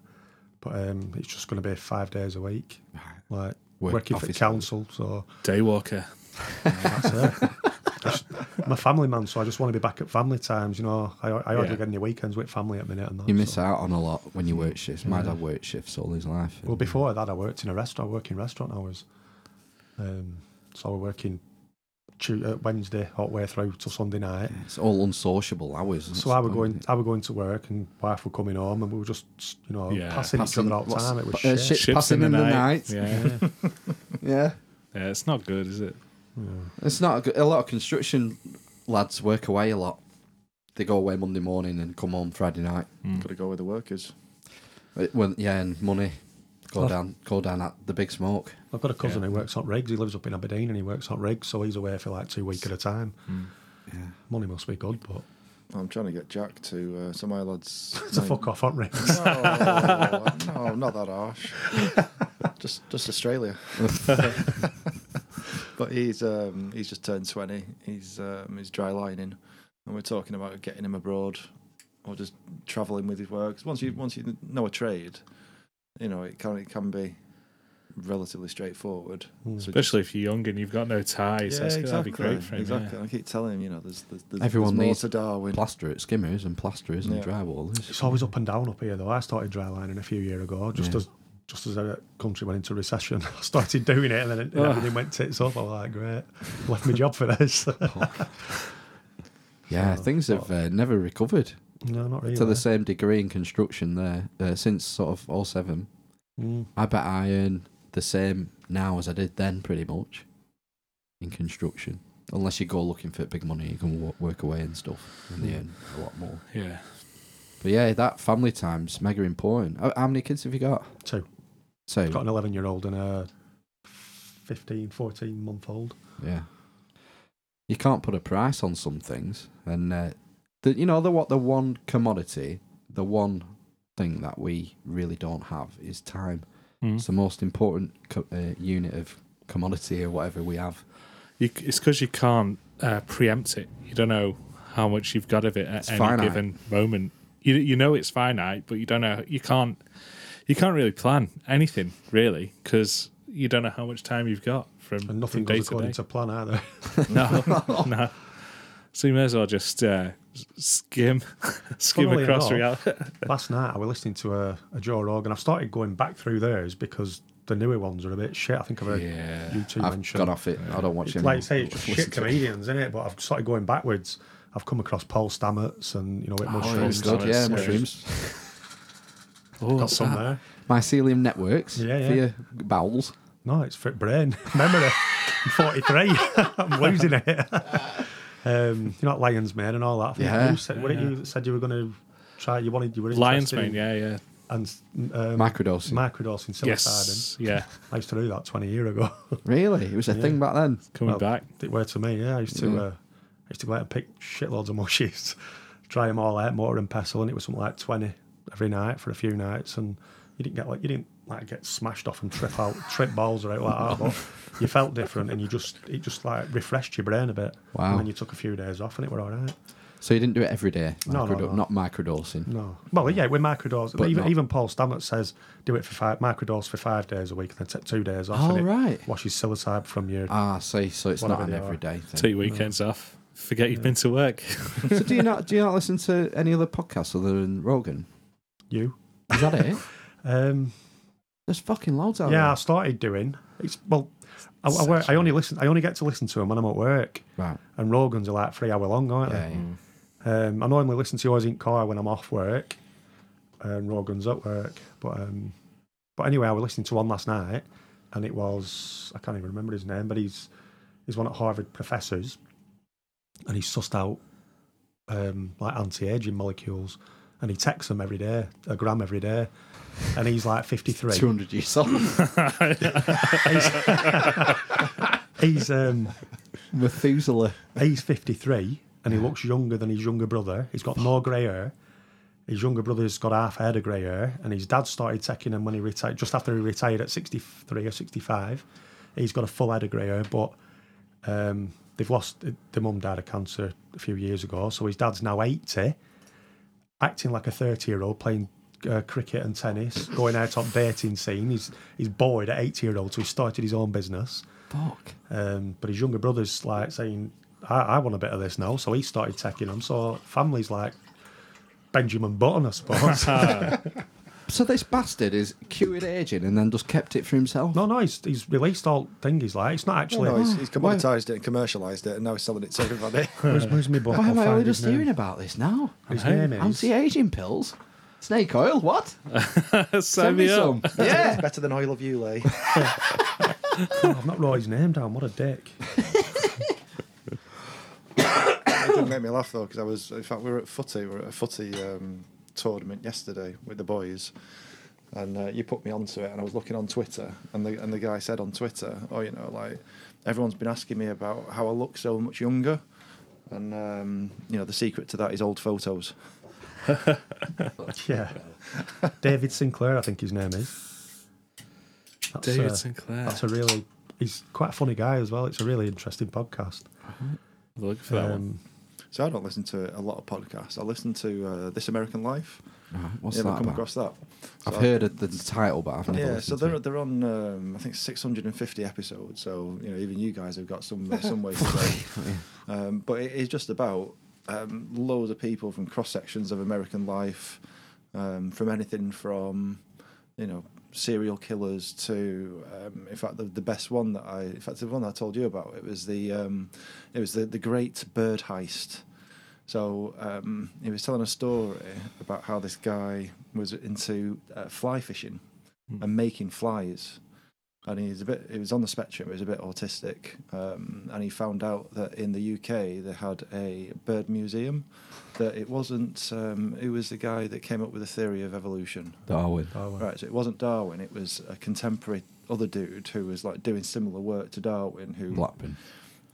but um, it's just going to be five days a week, like
Work-
working for the
office
council. So
Daywalker.
that's it. Just- I'm a family man, so I just want to be back at family times. You know, I, I hardly
Yeah.
get any weekends with family at the minute. And that,
You miss
so.
out on a lot when you work shifts. My dad worked shifts all his life.
Well, before that, I worked in a restaurant, working restaurant hours. Um, so I were working Tu- uh, Wednesday all the way through till Sunday night.
It's all unsociable hours.
So I were going, I were going to work, and wife were coming home, and we were just, you know,
Yeah.
passing, each other all the
what's-
time. It was
uh,
shit.
shit passing in the, night.
Yeah.
yeah.
yeah, it's not good, is it?
It's not a, good, a lot of construction lads work away a lot. They go away Monday morning and come home Friday night.
Got to go with the workers.
It, well, yeah, and money. Go
Oh.
down, go down at the big smoke.
I've got a cousin
Yeah.
who works on rigs. He lives up in Aberdeen, and he works on rigs, so he's away for like two week at a time. Money must be good, but
I'm trying to get Jack to. Uh, so my lads.
it's a fuck off on rigs.
No, no, not that harsh. just, just Australia. but he's um, he's just turned twenty. He's um, he's dry lining, and we're talking about getting him abroad or just traveling with his work. 'Cause once you once you know a trade, you know it can it can be relatively straightforward.
Mm.
So just-
Especially if you're young and you've got no ties. that's going to be great for him.
exactly. I keep telling him, you know, there's there's, there's,
Everyone
there's more
needs
to Darwin.
Plaster at skimmers and plasterers and
Yeah.
drywallers.
it's always up and down up here, though. I started drylining a few years ago, just
Yeah.
as just as our country went into recession. I started doing it, and then it-
Oh.
and everything went tits up. I was like, great, left my job for this.
Yeah, things have uh, never recovered
no, not really.
to the same degree in construction there uh, since sort of all seven.
Mm.
I bet I earn the same now as I did then, pretty much, in construction. Unless you go looking for big money, you can wo- work away and stuff, and they earn a lot more.
Yeah.
But yeah, that family time's mega important. How, how many kids have you got?
Two.
Two.
got an 11 year old and a 15, 14 month old.
Yeah. You can't put a price on some things, and uh, the, you know the what the one commodity, the one thing that we really don't have is time.
Mm.
Hmm.
It's the most important co- uh, unit of commodity or whatever we have.
You, c- it's because you can't uh, preempt it. You don't know how much you've got of it at
It's
any
finite.
given moment. You you know it's finite, but you don't know. You can't you can't really plan anything really because you don't know how much time you've got from,
And nothing
from day
goes
to
according
day.
to plan either.
no, no. So you may as well just uh, s- skim skim
Funnily
across
enough-
reality.
Last night I was listening to a, a Joe Rogan. I've started going back through theirs because the newer ones are a bit shit. I think I've heard
Yeah,
you two
I've
mention.
got off it. I don't watch
It's
it.
like you say, it's just shit comedians, isn't it? But I've started going backwards. I've come across Paul Stamets and you know
Oh,
it mushrooms.
good, yeah,
Stamets,
mushrooms.
Oh,
Got
what's
some
that?
there.
Mycelium networks
Yeah,
for
yeah.
your bowels.
No, it's for brain memory. I'm 43. I'm losing it. um, you know, like Lions Mane and all that. I think
Yeah.
You said, what you that said you were going to try. You wanted. You were
Lion's mane,
interested in-
yeah, yeah,
and um,
Microdosing.
microdosing psilocybin.
yes, yeah,
I used to do that 20 years ago.
really? It was a thing back Mm. then.
coming
Well,
back.
it were to me, yeah. I used to, uh, I used to go out and pick shitloads of mushies, try them all out, mortar and pestle, and it was something like 20 every night for a few nights, and you didn't get like you didn't like get smashed off and trip out, trip balls or out like that, but you felt different, and you just it just like refreshed your brain a bit.
Wow.
And then you took a few days off, and it were all right.
So you didn't do it every day.
No, no,
Microdo-
no.
Not microdosing.
No. Well, yeah, with microdose.
But
even
not-
even Paul Stamets says do it for five microdose for five days a week and then take two days off.
Oh,
and it
right.
Washes psilocybin from your.
Ah, see, so it's
Whatever
not an
they are.
everyday thing.
Take your weekends off. Forget you've been to work.
so do you not do you not listen to any other podcasts other than Rogan?
you.
Is that it?
Um,
There's fucking loads out
yeah, I started doing. It's well, I, I, work, I only listen. I only get to listen to them when I'm at work.
there. Right.
And Rogan's are like three hour long, aren't
Yeah,
they?
yeah.
Um, I normally listen to yours in car when I'm off work, and Raw Guns at work. But um, but anyway, I was listening to one last night, and it was I can't even remember his name, but he's he's one of Harvard professors, and he's sussed out um, like anti-aging molecules, and he takes them every day, a gram every day, and he's like 53.
200 years old.
He's um,
Methuselah.
he's 53 and he looks younger than his younger brother. He's got no grey hair. His younger brother's got half a head of grey hair, and his dad started taking him when he retired, just after he retired at 63 or 65. He's got a full head of grey hair, but um, they've lost. The mum died of cancer a few years ago, so his dad's now 80, acting like a 30 year old, playing uh, cricket and tennis, going out on dating scene. He's he's bored at 80 year old, so he started his own business.
Fuck.
Um, but his younger brother's like saying, I, I want a bit of this now. So he started taking them. So family's like Benjamin Button, I suppose.
So this bastard is cured aging and then just kept it for himself?
no, no, he's, he's released all thingies. Like, it's not
No,
actually.
Oh, no, he's, he's
Why-
commoditised it and commercialised it, and now he's selling it to everybody.
where's, where's my book?
Why
I'll
am I
find
only
his
just
name.
hearing about this now?
His name is.
Anti-aging pills? Snake oil? What?
Sign me up.
yeah, better than oil of Ulay.
Oh, I've not wrote his name down. What a dick.
It didn't make me laugh though because I was. In fact, we were at footy. We were at a footy um, tournament yesterday with the boys, and uh, you put me onto it. And I was looking on Twitter, and the and the guy said on Twitter, "Oh, you know, like everyone's been asking me about how I look so much younger." And um, you know the secret to that is old photos.
Yeah. David Sinclair, I think his name is. That's,
David
uh,
Sinclair.
That's a really. He's quite a funny guy as well. It's a really interesting podcast. Um,
Look for that one.
So I don't listen to a lot of podcasts. I listen to uh, This American Life.
What's
you ever
that
come
about?
across that?
I've
So I-
heard of the title, but I've never
Yeah, so
listened
they're
to it.
they're on um, I think 650 episodes. So you know even you guys have got some uh, some way to go. Um, but it is just about um, loads of people from cross sections of American life, um, from anything from you know serial killers to um, in fact the, the best one that I in fact the one I told you about it was the um, it was the the Great Bird Heist. So um, he was telling a story about how this guy was into uh, fly fishing and making flies. And he's a bit. He was on the spectrum. He was a bit autistic, um, and he found out that in the UK they had a bird museum. That it wasn't. Um, who was the guy that came up with the theory of evolution?
Darwin.
oh,
Right. So it wasn't Darwin. It was a contemporary other dude who was like doing similar work to Darwin. Who
Blackburn.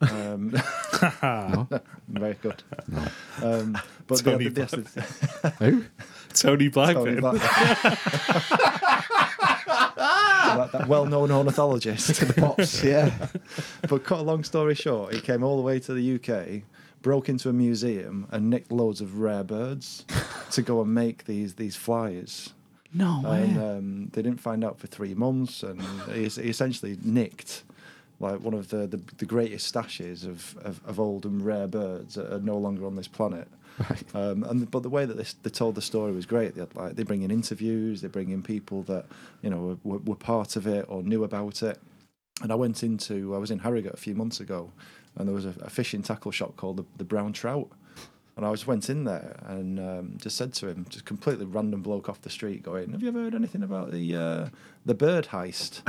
um, very good.
No.
Um, but the,
Tony
the- the-
Who?
Tony Blackburn.
Tony Blackburn. Like that well-known ornithologist.
Pops, yeah.
but cut a long story short, he came all the way to the UK, broke into a museum, and nicked loads of rare birds to go and make these these flyers.
No
And
way.
um, they didn't find out for three months, and he, es- he essentially nicked like one of the, the, the greatest stashes of, of, of old and rare birds that are no longer on this planet. Um, and but the way that this, they told the story was great. They had, like they bring in interviews, they bring in people that you know were, were part of it or knew about it. And I went into I was in Harrogate a few months ago, and there was a, a fishing tackle shop called the, the Brown Trout. And I just went in there and um, just said to him, just completely random bloke off the street, going, "Have you ever heard anything about the uh, the bird heist?"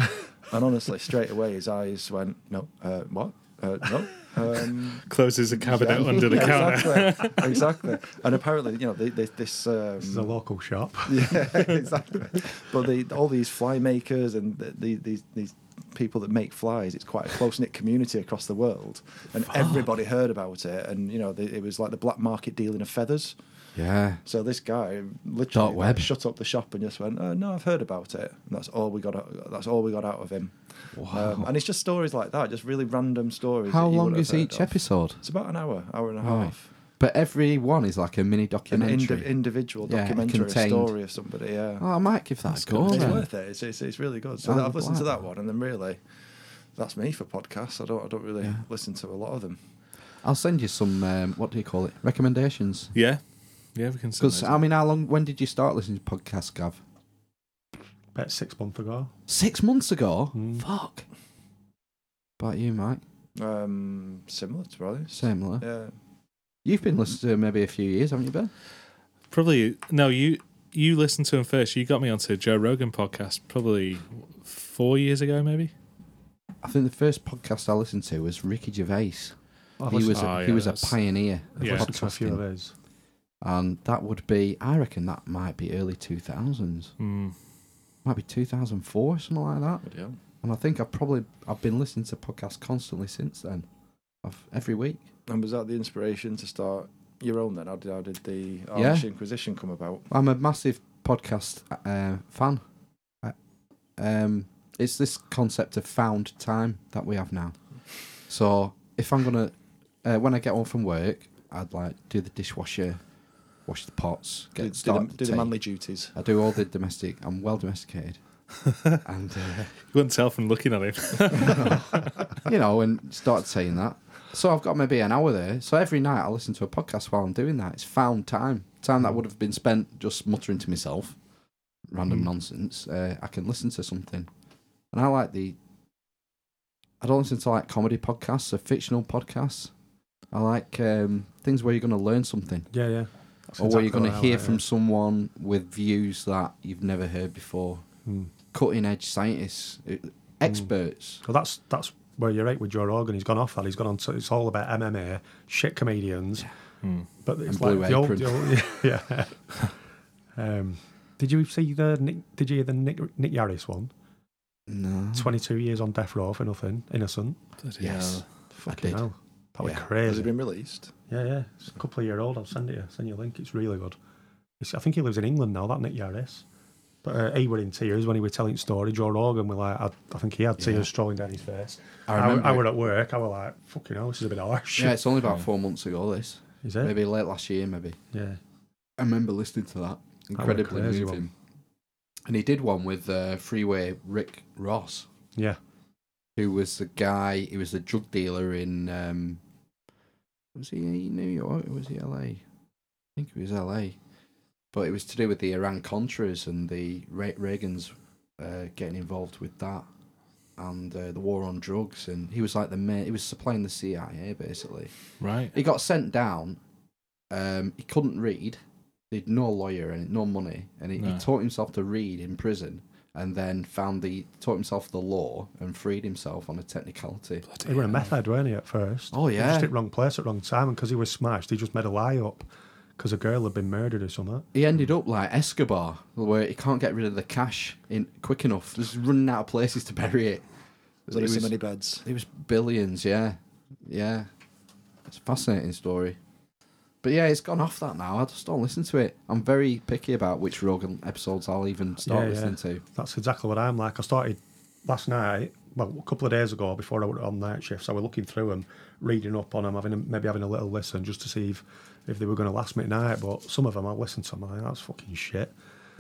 and honestly, straight away his eyes went, "No, uh, what? Uh, no." Um,
Closes the cabinet
yeah.
under the
Yeah,
counter.
Exactly. exactly. And apparently, you know, they, they, this. Um,
This is a local shop.
yeah, exactly. But the, all these fly makers and the, the, these these people that make flies, it's quite a close knit community across the world, and everybody heard about it. And you know, the, it was like the black market dealing of feathers.
Yeah.
So this guy
Dot
literally like,
web.
shut up the shop and just went, oh, "No, I've heard about it." And that's all we got. Out, that's all we got out of him. Um,
Wow.
and it's just stories like that, just really random stories.
How
that you
long
wouldn't
is
have heard
each
of.
episode?
It's about an hour, hour and a
Right.
half.
But every one is like a mini
An indi-
documentary.
individual
Yeah,
documentary, a
contained.
story of somebody. Yeah.
oh, I might give that a go.
It's
then.
worth it. It's, it's, it's really good. So
Oh,
I've listened to
wow.
that one, and then really, that's me for podcasts. I don't I don't really listen to a lot of them.
I'll send you some. Um, what do you call it? Recommendations.
Yeah. Yeah, we can send
Because
those.
I mean, how long? When did you start listening to podcasts, Gav?
About six months ago.
Six months ago.
Mm.
Fuck. About you, Mike.
Um, similar to probably.
Similar.
Yeah.
You've been listening to him maybe a few years, haven't you, Ben?
Probably no. You you listened to him first. You got me onto Joe Rogan podcast probably four years ago, maybe.
I think the first podcast I listened to was Ricky Gervais.
I've
he was
listened,
a,
Oh,
he
yeah,
was a
that's-
pioneer of
Yeah.
I've listened to a few of
podcasting,
his.
and that would be I reckon that might be early two thousands,
Mm.
might be two thousand four, something like that. And I think I probably I've been listening to podcasts constantly since then, of every week.
And was that the inspiration to start your own then? How did, how did the
Yeah.
Irish Inquisition come about?
I'm a massive podcast uh, fan. I, um, it's this concept of found time that we have now. So if I'm gonna, uh, when I get home from work, I'd like do the dishwasher, wash the pots,
Did,
get
did
start
the,
the
did the
tea.
manly duties?
I do all the domestic. I'm well domesticated, and uh,
You wouldn't tell from looking at him.
you know, and started saying that. So I've got maybe an hour there. So every night I listen to a podcast while I'm doing that. It's found time, time that would have been spent just muttering to myself, random
Hmm.
nonsense. Uh, I can listen to something, and I like the. I don't listen to like comedy podcasts or fictional podcasts. I like um, things where you're going to learn something,
Yeah, yeah.
or where you're going to hear from someone with views that you've never heard before.
Mm.
Cutting edge scientists, uh,
Hmm.
experts.
Well, that's that's where you're right with Joe Rogan. He's gone off that. He's gone on. To, it's all about MMA, shit comedians.
Hmm.
But it's
And
like
Blue
the old,
Apron.
the old- yeah. um, did you see the Nick? Did you hear the Nick Nick Yaris one?
No.
Twenty two years on death row for nothing, innocent.
Bloody
Yes.
hell.
Fucking
did.
hell, that was
Yeah.
Has
crazy.
it been released?
yeah, yeah. It's a couple of year old. I'll send it you. Send you a link. It's really good. It's, I think he lives in England now. That Nick Yaris. But uh, he were in tears when he was telling story. Joe Rogan were like, I, I think he had tears
Yeah.
strolling down his face.
I
I, w-
remember
I
it.
were at work. I were like, fucking hell, this is a bit harsh.
Yeah, it's only
Hmm.
about four months ago. This
Is it?
maybe late last year, maybe.
Yeah.
I remember listening to that.
was a
Incredibly
crazy
moving. And he did one with uh, Freeway Rick Ross,
Yeah.
who was the guy. He was the drug dealer in. Um, was he in New York or was he LA? I think it was LA. But it was to do with the Iran Contras and the Re- Reagan's uh, getting involved with that and uh, the war on drugs. And he was like the main. He was supplying the CIA basically.
Right.
He got sent down. Um, he couldn't read. He'd no lawyer and no money, and he,
No.
he taught himself to read in prison, and then found the taught himself the law and freed himself on a technicality.
He were a meth head, weren't he, at first?
Oh,
He
yeah.
just hit wrong place at wrong time. And because he was smashed, he just made a lie up because a girl had been murdered or something.
He ended up like Escobar, where he can't get rid of the cash in quick enough. Just running out of places to bury it.
There's only
It
so
was-
many beds.
It was billions, yeah. Yeah. It's a fascinating story. But yeah, it's gone off that now. I just don't listen to it. I'm very picky about which Rogan episodes I'll even start
Yeah, yeah.
listening to.
That's exactly what I'm like. I started last night, well, a couple of days ago before I went on night shifts, I was looking through them, reading up on them, having a, maybe having a little listen just to see if, if they were going to last me at night. But some of them I listened to, I'm like, that's fucking shit,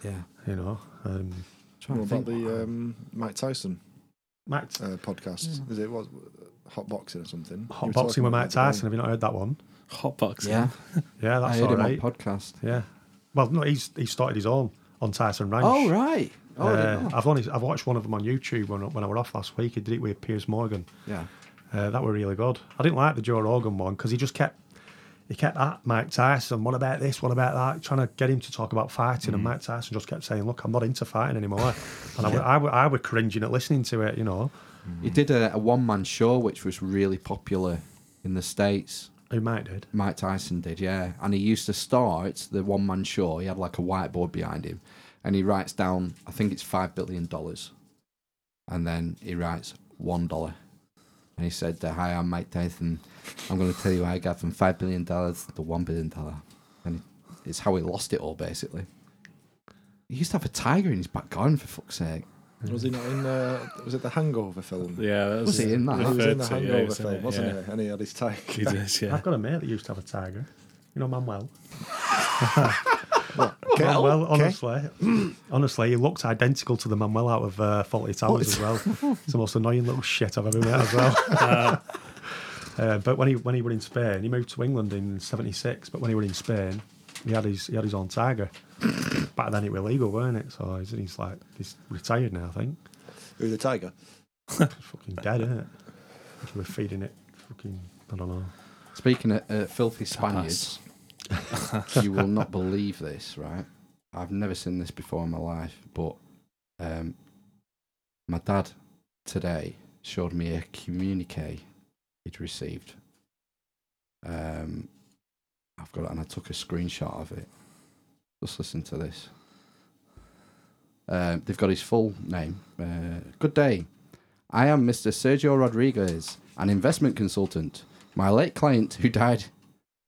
Yeah.
you know. Um,
Trying
What
to
about
think.
the um, Mike Tyson
Mike,
uh, podcast? Is it was hot boxing or something? You
hot
were talking
boxing with
about
Mike
the guy.
Tyson. Have you not heard that one?
Hot boxing.
yeah.
Yeah,
I
that's
heard
all
him
right.
on podcast.
Yeah. Well, no, he's he started his own on Tyson Ranch.
Oh, right. Oh, I
Uh,
didn't know.
I've only I've watched one of them on YouTube when, I- when I were off last week. He did it with Piers Morgan.
Yeah.
Uh, that were really good. I didn't like the Joe Rogan one because he just kept he kept at Mike Tyson. What about this? What about that? Trying to get him to talk about fighting, and Mike Tyson just kept saying, "Look, I'm not into fighting anymore." And I, were, I, were, I were cringing at listening to it. You know,
He did a, a one man show which was really popular in the States.
who Mike did.
Mike Tyson did, yeah. And he used to start the one man show. He had like a whiteboard behind him and he writes down, I think it's $5 billion. And then he writes $1. And he said, uh, Hi, I'm Mike Tyson. I'm going to tell you how I got from $5 billion to $1 billion. And it's how he lost it all, basically. He used to have a tiger in his back garden, for fuck's sake.
Was he not in? Uh, was it the Hangover film?
Yeah, that was,
Was he in that?
He was in
referred
the
to, yeah, he
Hangover
was in
film,
it,
wasn't
yeah.
he? And he had his tie.
He does, yeah.
I've got a mate that used to have a tiger. You know, Manuel.
Kel?
Manuel, honestly, honestly, he looked identical to the Manuel out of uh, Faulty Towers as well. it's the most annoying little shit I've ever met as well. Uh, but when he when he were in Spain, he moved to England in '76. But when he were in Spain, he had his he had his own tiger. Back then, it was legal, weren't it? So he's, he's like he's retired now, I think.
Who the tiger?
He's fucking dead, isn't it? We're feeding it fucking I don't know
Speaking of uh, filthy Spaniards, you will not believe this, right? I've never seen this before in my life, but um, my dad today showed me a communique he'd received. Um, I've got it, and I took a screenshot of it. Just listen to this. Uh, they've got his full name. Uh, Good day. I am Mr. Sergio Rodriguez, an investment consultant. My late client, who died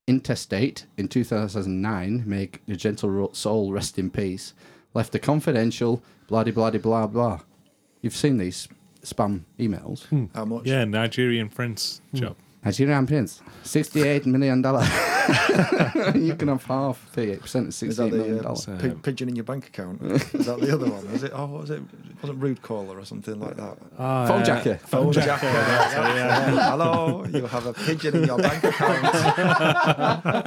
intestate in 2009, may the gentle ro- soul rest in peace, left a confidential blah de blah de blah blah. You've seen these spam emails.
How much?
Yeah, Nigerian Prince job.
Nigerian prince, sixty-eight million dollar. you can have half thirty percent of
Is
sixty-eight
that
million
the uh,
dollars.
pi- pigeon in your bank account? Is that the other one? Is it? Oh, what was it? Wasn't rude caller or something like that?
Phone jacker.
Phone jacker. Hello, you have a pigeon in your bank account.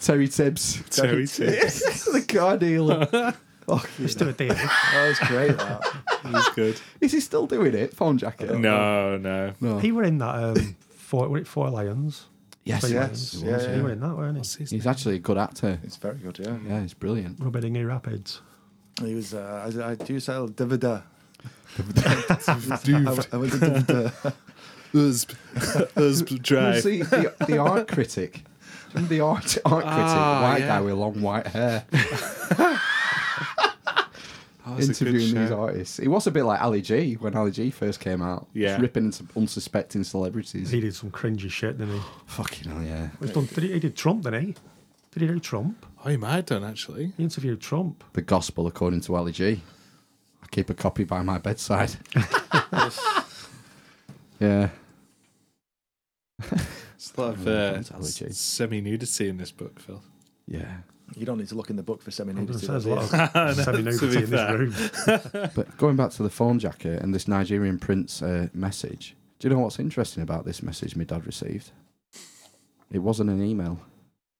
Terry Tibbs.
Terry Tibbs.
the car dealer.
Still a deal.
That was great. That.
He's good.
Is he still doing it? Phone jacket.
Oh,
No, no.
No.
he were in that. Um, four, were it Four Lions?
Yes,
Three
yes,
Lions.
yeah,
He
yeah.
were in that, weren't he?
What's his
He's
name?
actually a good actor.
It's very good. Yeah.
Yeah, he's brilliant.
Rubbing in Rapids.
He was. Uh, I, I do sell Davida. I, I was a Davida.
Usb. Usb
You
Drive.
see, the, the art critic. Do you remember The art, art critic,
Ah,
white
yeah.
guy with long white hair,
Oh, That's a good
interviewing these
shout.
artists. He was a bit like Ali G when Ali G first came out.
Yeah.
Just ripping into unsuspecting celebrities.
He did some cringy shit, didn't he?
Fucking hell, yeah.
He's done, did he, he did Trump, didn't he? Did he do Trump?
Oh, he might have done, actually.
He interviewed Trump.
The gospel according to Ali G. I keep a copy by my bedside. yeah.
It's a lot of
Yeah,
uh,
it's allergy.
semi nudity in this book, Phil.
Yeah.
You don't need to look in the book for semi
There's
nudity.
there's a lot of
to be
semi-nudity in this
fair.
room.
But going back to the phone jacket and this Nigerian prince uh, message, do you know what's interesting about this message my dad received? It wasn't an email.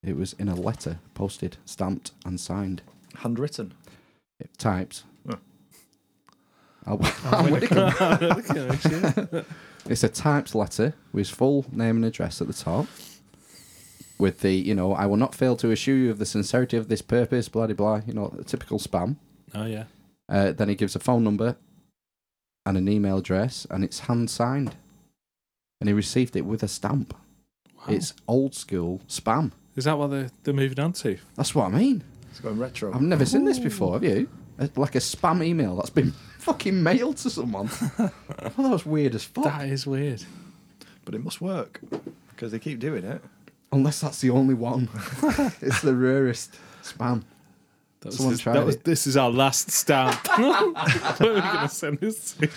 It was in a letter, posted, stamped, and signed.
Handwritten.
It typed.
Oh.
Al- Al Wickham. it's a typed letter with his full name and address at the top. With the, you know, I will not fail to assure you of the sincerity of this purpose, blah, blah, blah, you know, typical spam.
Oh, yeah.
Uh, then he gives a phone number and an email address, and it's hand signed. And he received it with a stamp.
Wow.
It's old school spam.
Is that what they're, they're moving on to?
That's what I mean.
It's going retro.
I've never seen this before, have you? Uh, Like a spam email that's been fucking mailed to someone. I thought that was weird as fuck.
That is weird.
but it must work because they keep doing it.
Unless that's the only one. it's the rarest spam.
That was
Someone
his-
tried
that was-
it.
This is our last stamp. Where are we going to send this to?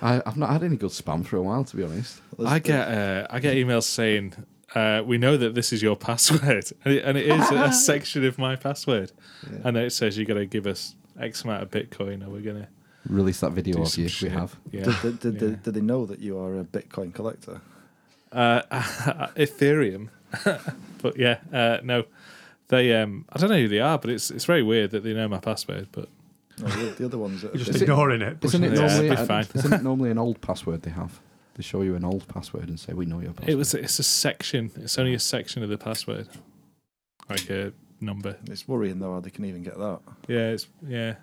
I, I've not had any good spam for a while, to be honest.
I get uh, I get emails saying, uh, "We know that this is your password, and it, and it is a section of my password, and then it says you got to give us X amount of Bitcoin, or we're gonna
Release that video
do
of
some
you.
shit."
We have.
Yeah.
Did, did, did,
yeah.
did, did they know that you are a Bitcoin collector?
uh, Ethereum, but yeah, uh, no, they. Um, I don't know who they are, but it's it's very weird that they know my password. But
No, the, the other ones. That
You're just
Is it-
ignoring it.
Isn't it,
Yeah,
normally,
it'd be fine.
isn't it normally an old password they have? They show you an old password and say, "We know your password."
it was it's a section. It's only a section of the password, like a number.
It's worrying though how they can even get that.
Yeah, it's yeah.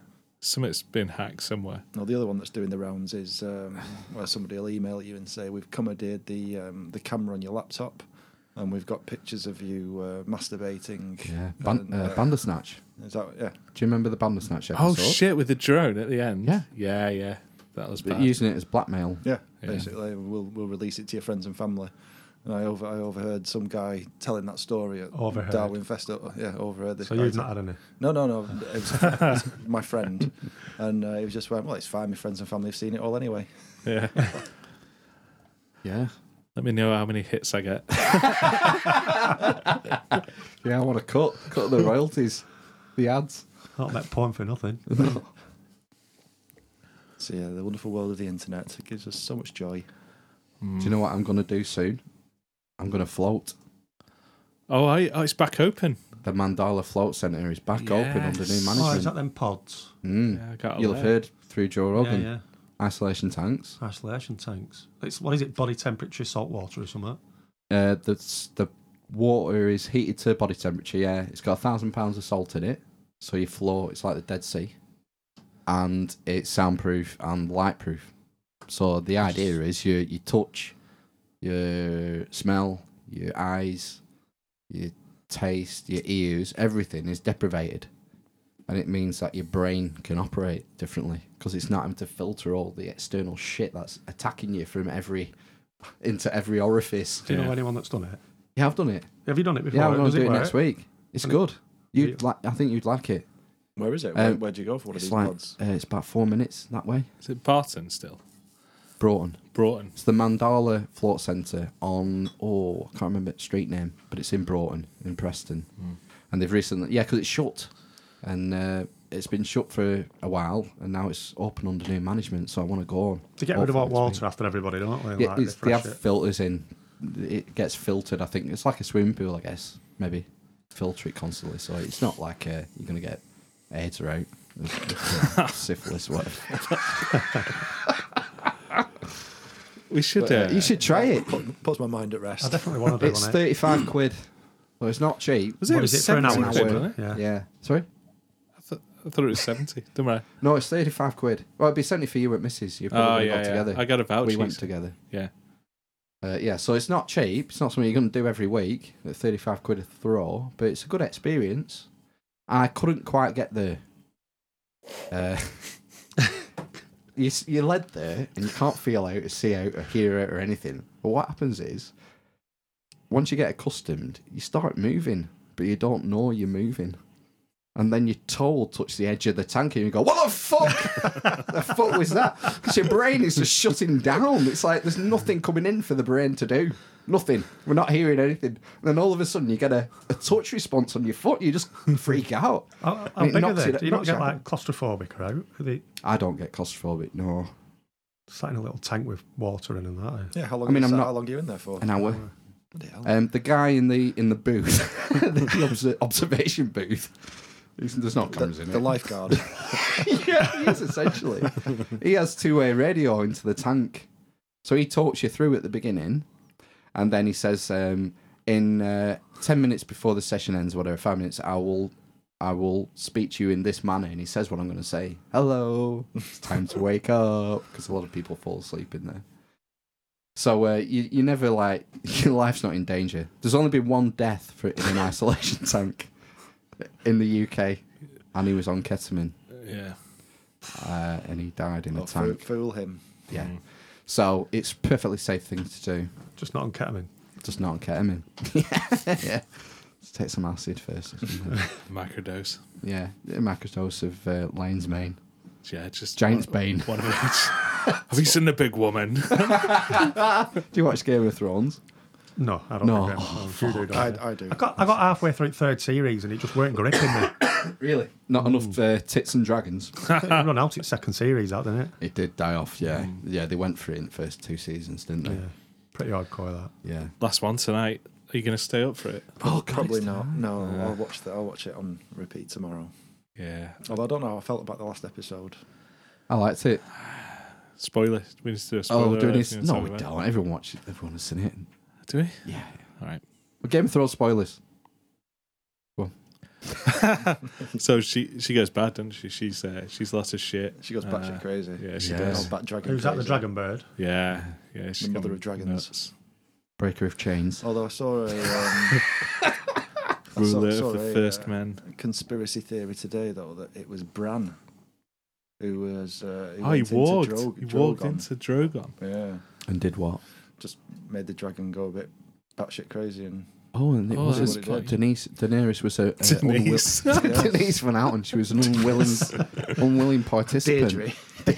Something's been hacked somewhere.
No, the other one that's doing the rounds is um, where somebody will email you and say, "We've commandeered the um, the camera on your laptop, and we've got pictures of you uh, masturbating."
yeah, ban-
And,
uh, Bandersnatch.
Is that yeah?
Do you remember the Bandersnatch episode?
Oh shit! With the drone at the end.
Yeah.
yeah, yeah. That was
But
bad.
Using it as blackmail.
Yeah,
Yeah.
basically, we'll we'll release it to your friends and family. And I over I overheard some guy telling that story at
Overheard.
Darwin Festival. Yeah, overheard this.
So
guy
you've
tell-
not had any.
No, no, no. It was, it was my friend, and uh, he was just went, "Well, it's fine. My friends and family have seen it all anyway."
yeah.
Yeah,
Let me know how many hits I get.
yeah. I want to cut cut the royalties, the ads.
Not that porn for nothing.
So yeah, the wonderful world of the internet it gives us so much joy.
Do you know what I'm gonna do soon? I'm gonna float.
Oh, I, oh, it's back open.
The Mandala Float Centre is back open under new
Yes.
Oh, is that
management.
them pods?
Mm.
Yeah, I got
You'll have heard through Joe Rogan.
Yeah,
Isolation tanks.
yeah. Isolation tanks. It's what is it? Body temperature salt water or something?
Uh, the s- the water is heated to body temperature. Yeah, it's got a thousand pounds of salt in it, so you floor. It's like the Dead Sea, and it's soundproof and lightproof. So the idea is you you touch, your smell, your eyes, your taste, your ears, everything is deprivated, and it means that your brain can operate differently because it's not having to filter all the external shit that's attacking you from every into every orifice.
Do you
Yeah.
know anyone that's done it?
Yeah, I've done it.
Have you done it before?
Yeah, I'm going
Does
to do it
work?
next week. It's
And
good. You
Yeah.
like? I think you'd like it.
Where is it? Where,
Um,
where'd you go for one of
It's
these
like
pods?
uh, it's about four minutes that way.
Is it Barton still?
Broughton.
Broughton.
It's the Mandala Float Centre on oh I can't remember its street name, but it's in Broughton in Preston,
Hmm.
and they've recently yeah because it's shut, and uh, it's been shut for a while, and now it's open under new management. So I want to go on.
They get rid of
Hopefully
hot
next week.
water after everybody, don't they?
Yeah,
Like,
it's, they
refresh
have
it.
filters in. It gets filtered. I think it's like a swimming pool. I guess maybe filter it constantly, so it's not like uh, you're gonna get AIDS or out, uh, syphilis, whatever.
We should. uh,
you should try it.
Put, puts my mind at
I
rest.
definitely want to do
It's
one. eh?
thirty-five quid. Well, it's not cheap.
Was it,
What is it for an
70
hour?
It's
quid,
an
wasn't it?
Yeah.
Yeah. Sorry.
I, th- I thought it was seventy. Don't worry.
No, it's thirty-five quid. Well, it'd be seventy for you at Mrs. You
Oh
probably
yeah,
got
yeah.
together.
I got a voucher.
we went together.
Yeah.
Uh, yeah, so it's not cheap. It's not something you're going to do every week at 35 quid a throw, but it's a good experience. I couldn't quite get there. Uh, you, s- you're led there and you can't feel out or see out or hear out or anything. But what happens is, once you get accustomed, you start moving, but you don't know you're moving. And then your toe will touch the edge of the tank and you go, What the fuck? the fuck was that? Because your brain is just shutting down. It's like there's nothing coming in for the brain to do. Nothing. We're not hearing anything. And then all of a sudden you get a, a touch response on your foot. You just freak out.
How, how
And it
big are
knocks
they?
you-
Do you not
knocks
get
you out.
like claustrophobic or out? Are they
I don't get claustrophobic, no.
sat in a little tank with water in and that? eh?
yeah, how long?
I mean,
you
I'm
sat-
not-
How long are you in there for?
An hour.
Bloody hell.
Um, the guy in the in the booth, the obs- observation booth. There's there's not
the,
cameras in it.
the lifeguard.
yeah, he is essentially. he has two-way radio into the tank, so he talks you through at the beginning, and then he says, um, "In uh, ten minutes before the session ends, whatever, five minutes, I will, I will speak to you in this manner." And he says what I'm going to say. Hello, it's time to wake up because a lot of people fall asleep in there. So uh, you you never like your life's not in danger. There's only been one death for in an isolation tank in the UK, and he was on ketamine
Yeah.
uh, and he died in a
Not Oh, fool,
tank.
fool him.
Yeah. So it's perfectly safe thing to do.
Just not on ketamine.
Just not on ketamine. yeah. Just take some acid first. Or something.
Microdose.
yeah. A macrodose of uh, lion's mane.
Yeah. Just
Giant's bane.
One of each. Have you seen the big woman?
Do you watch Game of Thrones?
No, I don't
No.
think I am. You do, don't you?
I, I do.
I got, I got halfway through the third series and it just weren't gripping me.
Really? Not enough uh, tits and dragons.
I think it run out its second series, that didn't it?
it did die off, yeah. Yeah, they went for it in the first two seasons, didn't they?
Yeah, pretty hardcore that.
Yeah.
Last one tonight. Are you going to stay up for it?
Oh, God,
Probably
it's-
not. No, I'll watch that. I'll watch it on repeat tomorrow.
Yeah.
Although I don't know how I felt about the last episode.
I liked it.
Spoiler. We need to do a spoiler.
Oh, we're doing
alert
this.
if you wanna
No,
talk
we
about it.
don't. Everyone watched it. Everyone has seen it.
Do we?
Yeah.
All right.
Well, Game of Thrones spoilers.
So she she goes bad, doesn't she? She's uh, she's lots of shit.
She goes batshit
Uh,
crazy.
Yeah, she
Yeah.
does.
Oh, bat dragon
Who's that? The
crazy.
Dragon Bird.
Yeah, yeah. She's
mother
gone
of dragons.
nuts.
Breaker of Chains.
Although I saw a, um, I saw-
Ruler
saw
of the
a,
first
uh,
men.
conspiracy theory today, though, that it was Bran who was. Uh, who
Oh, he
went into
walked.
Drog-
he walked
Drogon.
into Drogon.
Yeah,
And did what?
just made the dragon go a bit batshit crazy and
Oh, and it
Oh,
that's
wasn't
quite-
Denise. Daenerys was a, a
Denise.
Unwill- Denise went out, and she was an unwilling, unwilling participant.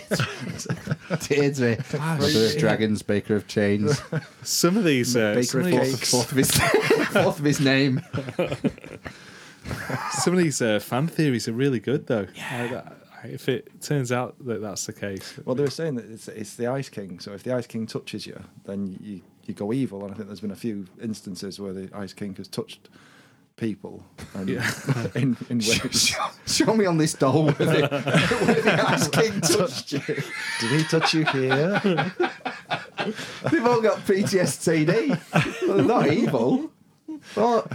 Deirdre. Mother of dragons, baker of chains.
Some of these, uh,
Baker
some, of
of
these
Cakes.
Fourth of his, fourth of his name.
some of these uh, fan theories are really good, though. Yeah. if it turns out that that's the case,
Well, they were saying that it's, it's the Ice King. So if the Ice King touches you, then you, you go evil. And I think there's been a few instances where the Ice King has touched people and
Yeah.
in, in
Show,
ways.
show- show me on this doll where the, where the Ice King touched you.
Did he touch you here?
They've all got PTSD. Well, they're not evil. What?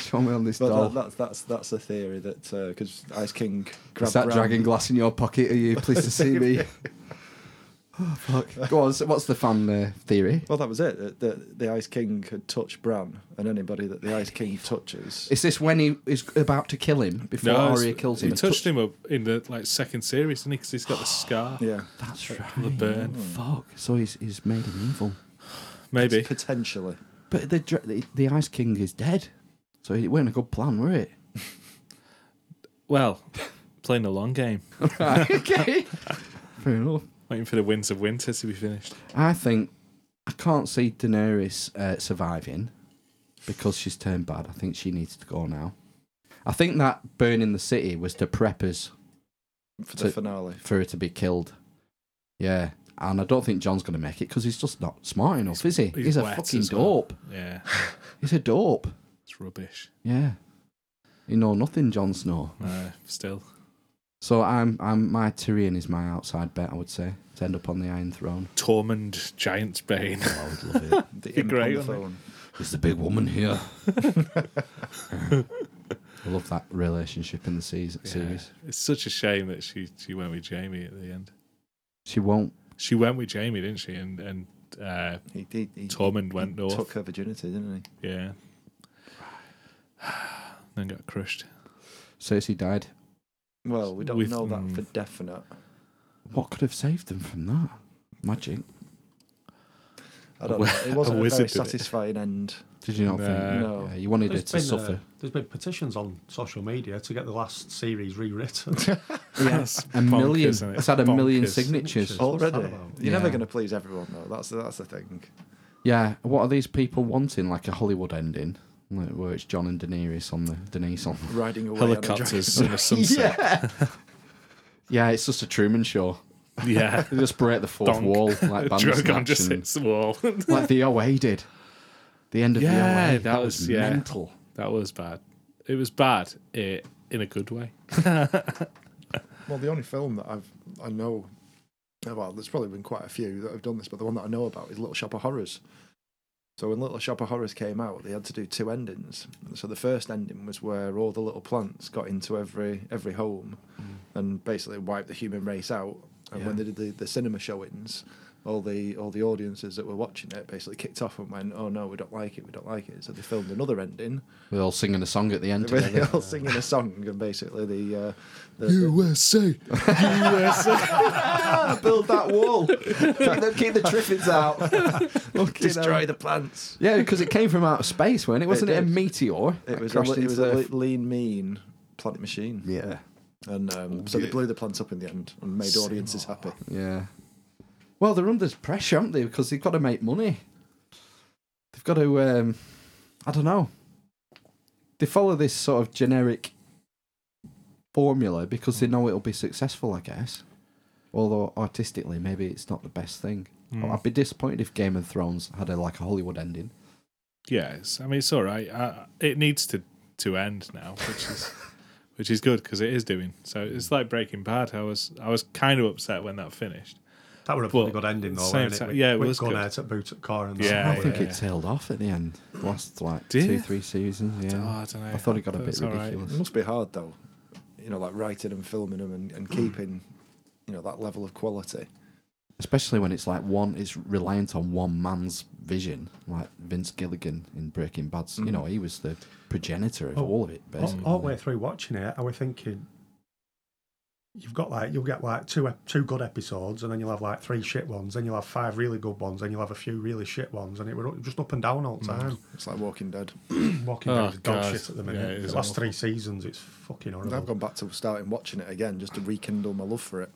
Show me on this
But
doll.
that, that's that's that's the theory that because Ice King grabbed
Is that
round-
dragon glass in your pocket? Are you pleased to see me? Oh, fuck. Go on, so what's the fan uh, theory?
Well, that was it. That the, the Ice King had touched Bran, and anybody that the Ice King touches.
Is this when he is about to kill him before
it's-
Arya kills him?
He touched him up in the like second series, didn't he? Because he's got the scar,
Yeah,
That's
the
right.
burn.
Fuck. So he's, he's made him evil.
Maybe
potentially.
But the, dra- the the Ice King is dead. So it weren't a good plan, were it?
Well, playing the long game,
okay. Fair enough.
waiting for the winds of winter to be finished.
I think I can't see Daenerys uh, surviving because she's turned bad. I think she needs to go now. I think that burning the city was to prep us
for the
So-
finale.
for her to be killed. Yeah. And I don't think John's going to make it because he's just not smart enough, is he? He's, a
wet
fucking
as well.
dope.
Yeah,
He's a dope.
it's rubbish.
Yeah. You know nothing, Jon Snow.
No, still,
So I'm, I'm, my Tyrion is my outside bet. I would say to end up on the Iron Throne.
Tormund Giant's Bane.
I would love it.
The
Be
imp
great,
on the
wouldn't
phone.
It's the big woman here. I love that relationship in the season series.
Yeah. It's such a shame that she she went with Jamie at the end.
She won't.
She went with Jamie, didn't she? And and uh,
He, he, he
Tormund went north.
took her virginity, didn't he?
Yeah. then got crushed.
Cersei died.
Well, we don't
With-
know that
mm.
for definite.
What could have saved them from that? Magic.
I don't know. It wasn't
A
a,
wizard
very
did it.
satisfying end.
Did you not think?
No.
Yeah, you wanted her
There's
to
been, uh,
suffer.
there's been petitions on social media to get the last series rewritten.
Yes.
A million. It's had a million signatures.
Bonkers.
Already,
that
you're
about?
never
Yeah.
going to please everyone, though. That's that's the thing.
Yeah. What are these people wanting? Like a Hollywood ending, like where it's John and Daenerys on the Denise on.
Riding away
Helicopters
On
in the sunset.
Yeah, it's just a Truman Show.
Yeah.
They just break the fourth
Donk.
wall like
Drogon
Bandersnatch
just
and,
hits the wall.
like the OA did. The end of
Yeah,
the OA.
that was- yeah.
mental.
that was bad. It was bad eh, in a good way.
Well, the only film that I've I know, well, there's probably been quite a few that have done this, but the one that I know about is Little Shop of Horrors.
So when Little Shop of Horrors came out, they had to do two endings. So the first ending was where all the little plants got into every every home and basically wiped the human race out. And when they did the, the cinema showings, all the all the audiences that were watching it basically kicked off and went, "Oh no, we don't like it, we don't like it." So they filmed another ending
They're all singing a song at the end
with
together.
all singing a song and basically the, uh, the,
USA. USA.
Ah, build that wall, keep the, keep the triffids out, destroy the plants.
yeah, because it came from out of space, weren't it? Wasn't it, a
did.
meteor?
It
that
was, a,
crashed
le- it
into
was
the
a
Earth?
le- lean, mean planet machine.
Yeah.
And um, so they blew the plants up in the end and made audiences happy.
Yeah. Well, they're under pressure, aren't they? Because they've got to make money. They've got to. Um, I don't know. They follow this sort of generic formula because they know it'll be successful, I guess. Although artistically, maybe it's not the best thing. I'd be disappointed if Game of Thrones had a like a Hollywood ending.
Yeah, it's, I mean it's all right. Uh, it needs to to end now, which is which is good because it is doing. So it's like Breaking Bad. I was I was kind of upset when that finished.
that would have
Well,
been a good ending, though.
same
wouldn't it?
time-
With-
yeah, it
with
was
Gun
good.
out at boot at car and
Yeah,
I
stuff.
think
Oh, yeah.
it tailed off at the end. Last like
Did
two,
it?
three seasons. Yeah,
Oh, I don't know.
I thought it got a bit
That's all right.
ridiculous.
It must be hard though, you know, like writing and filming them and, and keeping, you know, that level of quality.
especially when it's like one it's reliant on one man's vision like vince gilligan in breaking bad
Mm.
you know he was the progenitor of
Oh,
all of it
All,
basically
all the way through watching it, I was thinking, you've got like you'll get like two ep- two good episodes, and then you'll have like three shit ones, then you'll have five really good ones, then you'll have a few really shit ones, and it were just up and down all the time.
It's like Walking Dead.
Walking
Oh,
down is dog
God.
shit at the
Yeah, it
minute.
is
the last
awful.
three seasons, it's fucking horrible.
I've gone back to starting watching it again just to rekindle my love for it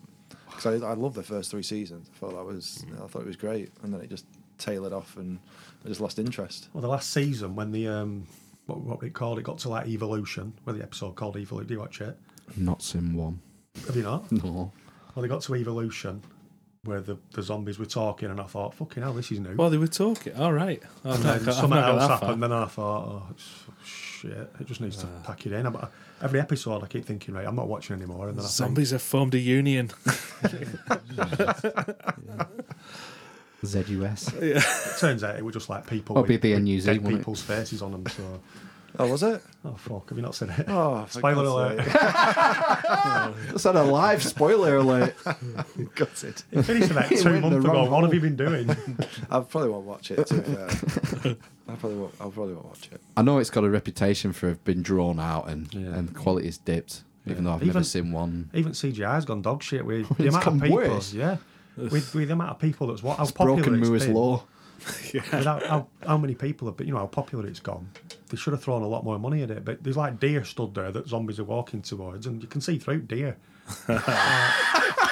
because I, I loved the first three seasons. I thought that was, I thought it was great, and then it just tailored off and I just lost interest.
Well, the last season when the um, what, what it called, it got to like Evolution, where the episode called Evolution. Do you watch it?
not sim one
Have you not?
no
Well, they got to Evolution, where the, the zombies were talking, and I thought, fucking hell, this is new.
Well, they were talking. All right. Oh,
and
no,
then
I've not
something
got
else
that far.
happened, and I thought, oh, it's, shit, it just needs to pack it in. I'm, every episode, I keep thinking, right, I'm not watching anymore, and then I
Zombies have formed a union.
ZUS.
Yeah.
It turns out it were just like people
Oh,
with,
BB and
with
UZ,
dead
wasn't it?
people's faces on them. So,
Oh, was it?
oh fuck, have you not said it?
Oh, for
Spoiler
God's
alert!
That's had a live spoiler alert.
Got it.
It finished about
It went
two
the
months ago.
wrong
What have you been doing?
I probably won't watch it. To be fair. I probably won't. I probably won't watch it.
I know it's got a reputation for have been drawn out and
Yeah.
and the quality's dipped, even though I've
Even-
never seen one.
Even CGI's gone dog shit with the amount
come
of people.
worse.
Yeah, with, with the amount of people that's what how popular
Broken
it's
Moore's
been.
law.
without how, how many people have been, you know, how popular it's gone. They should have thrown a lot more money at it. But there's like deer stood there that zombies are walking towards, and you can see through deer. Uh,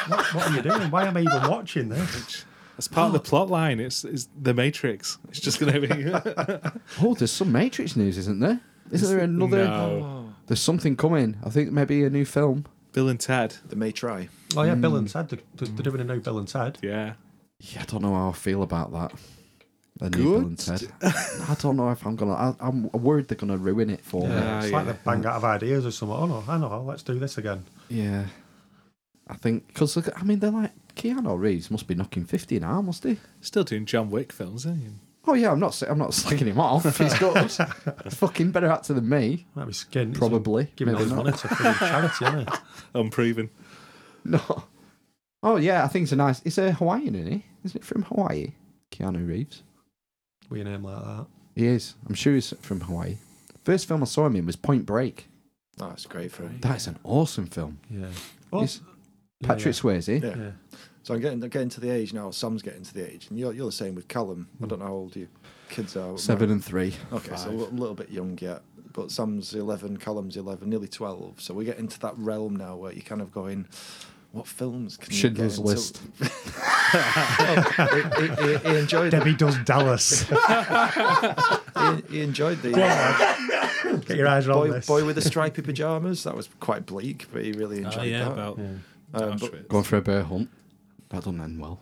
what, what are you doing? Why am I even watching this?
That's part of
Oh.
the plot line. It's, it's the Matrix. It's just going to be.
Oh, there's some Matrix news, isn't there? Isn't there another?
No.
There's something coming. I think maybe a new film.
Bill and Ted.
They may try.
Oh yeah, Bill and Ted. They're, they're doing a new Bill and Ted.
Yeah.
Yeah, I don't know how I feel about that. A new Bill and Ted. I don't know if I'm gonna. I, I'm worried they're gonna ruin it for me.
it's
yeah.
like they bang out of ideas or something. Oh no, I know. Let's do this again.
Yeah, I think because I mean they're like Keanu Reeves must be knocking fifty now, must he?
Still doing John Wick films, aren't you?
Oh yeah, I'm not. s- I'm not slacking him off. He's good. Fucking better actor than me.
Might be skin.
Probably.
giving all
Maybe
his
not.
money to free charity, isn't it?
Unproven.
No. Oh yeah, I think it's a nice. It's a Hawaiian, isn't he? Isn't it from Hawaii? Keanu Reeves.
With a name like that.
He is. I'm sure he's from Hawaii. First film I saw him in was Point Break.
Oh, it's great for him.
That is an awesome film.
Yeah. Well,
It's
yeah,
Patrick Swayze.
Yeah.
Yeah. yeah.
So I'm getting I'm getting to the age now. Sam's getting to the age, and you're you're the same with Callum.
Hmm.
I don't know how old you kids are.
Seven and three.
Okay, so a li- little bit young yet, but Sam's 11, Callum's 11, nearly 12. So we get into that realm now where you're kind of going, what films can
Schindler's
you get into?
List.
he, he- he enjoyed
Debbie does Dallas.
he, he enjoyed the uh,
Get your eyes around
boy,
this.
boy with the stripy pajamas. That was quite bleak, but he really enjoyed that.
Oh, About
Um, but-
Auschwitz.
Going for a bear hunt. That doesn't end well.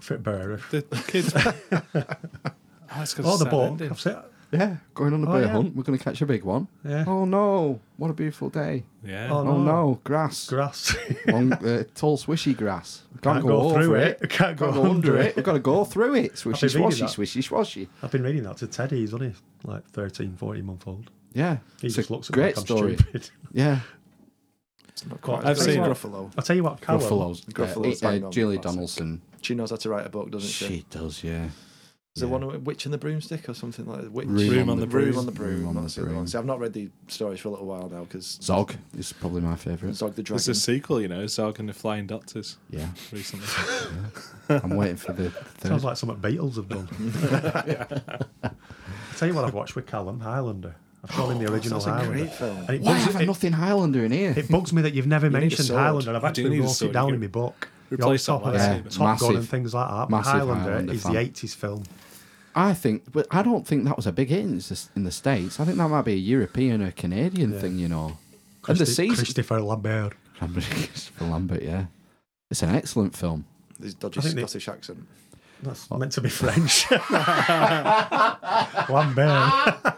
Fit bearer.
The kids. oh, it's got a
Oh, the
sad
book.
ending.
I've seen it.
Yeah, going on a
Oh,
bear
yeah.
hunt. We're going to catch a big one.
Yeah.
Oh no! What a beautiful day.
Yeah.
Oh,
Oh no, grass.
Grass.
Long, uh, tall, swishy grass. We Can't,
Can't
go,
go
over
through
it.
it. Can't go
under
under
it.
it.
We've got to go through it. Swishy,
I've been reading
swashy,
that.
swishy, swashy.
I've been reading that to Teddy. He's only like 13, 14 month old.
Yeah,
He
It's a
just looks at me
great
like I'm
story.
stupid.
Yeah,
it's not quite
I've
as good as
seen-
Ruffalo.
I'll tell you what, Callum.
Ruffalo's.
Gruffalo's
uh,
bang
uh,
on,
Julie
classic.
Donaldson.
She knows how to write a book, doesn't she?
She does, yeah.
Is there one with Witch and the Broomstick or something like that? Witch.
Room
Room on on the the Broom.
Room on the Broom.
Room on
that's
the
the other
Broom.
one. See, I've not read the stories for a little while now because
Zog is probably my favourite.
Zog the Dragon.
There's a sequel, you know, Zog and the Flying Doctors
Yeah,
recently.
I'm waiting for the third.
Sounds like something Beatles have done. I'll tell you what I've watched with Callum, Highlander. I've shown him the original
that's a
Highlander.
great film.
And it
Why
bugs,
have I
it,
nothing Highlander in here?
it bugs me that you've never
need a
mentioned
sword.
Highlander. I've
You do need
actually
a
wrote
sword.
it down
You
in my
can
book. You're
replace
on top
that
of
lightsaber.
it.
Yeah,
Top
massive-
Gun and things like that. but
massive
Highlander,
Highlander
is
fan.
the 80s film.
I think, but I don't think that was a big hit in the, in the states. I think that might be a European or Canadian thing, you know. and the
Christi-
season,
Christopher Lambert.
Christopher Lambert, yeah, it's an excellent film.
There's dodgy
I think they-
Scottish accent.
That's meant to be French. Lambert.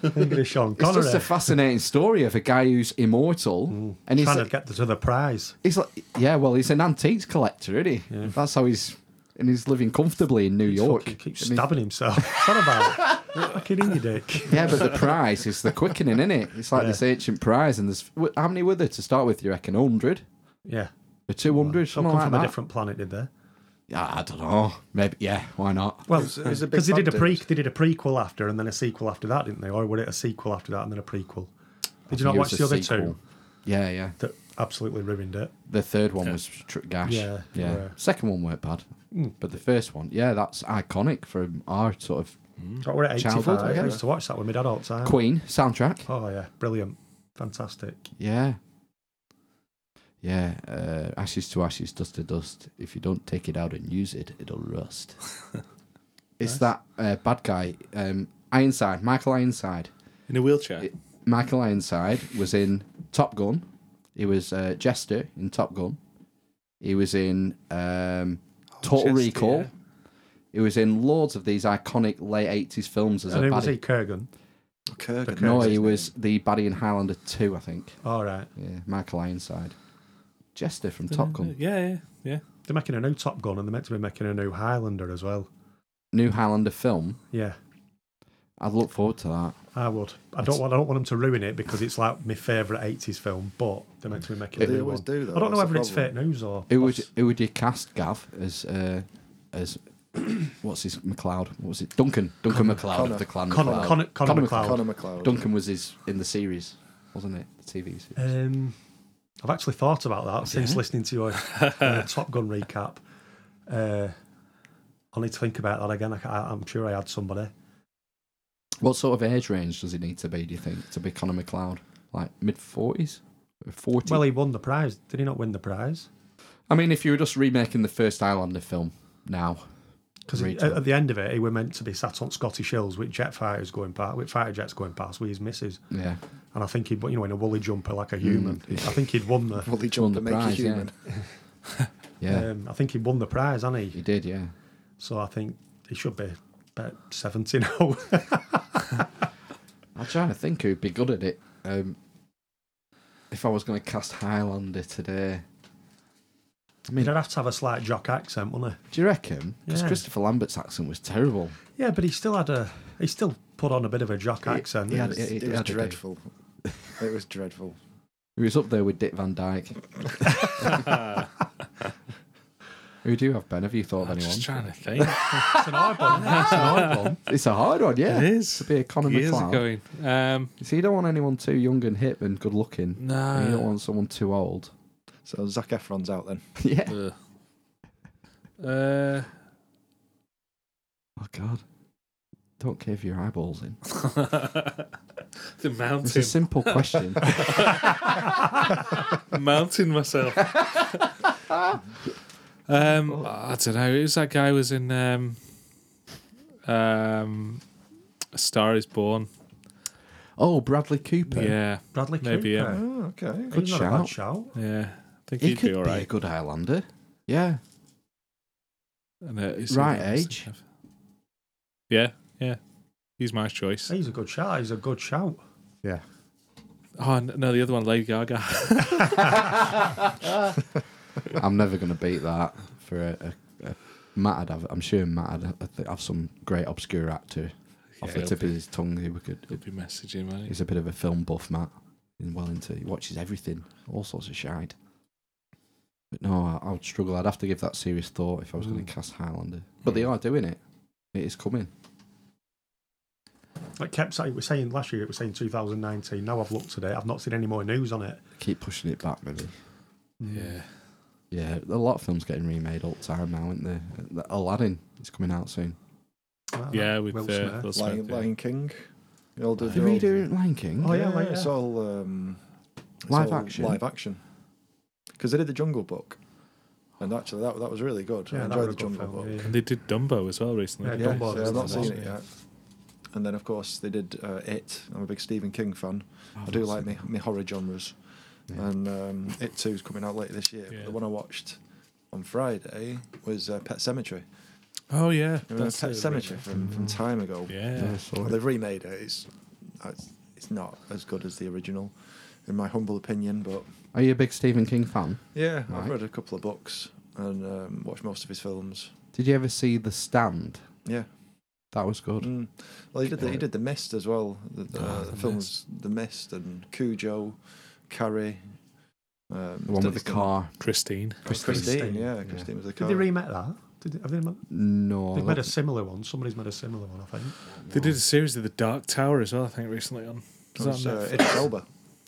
Thinking of Sean
It's
Connery.
just a fascinating story of a guy who's immortal, and he's
trying to get to the prize.
he's like, yeah, well, he's an antiques collector, isn't he? That's how he's and he's living comfortably in New York.
Fucking keeps
And he-
stabbing himself. What's that about? Fucking in your dick.
Yeah, but the prize is the quickening, isn't it? It's like
Yeah.
this ancient prize, and there's wh- how many were there to start with? You reckon hundred
Yeah.
or two hundred?
Some
Something
come
like
from
that.
a different planet, did they?
Yeah, I don't know. Maybe yeah. Why not?
Well,
It was a big
because they did a
bad
pre,
dude.
they did a prequel after, and then a sequel after that, didn't they? Or were it a sequel after that and then a prequel? Did you not
It
watch
was
the
a
other
sequel.
two
Yeah, yeah.
that absolutely ruined it?
The third one was tr- gash.
Yeah, Hmm.
yeah.
yeah.
Second one weren't bad, but the first one, yeah, that's iconic from our sort of
But we're at
Childhood,
85.
yeah.
I used to watch that with my dad all the time.
Queen soundtrack.
Oh yeah, brilliant, fantastic.
Yeah. Yeah, uh, ashes to ashes, dust to dust. If you don't take it out and use it, it'll rust. it's that uh, bad guy, um, Ironside, Michael Ironside.
In a wheelchair.
It- Michael Ironside was in Top Gun. He was uh, Jester in Top Gun. He was in um,
Oh,
Total
Jester,
Recall.
Oh, yeah.
He was in loads of these iconic late 80s films as
And
a
who was he?
baddie.
Kurgan.
Kurgan.
No, he was the baddie in Highlander 2, I think.
All right.
Yeah, Michael Ironside. Jester from Top Gun.
Yeah, yeah, yeah.
They're making a new Top Gun and they're meant to be making a new Highlander as well.
New Highlander film.
Yeah,
I'd look forward to that.
I would. I don't want. I don't want them to ruin it because it's like my favourite '80s film. But they're meant to be making a
They
new
always
one.
do that.
I don't know
that's the
whether it's fake
problem.
news or.
Who would who would you cast, Gav, as uh, as what's his McLeod? What was it? Duncan. Duncan McLeod
Connor.
of the clan.
Connor-
MacLeod.
Connor- Connor MacLeod.
Connor McLeod.
Duncan was his in the series, wasn't it? The TV series.
Um, I've actually thought about that since listening to your uh, Top Gun recap. Uh, I need to think about that again. I, ca- I, am sure I had somebody.
What sort of age range does he need to be? Do you think to be Connor McLeod? Like mid forties, forty?
Well, he won the prize. Did he not win the prize?
I mean, if you were just remaking the first Highlander film now,
Because
Great
at,
job.
at the end of it, he were meant to be sat on Scottish Hills with jet fighters going past, with fighter jets going past, with his missus.
yeah,
And I think he'd, you know, in a woolly jumper like a
Mm.
human. I think he'd won the.
Well, they
won
jump
the
and make
prize,
you
yeah.
human.
yeah,
Um, I think he won the prize, hadn't
he
he?
did, yeah.
So I think he should be about seventy now.
I'm trying to think who'd be good at it. Um, if I was going to cast Highlander today, I mean,
He'd have to have a slight jock accent, wouldn't he?
do you reckon? Because
Yeah.
Christopher Lambert's accent was terrible.
Yeah, but he still had a. He still put on a bit of a jock accent.
he
It
had-
was,
it- it
it was
had to do.
dreadful. It was dreadful.
He was up there with Dick Van Dyke. Who do you have, Ben? Have you thought of
I'm
anyone?
just trying to think.
It's an eyeball. isn't it?
It's a hard one. It's a hard one, yeah.
It is.
To be a Connor
Years
McLeod.
going. Um,
So you don't want anyone too young and hip and good looking. And you don't
no.
want someone too old.
So Zac Efron's out then.
yeah.
Ugh. Uh,
Oh God. Don't cave your eyeballs in.
the
It's a
mountain,
simple question.
mountain myself. um, I don't know. It was that guy who was in um, um, A Star Is Born.
oh, Bradley Cooper.
Yeah,
Bradley Cooper.
Maybe, yeah.
Oh, okay.
Good
He's not a
shout.
bad shout.
yeah. I think
He,
he'd,
could
be all
a
right.
good Highlander. Yeah.
And, uh, he's-
right
he's-
age.
Yeah, yeah. He's my choice.
He's a good shout. He's a good shout.
Oh n- no, the other one, Lady Gaga.
I'm never going to beat that for a, a, a Matt. I'd have, I'm sure Matt would have, have some great obscure actor off
Yeah,
the
it'll
tip of
be-
his tongue who we could.
He'll be messaging, won't he?
He's a bit of a film buff, Matt. In Wellington, he watches everything, all sorts of shite. But no, I, I would struggle. I'd have to give that serious thought if I was going
Mm.
to cast Highlander. But they
Mm.
are doing it. It is coming.
Like kept saying, we were saying last year, it was saying 2019. Now I've looked today, I've not seen any more news on it. Mm.
Keep pushing it back, maybe.
Yeah.
Yeah, a lot of films getting remade all the time now, aren't there? The- Aladdin is coming out soon.
Like
Yeah,
that,
with
Oh, Will
uh,
Smith.
Will Smith,
Lion,
yeah.
Lion King. They all do
They're
their own-
redoing Lion King.
Oh, yeah, like,
It's
yeah.
all um, it's
Live
all
action?
Live action. Because they did the Jungle Book, and actually that that was really good.
Yeah,
I
that
enjoyed
was
the
a good
Jungle
film.
Book.
yeah.
And they did Dumbo as well recently.
Yeah,
Yeah,
didn't
Dumbo
they?
so I've not
Dumbo.
seen it yet. And then, of course, they did uh, It. I'm a big Stephen King fan. I do like me, me horror genres.
Yeah.
And um, It 2 is coming out later this year.
Yeah.
But the one I watched on Friday was uh, Pet Cemetery.
Oh yeah,
You remember
it,
Pet
really.
Cemetery from, from time ago?
Yeah.
Well, they've remade it. It's, it's it's not as good as the original, in my humble opinion. But
Are you a big Stephen King fan?
yeah, I've
Right.
read a couple of books and um, watched most of his films.
Did you ever see The Stand?
Yeah.
That was good.
Mm. Well, he did the, he
Right.
did the Mist as well. The, the,
Ah,
the
The
films The Mist and Cujo, Carrie. Um,
The one with the car.
Christine.
Christine,
Christine,
yeah,
yeah.
Christine was the
Did
car.
they remake that? Did they, have they, ma-
No.
they've made a
that-
similar one. Somebody's made a similar one, I think.
They did a series of the Dark Tower as well. I think recently on.
It
Is
was,
that
uh,
Netflix?
Idris Elba.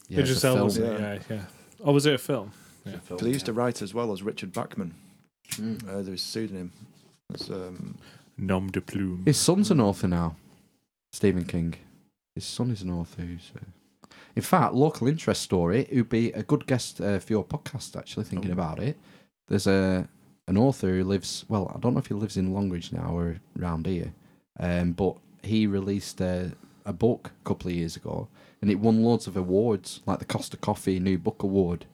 yeah, it's
Idris
a
Elba's
film.
in it, yeah, yeah. Oh, was it a film? Yeah. Hmm.
Because he used to write as well as Richard Bachman.
Mm.
Uh, there was a pseudonym. It's, um,
Nom de plume.
His son's an author now, Stephen King. His son is an author. Who's, uh, in fact, local interest story. Who'd be a good guest uh, for your podcast? Actually, thinking about it, there's a an author who lives. Well, I don't know if he lives in Longridge now or around here, um, but he released a, a book a couple of years ago, and it won loads of awards, like the Costa Coffee New Book Award.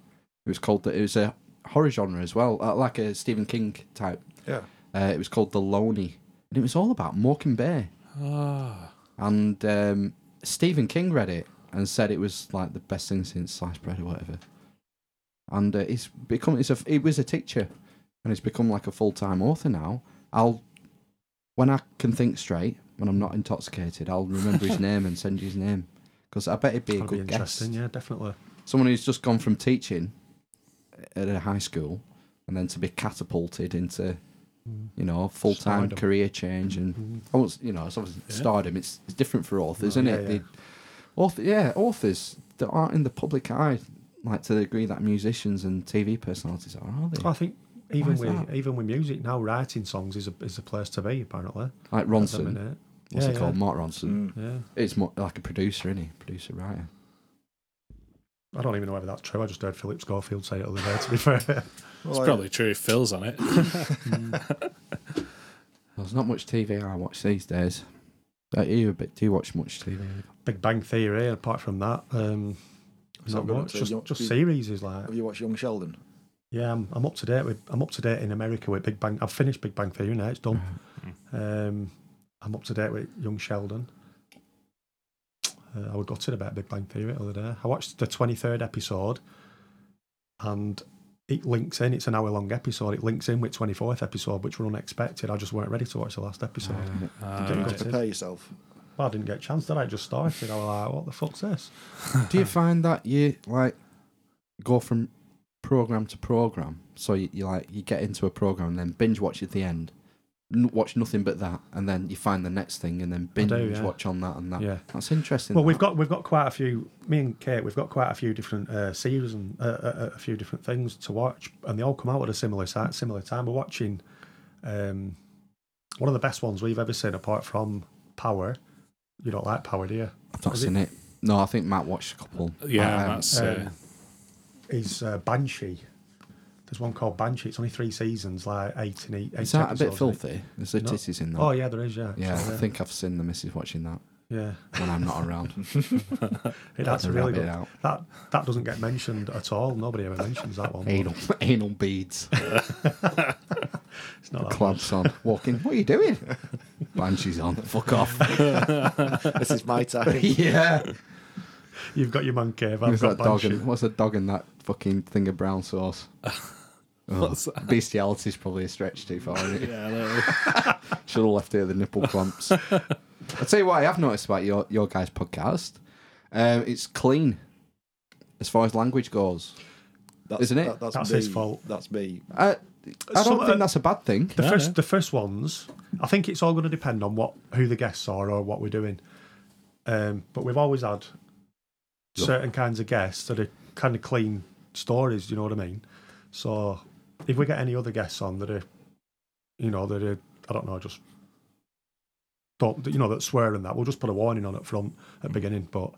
It was called. the- It was a horror genre as well, uh, like a Stephen King type.
yeah.
Uh, it was called The Loney, and it was all about Morecambe
Ah.
and um, Stephen King read it and said it was like the best thing since sliced bread or whatever. And uh, he's become he's a, he was a teacher and it's become like a full time author now. I'll when I can think straight, when I'm not intoxicated, I'll remember his name and send you his name because I bet it'd be a
That'd be
good guest.
interesting. Yeah, definitely.
Someone who's just gone from teaching at a high school and then to be catapulted into
Hmm.
you know full time
Stardom.
career change and I won't, s- you know it's obviously stardom. It's it's different for authors,
No,
isn't
yeah,
it?
yeah.
They- author, yeah, authors that aren't in the public eye like to the degree that musicians and TV personalities are, are they?
I think even
is
with
that?
even with music now, writing songs is a is a place to be apparently. at
Like
the
Ronson,
minute.
what's
yeah, Mm.
he called? Mark Ronson.
hmm.
Yeah. yeah.
It's more like a producer, isn't he? Producer writer.
I don't even know whether that's true. I just heard Philip Schofield say it the other day. To be fair,
It's probably true if Phil's on it.
There's not much TV I watch these days. Like you a bit? Do you watch much TV?
Big Bang Theory. Apart from that, um,
So
not
we're up
much.
to
Just,
Yo-
just
you-
series is like.
Have you watched Young Sheldon?
Yeah, I'm, I'm up to date with. I'm up to date in America with Big Bang. I've finished Big Bang Theory now. It's done. Um, I'm up to date with Young Sheldon. Uh, I was gutted about Big Bang Theory the other day. I watched the 23rd episode, and it links in. It's an hour long episode. It links in with 24th episode, which were unexpected. I just weren't ready to watch the last episode.
Ah,
You've
right.
Did you
got
right.
to prepare yourself.
But I didn't get a chance. Did I? It just started. I was like, "What the fuck's this?"
Do you find that you like go from program to program? So you, you like you get into a program and then binge watch at the end, n- watch nothing but that, and then you find the next thing and then
I
binge
do, yeah.
watch on that and that.
Yeah.
That's interesting.
Well,
that.
we've got we've got quite a few. Me and Kate, we've got quite a few different uh, series and uh, uh, a few different things to watch, and they all come out at a similar si- similar time. We're watching um, one of the best ones we've ever seen, apart from Power. You don't like Power, do you?
I've not
was it-
seen it. No, I think Matt watched a couple.
Yeah,
I, um,
that's uh,
um, Is uh, Banshee. There's one called Banshee. It's only three seasons, like eight and eight.
Is
uh, eight
that a bit
episodes, isn't it?
filthy? There's a
No.
titties in that.
Oh yeah, there is. Yeah,
yeah,
So,
I think I've seen the missus watching that
yeah.
when I'm not around.
It- that's
to
really
rabbit
good.
out.
That that doesn't get mentioned at all. Nobody ever mentions that one.
anal, anal beads,
It's not that
clubs on, walking. What are you doing? Banshees on. Fuck off.
This is my time.
yeah.
You've got your man cave. I've
Who's
got
that dog?
Banshee.
In, what's that dog in that fucking thing of brown sauce? Oh,
what's that?
Bestiality's probably a stretch too far. Isn't it?
Yeah, I know.
Should have left here the nipple cramps. I'll tell you what I have noticed about your, your guys' podcast. Um, it's clean as far as language goes.
That's,
Isn't it?
that's
That's
me.
his fault.
That's me.
I, I
Some-
don't think that's a bad thing.
The
Yeah,
first,
yeah.
the first ones. I think it's all going to depend on what who the guests are or what we're doing. Um, but we've always had certain kinds of guests that are kind of clean stories. You know what I mean? So if we get any other guests on that are, you know, that are I don't know, just don't you know that swear and that, we'll just put a warning on at front at beginning. But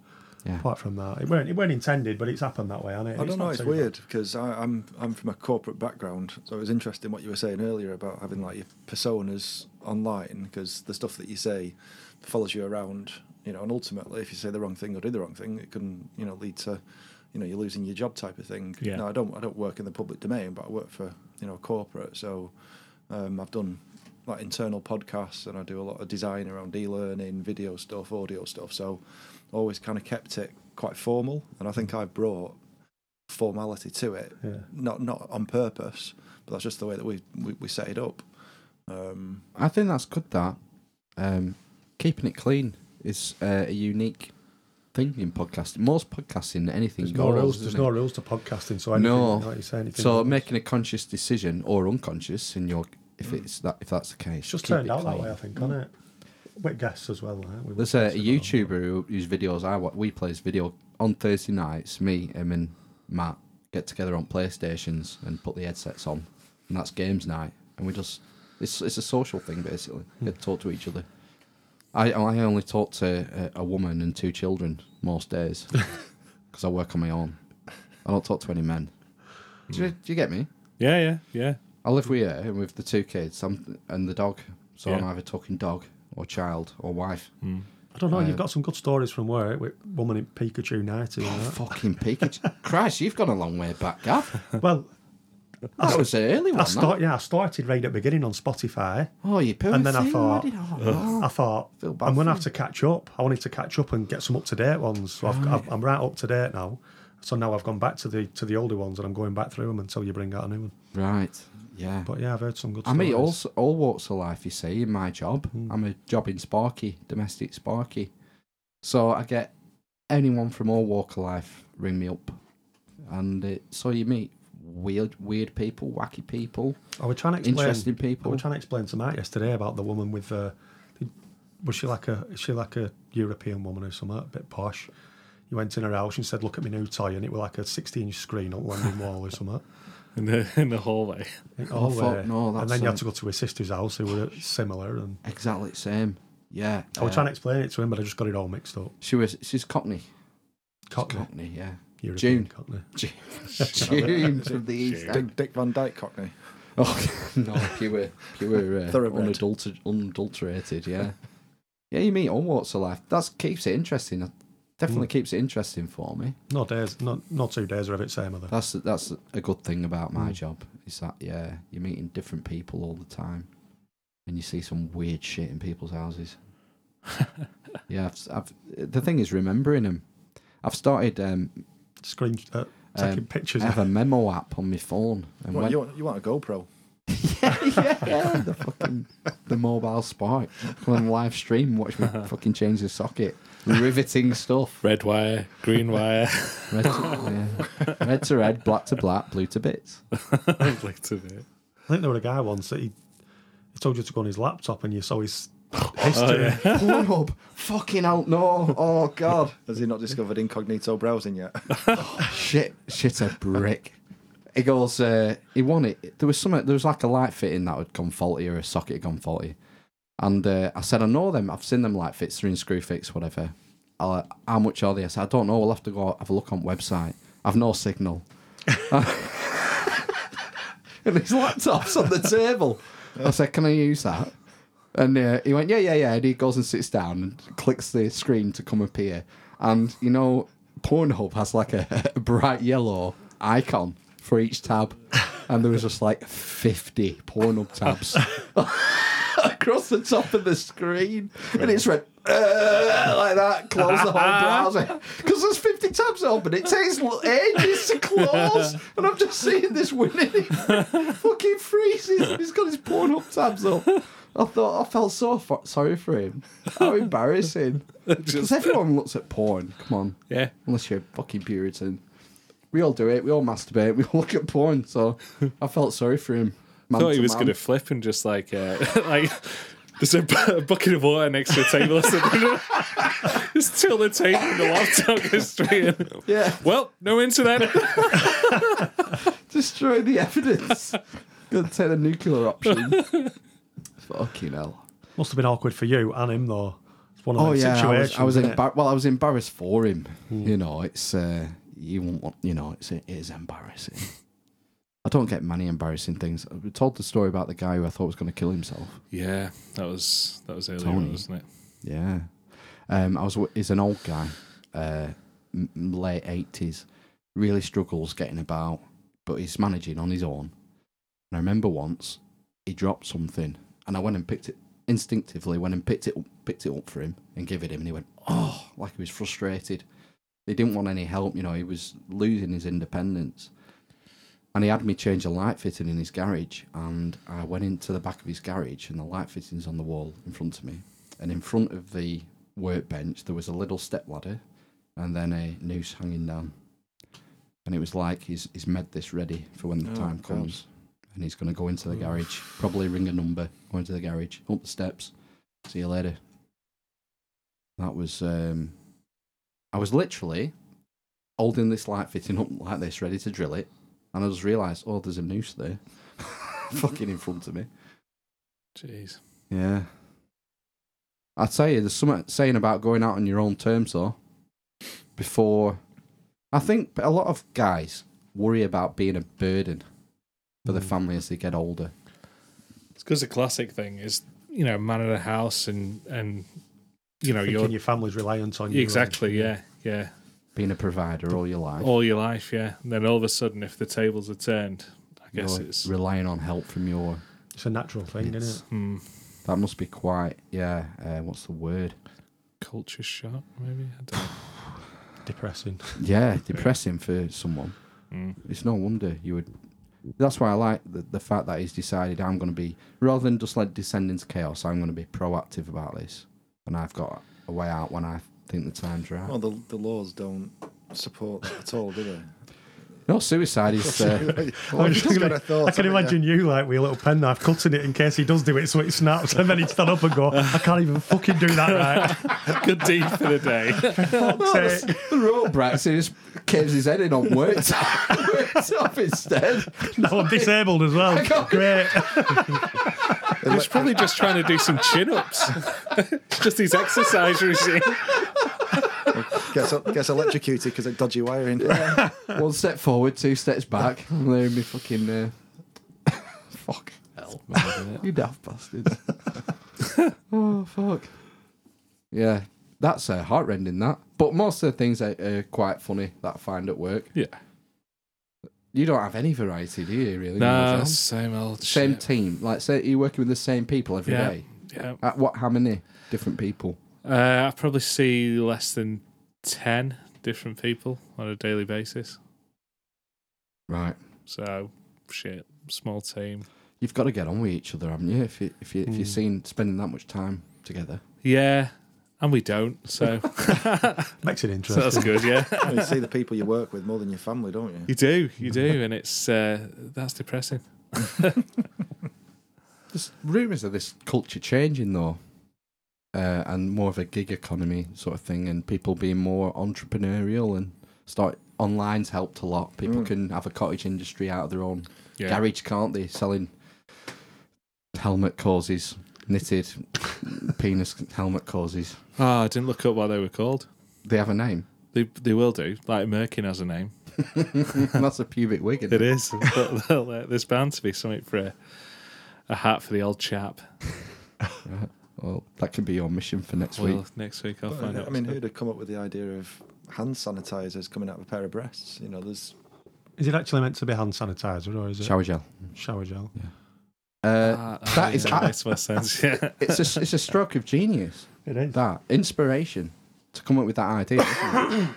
Yeah.
apart from that, it weren't it weren't intended, but it's happened that way, hasn't it?
I don't know.
not
It's
too bad.
weird because I'm I'm from a corporate background, so it was interesting what you were saying earlier about having like your personas online because the stuff that you say follows you around, you know. And ultimately, if you say the wrong thing or do the wrong thing, it can you know lead to you know you're losing your job type of thing.
Yeah.
No, I don't I don't work in the public domain, but I work for you know a corporate, so um, I've done like internal podcasts and I do a lot of design around e-learning, video stuff, audio stuff. So always kind of kept it quite formal, and I think I've brought formality to it.
Yeah.
Not not on purpose, but that's just the way that we we, we set it up. Um,
I think that's good. That um, keeping it clean is uh, a unique thing in podcasting. Most podcasting, anything
There's no
goes.
rules.
isn't
There's
it?
no rules to podcasting, so anything,
No.
like you say, anything
So
goes.
making a conscious decision or unconscious in your if it's that if that's the case.
It's Mm. just
keep
turned
it
out that
clean.
way, I think, hasn't it? With guests as well. Like, we
There's a, a YouTuber who, whose videos I watch. We play his video on Thursday nights. Me, him, and Matt get together on PlayStations and put the headsets on, and that's games night. And we just it's it's a social thing basically.
Hmm.
Get to talk to each other. I I only talk to a, a woman and two children most days because I work on my own. I don't talk to any men. Do you,
Hmm.
do you get me?
yeah, yeah, yeah.
I live with her and with the two kids I'm, and the dog. So I'm
Yeah.
either talking dog or child or wife.
I don't know.
uh,
you've got some good stories from work with woman in Pikachu night.
Oh,
and all that.
Fucking Pikachu. Christ, you've gone a long way back, Gav.
well,
That was an early one.
I
that.
start. Yeah, I started right at the beginning on Spotify,
Oh, you poo.
and then I
thing,
thought,
did I know?
I thought
Feel
I'm
bad
going
for
to have to catch up. I wanted to catch up and get some up to date ones. So I've, I'm- I'm right up to date now. So now I've gone back to the to the older ones, and I'm going back through them until you bring out a new one.
Right. Yeah.
But yeah, I've heard some good.
I mean,
stories.
all, all walks of life, you see, in my job.
Mm.
I'm a job in Sparky, domestic Sparky. So I get anyone from all walk of life ring me up. And it, so you meet weird weird people, wacky people,
I was trying to explain.
interesting
I
people.
was trying to explain to Mike yesterday about the woman with the. Was she like a is she like a European woman or something? A bit posh. You went in her house and said, "Look at my new toy," and it was like a 16-inch screen on landing wall or something.
in the in the hallway.
Oh,
fuck,
uh,
no,
and
that's
then you
a-
had to go to his sister's house, who were similar. And
exactly the same. Yeah.
I was
uh,
trying to explain it to him, but I just got it all mixed up.
She was, she's Cockney.
Cockney,
Cockney, yeah.
European
June.
Cockney.
June from the East End.
Dick, Dick Van Dyke Cockney.
Oh no, pure, pure, uh, unadulter- unadulterated. Yeah, yeah. You meet all walks of life. That keeps it interesting. Definitely
Mm.
keeps it interesting for me.
No days, not not two days are ever the same other.
That's that's a good thing about
Mm.
my job. Is that yeah, you're meeting different people all the time, and you see some weird shit in people's houses. yeah, I've, I've, the thing is remembering them. I've started. Um,
Screen uh,
um,
taking pictures.
I have a memo app on my phone, and
What,
when,
you, want, you want a GoPro?
yeah, the fucking the mobile spark. Come on live stream, watch me fucking change the socket. Riveting stuff.
Red wire, green wire,
Red to, yeah. red to red, black to black, blue to bits.
Looked at it.
I think there was a guy once that he, he told you to go on his laptop, and you saw his
Oh,
history.
Pornhub. Fucking hell, no. Oh god.
Has he not discovered incognito browsing yet?
Shit, shit a brick. He goes, uh, he won it. There was some, there was like a light fitting that had gone faulty or a socket had gone faulty. And uh, I said, I know them. I've seen them light fits. They're in screw fix, whatever. I'll, how much are they? I said, I don't know. We'll have to go have a look on website. I've no signal. and his laptop's on the table. I said, Can I use that? And uh, he went, Yeah, yeah, yeah. And he goes and sits down and clicks the screen to come appear. And you know, Pornhub has like a, a bright yellow icon for each tab. And there was just like 50 Pornhub tabs across the top of the screen. And it's went "Uh," like that, close the whole browser. Because there's 50 tabs open, it takes l- ages to close. And I'm just seeing this winning. He fucking freezes. And he's got his porn up tabs up. I thought I felt so fo- sorry for him. How embarrassing! Because everyone looks at porn. Come on,
Yeah.
unless you're a fucking Puritan, we all do it. We all masturbate. We all look at porn. So I felt sorry for him. Man
thought he
to
was
man.
going to flip and just like, uh, like there's a, bu- a bucket of water next to the table. or something. just till the table and the laptop goes straight in.
yeah
Well, no internet.
destroy the evidence. Gonna take the nuclear option. Fucking hell.
Must have been awkward for you and him though. It's one of
Oh
those
yeah, I was,
situations.
I was
isn't it?
embar- well, I was embarrassed for him.
Mm.
You know, it's uh, you won't want, you know, it's it is embarrassing. I don't get many embarrassing things. I told the story about the guy who I thought was going to kill himself.
yeah, that was that was earlier,
Tony.
on, wasn't it?
Yeah. Um, I was. w- He's an old guy, uh, m- m- late eighties. Really struggles getting about, but he's managing on his own. And I remember once he dropped something, and I went and picked it instinctively. Went and picked it up, picked it up for him and gave it him, and he went oh, like he was frustrated. They didn't want any help. You know, he was losing his independence. And he had me change a light fitting in his garage, and I went into the back of his garage, and the light fitting's on the wall in front of me and in front of the workbench there was a little step ladder and then a noose hanging down. And it was like he's he's made this ready for when the
Oh,
time
God.
comes. And he's gonna go into the garage, probably ring a number, go into the garage, up the steps, see you later. That was um I was literally holding this light fitting up like this, ready to drill it, and I just realised, oh, there's a noose there. Fucking in front of me.
Jeez.
Yeah. I tell you, there's something saying about going out on your own terms, though. Before, I think a lot of guys worry about being a burden for the
Mm.
Mm.
family as they get older.
It's because the classic thing is, you know, man of the house and and you know
Thinking
your
your family's reliant on you. and-
exactly yeah yeah
Being a provider all your life,
all your life yeah. And then all of a sudden, if the tables are turned, I guess
you're
it's
relying on help from your.
It's a natural thing,
It's-
isn't
hmm,
That must be quite. Yeah. Uh, what's the word?
culture shock maybe. I don't know.
depressing.
Yeah, depressing for someone.
Mm.
It's no wonder you would. That's why I like the, the fact that he's decided I'm going to be rather than just like descend into chaos. I'm going to be proactive about this, and I've got a way out when I think the time's right.
Well, the, the laws don't support that at all, do they?
no, suicide is. Uh,
Well,
I'm
you
just
just
gonna-
got a thought,
I
haven't
can
you?
imagine you like with a little penknife cutting it in case he does do it so it snaps, and then he'd stand up and go, "I can't even fucking do that right."
Good deed for the day.
Fuck's sake.
the road Brax he just caves his head in on words, words off instead.
Now I'm disabled as well. Great.
He's probably just trying to do some chin ups. It's just his exercise routine.
Gets, gets electrocuted because of dodgy wiring.
One step forward, two steps back. I'm laying me fucking. Uh, fuck. Hell. you daft bastards. oh, fuck. Yeah, that's uh, heartrending, that. But most of the things are, are quite funny that I find at work.
Yeah.
You don't have any variety, do you, really?
Nah,
Marcel?
same old
Same
shit.
team. Like, say you're working with the same people every day.
Yeah. Yeah.
At what, how many different people?
Uh, I probably see less than 10 different people on a daily basis.
Right.
So, shit, small team.
You've got to get on with each other, haven't you? If, you, if, you, if
Hmm.
you're
Mm.
seen spending that much time together.
Yeah. And we don't. So,
Makes it
so
interesting.
that's good. Yeah.
you see the people you work with more than your family, don't you?
You do. You do. And it's, uh, that's depressing.
There's rumours of this culture changing though, uh, and more of a gig economy sort of thing, and people being more entrepreneurial and start. Online's helped a lot. People
Mm.
can have a cottage industry out of their own
Yeah.
garage, can't they? Selling helmet causes, knitted penis helmet causes.
Oh, I didn't look up what they were called.
They have a name.
They, they will do. Like Merkin has a name.
That's a pubic wig. isn't
It
it?
is. But they'll, uh, there's bound to be something for a, a hat for the old chap.
Well, that could be your mission for next
Well,
week.
next week I'll
But,
find
I
out.
mean, who'd have come up with the idea of hand sanitizers coming out of a pair of breasts? You know, there's
Is it actually meant to be hand sanitizer or is it
Shower gel.
shower gel?
Uh,
Ah, ah,
that is
yeah, makes more sense. Yeah.
it's a it's a stroke of genius.
It is.
That inspiration to come up with that idea. isn't it?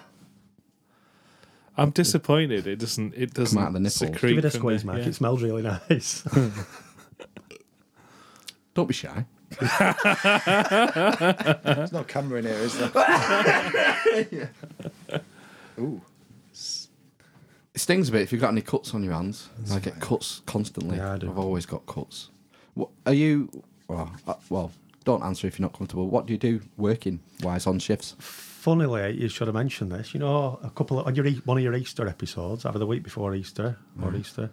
I'm disappointed. It doesn't. It doesn't.
out of the nipple.
secrete
Give it a
from
squeeze,
the-
Mike.
yeah.
It smells really nice.
Don't be shy.
there's no camera in here, is there?
It stings a bit if you've got any cuts on your hands. I get cuts constantly.
Yeah, I do.
I've always got cuts. What, are you? Well, uh, well, don't answer if you're not comfortable. What do you do working wise on shifts?
Funnily, you should have mentioned this. You know, a couple of on your E- one of your Easter episodes, either the week before Easter or Easter,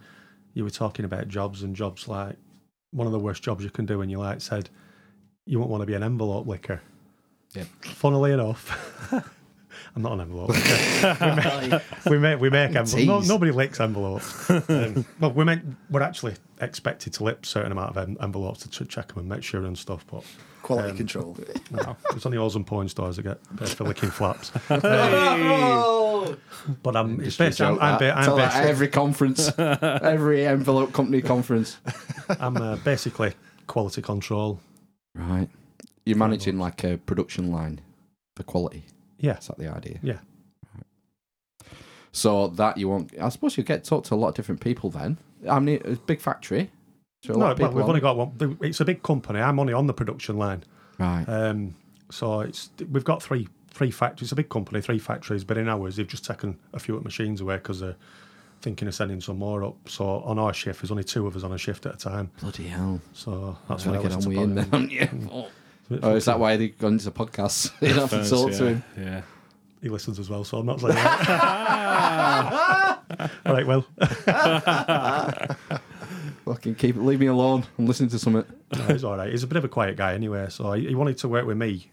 you were talking about jobs and jobs like one of the worst jobs you can do, and you like said you won't want to be an envelope licker.
Yep.
Funnily enough, I'm not an envelope licker. we make we make envelopes. No,
Tease.
nobody licks envelopes. Um, well, we make, we're actually expected to lip certain amount of en- envelopes to ch- check them and make sure and stuff, but.
Quality control.
No, it's only Oz and porn stars that get paid for licking flaps. But I'm, it's
Industry
basically, I'm,
joke that.
I'm, ba- I'm
Tell that at
basically,
every conference, every envelope company conference.
I'm uh, basically quality control.
Right, you're managing like a production line for quality.
Yeah.
Is that the idea?
Yeah.
So that you won't. I suppose you get talked to a lot of different people then. I mean, it's a big factory. So a lot
No,
of
well,
people
we've
on
only
it.
got one. It's a big company. I'm only on the production line.
right.
Um, so it's we've got three three factories. It's a big company, three factories, but in ours they've just taken a few of the machines away because they're thinking of sending some more up. So on our shift, there's only two of us on a shift at a time.
Bloody hell.
So that's
Gotta
why I
get on
listen
with
to
him then, haven't
Bollywood.
you?
It's a bit
Oh, is that
funky.
why they got into podcasts? you don't have to talk
yeah.
to him.
Yeah.
He listens as well, so I'm not saying that. All right, well,
Fucking keep it. Leave me alone. I'm listening to something.
No, he's all right. He's a bit of a quiet guy anyway, so he, he wanted to work with me.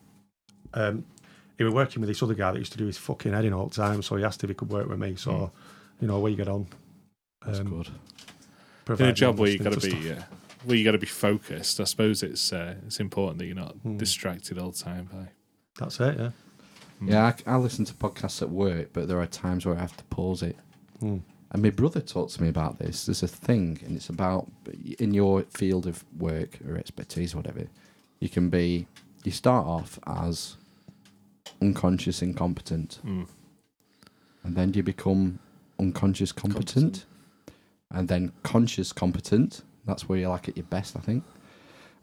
Um, he was working with this other guy that used to do his fucking heading all the time, so he asked if he could work with me. So,
Hmm.
you know, we get on.
That's
Um,
good.
providing
In a job
I'm
where you got
listening
to be, uh, where you got to be focused. I suppose it's uh, it's important that you're not distracted all the time by. hmm,
stuff. That's it, yeah.
Yeah, I, I listen to podcasts at work, but there are times where I have to pause it.
Hmm.
Mm.
And my brother talked to me about this. There's a thing, and it's about in your field of work or expertise, whatever. You can
hmm,
be, you start off as unconscious, incompetent, and then you become unconscious competent, and then conscious competent. That's where you're like at your best, I think.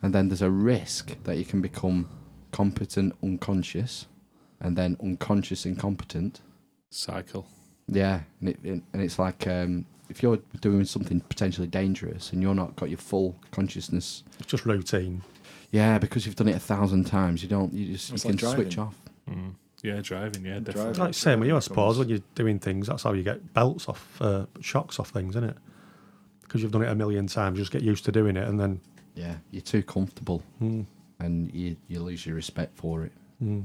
And then there's a risk that you can become competent unconscious, and then unconscious incompetent.
cycle.
Yeah, and it, it- and it's like um, if you're doing something potentially dangerous and you're not got your full consciousness.
It's just routine.
Yeah, because you've done it a thousand times, you don't. You just you
It's
can
like
switch
driving.
off.
Mm. Yeah, driving. Yeah,
Driving.
definitely.
Like same with you, I suppose. When you're doing things, that's how you get belts off, uh, shocks off things, isn't it? Because you've done it a million times, you just get used to doing it, and then
Yeah, you're too comfortable,
mm,
and you you lose your respect for it.
mm,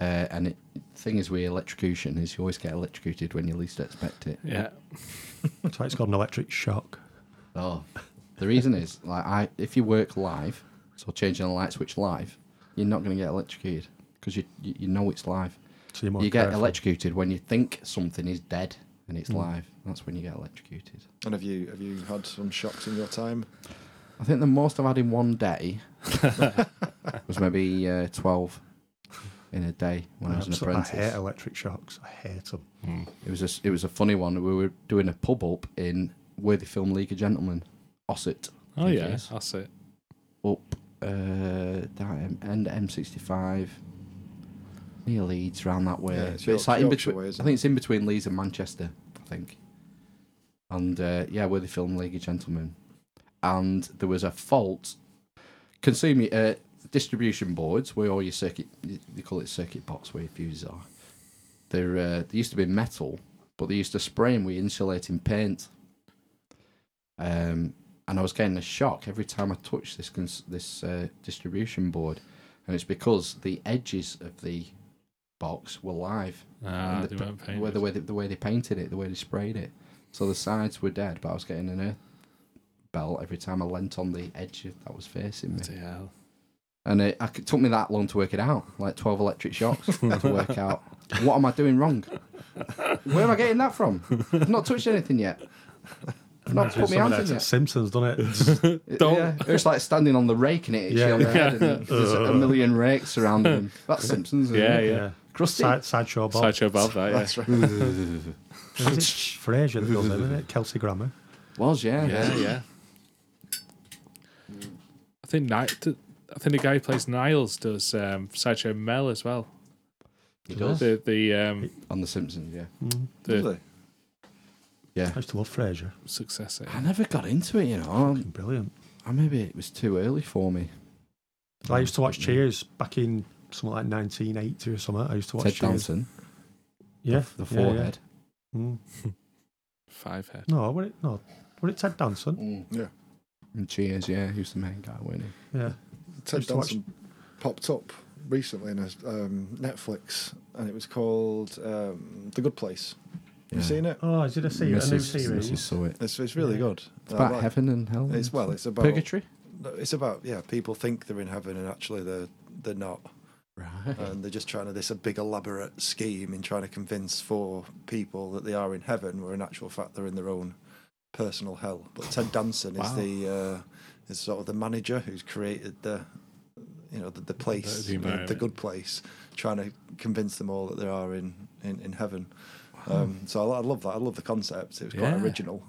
Uh, and it, thing is, with electrocution, is you always get electrocuted when you least expect it.
Yeah,
that's why it's called an electric shock.
Oh, the reason is like I if you work live, so changing a light switch live, you're not going to get electrocuted because you, you you know it's live.
So you're more
you get
careful. Mm.
electrocuted when you think something is dead and it's live. That's when you get electrocuted.
And have you have you had some shocks in your time?
I think the most I've had in one day was maybe uh, twelve in a day when I, was an
absolutely-
apprentice.
I hate electric shocks. I hate them.
It was a, s- it was a funny one. We were doing a pub up in Worthy Film League of Gentlemen, Ossett.
Oh
It
yeah,
is.
that's it.
up uh, down end M65 near Leeds, round that way.
Yeah, it's
But it's like in
Yorkshire
between.
way,
I
isn't
think it's in between Leeds and Manchester. I think. And uh, yeah, where they film League of Gentlemen, and there was a fault. Consumer uh, distribution boards, where all your circuit, they call it circuit box, where your fuses are. They're, uh, they used to be metal, but they used to spray them with insulating paint. Um, and I was getting a shock every time I touched this cons- this uh, distribution board, and it's because the edges of the box were live.
Ah,
And
they
pa-
weren't
the way, the
painted.
way they, the way they painted it, the way they sprayed it, so the sides were dead. But I was getting an earth belt every time I leant on the edge of, that was facing me,
Bloody hell.
and it, I, it took me that long to work it out. Like twelve electric shocks to work out what am I doing wrong. Where am I getting that from? I've not touched anything yet. I've not put my hands
Some of that's
in
at
yet.
Simpsons, done it?
Don't.
Yeah, it's like standing on the rake and it hits you
Yeah,
on the
yeah.
head and there's a million rakes around him. That's Simpsons. Isn't
Yeah,
it?
yeah.
yeah.
Krusty.
Side, sideshow Bob.
Sideshow Bob, that, yeah.
Frasier that does it, isn't it? Kelsey Grammer.
Was, yeah.
Yeah, yeah. I think Ni- th- I think the guy who plays Niles does um, Sideshow Mel as well.
He does.
The the um,
On the Simpsons, yeah.
the
Yeah.
Mm. I used to love Frasier.
successor.
I never got into it, you know. Um,
Brilliant.
I maybe it was too early for me.
I used to watch Cheers back in something like 1980 or something. I used to watch
Ted
Cheers.
Danson,
Yeah,
the
yeah, yeah.
forehead.
Mm.
Five head.
No, were it no, were it Ted Danson?
Mm.
Yeah.
And Cheers, yeah. He was the main guy, wasn't he?
Yeah,
Ted
used to watch-
Danson popped up recently in a um, Netflix, and it was called um, The Good Place.
Yeah.
You seen it?
Oh, is it a series? A new
Mrs. Mrs.
series?
Saw it.
It's, it's really good.
It's about
I like-
heaven and hell.
Oh, It's well, it's about
Purgatory.
It's about yeah. People think they're in heaven, and actually they're they're not.
Right.
and they're just trying to this a big elaborate scheme in trying to convince four people that they are in heaven, where in actual fact they're in their own personal hell. But Ted Danson
Wow.
is the uh, is sort of the manager who's created the you know the, the place,
The
you know, the,
environment.
good place, trying to convince them all that they are in in, in heaven. Um, so I, lo- I love that. I love the concept. It was quite
Yeah.
original.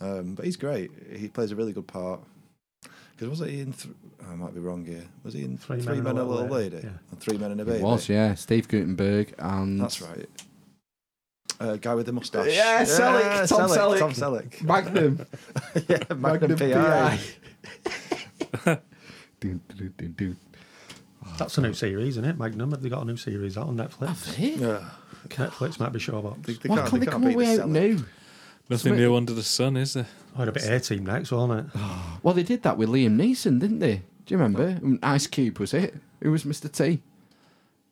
Um, but he's great. He plays a really good part. Because was he in? Th- I might be wrong here. Was he in Three, Men, and a Little Lady?
Yeah.
And Three Men and a Baby.
It was, yeah. Steve Gutenberg and
That's right. Uh, guy with the mustache.
Yeah, Selleck, Tom Selleck.
Tom Selleck.
Magnum.
yeah, Magnum,
Magnum
PI.
Dun, dun, dun, dun.
That's a new series, isn't it? Magnum. Have they got a new series out on Netflix?
Yeah.
Netflix might be sure about.
They, they
Why can't uh, they come
beat the
away out
Selleck.
new?
Nothing new under the sun, is there?
Oh, it'll be A Team next, won't it?
Well, they did that with Liam Neeson, didn't they? Do you remember?
Oh.
Um, Ice Cube was it? Who was Mr. T?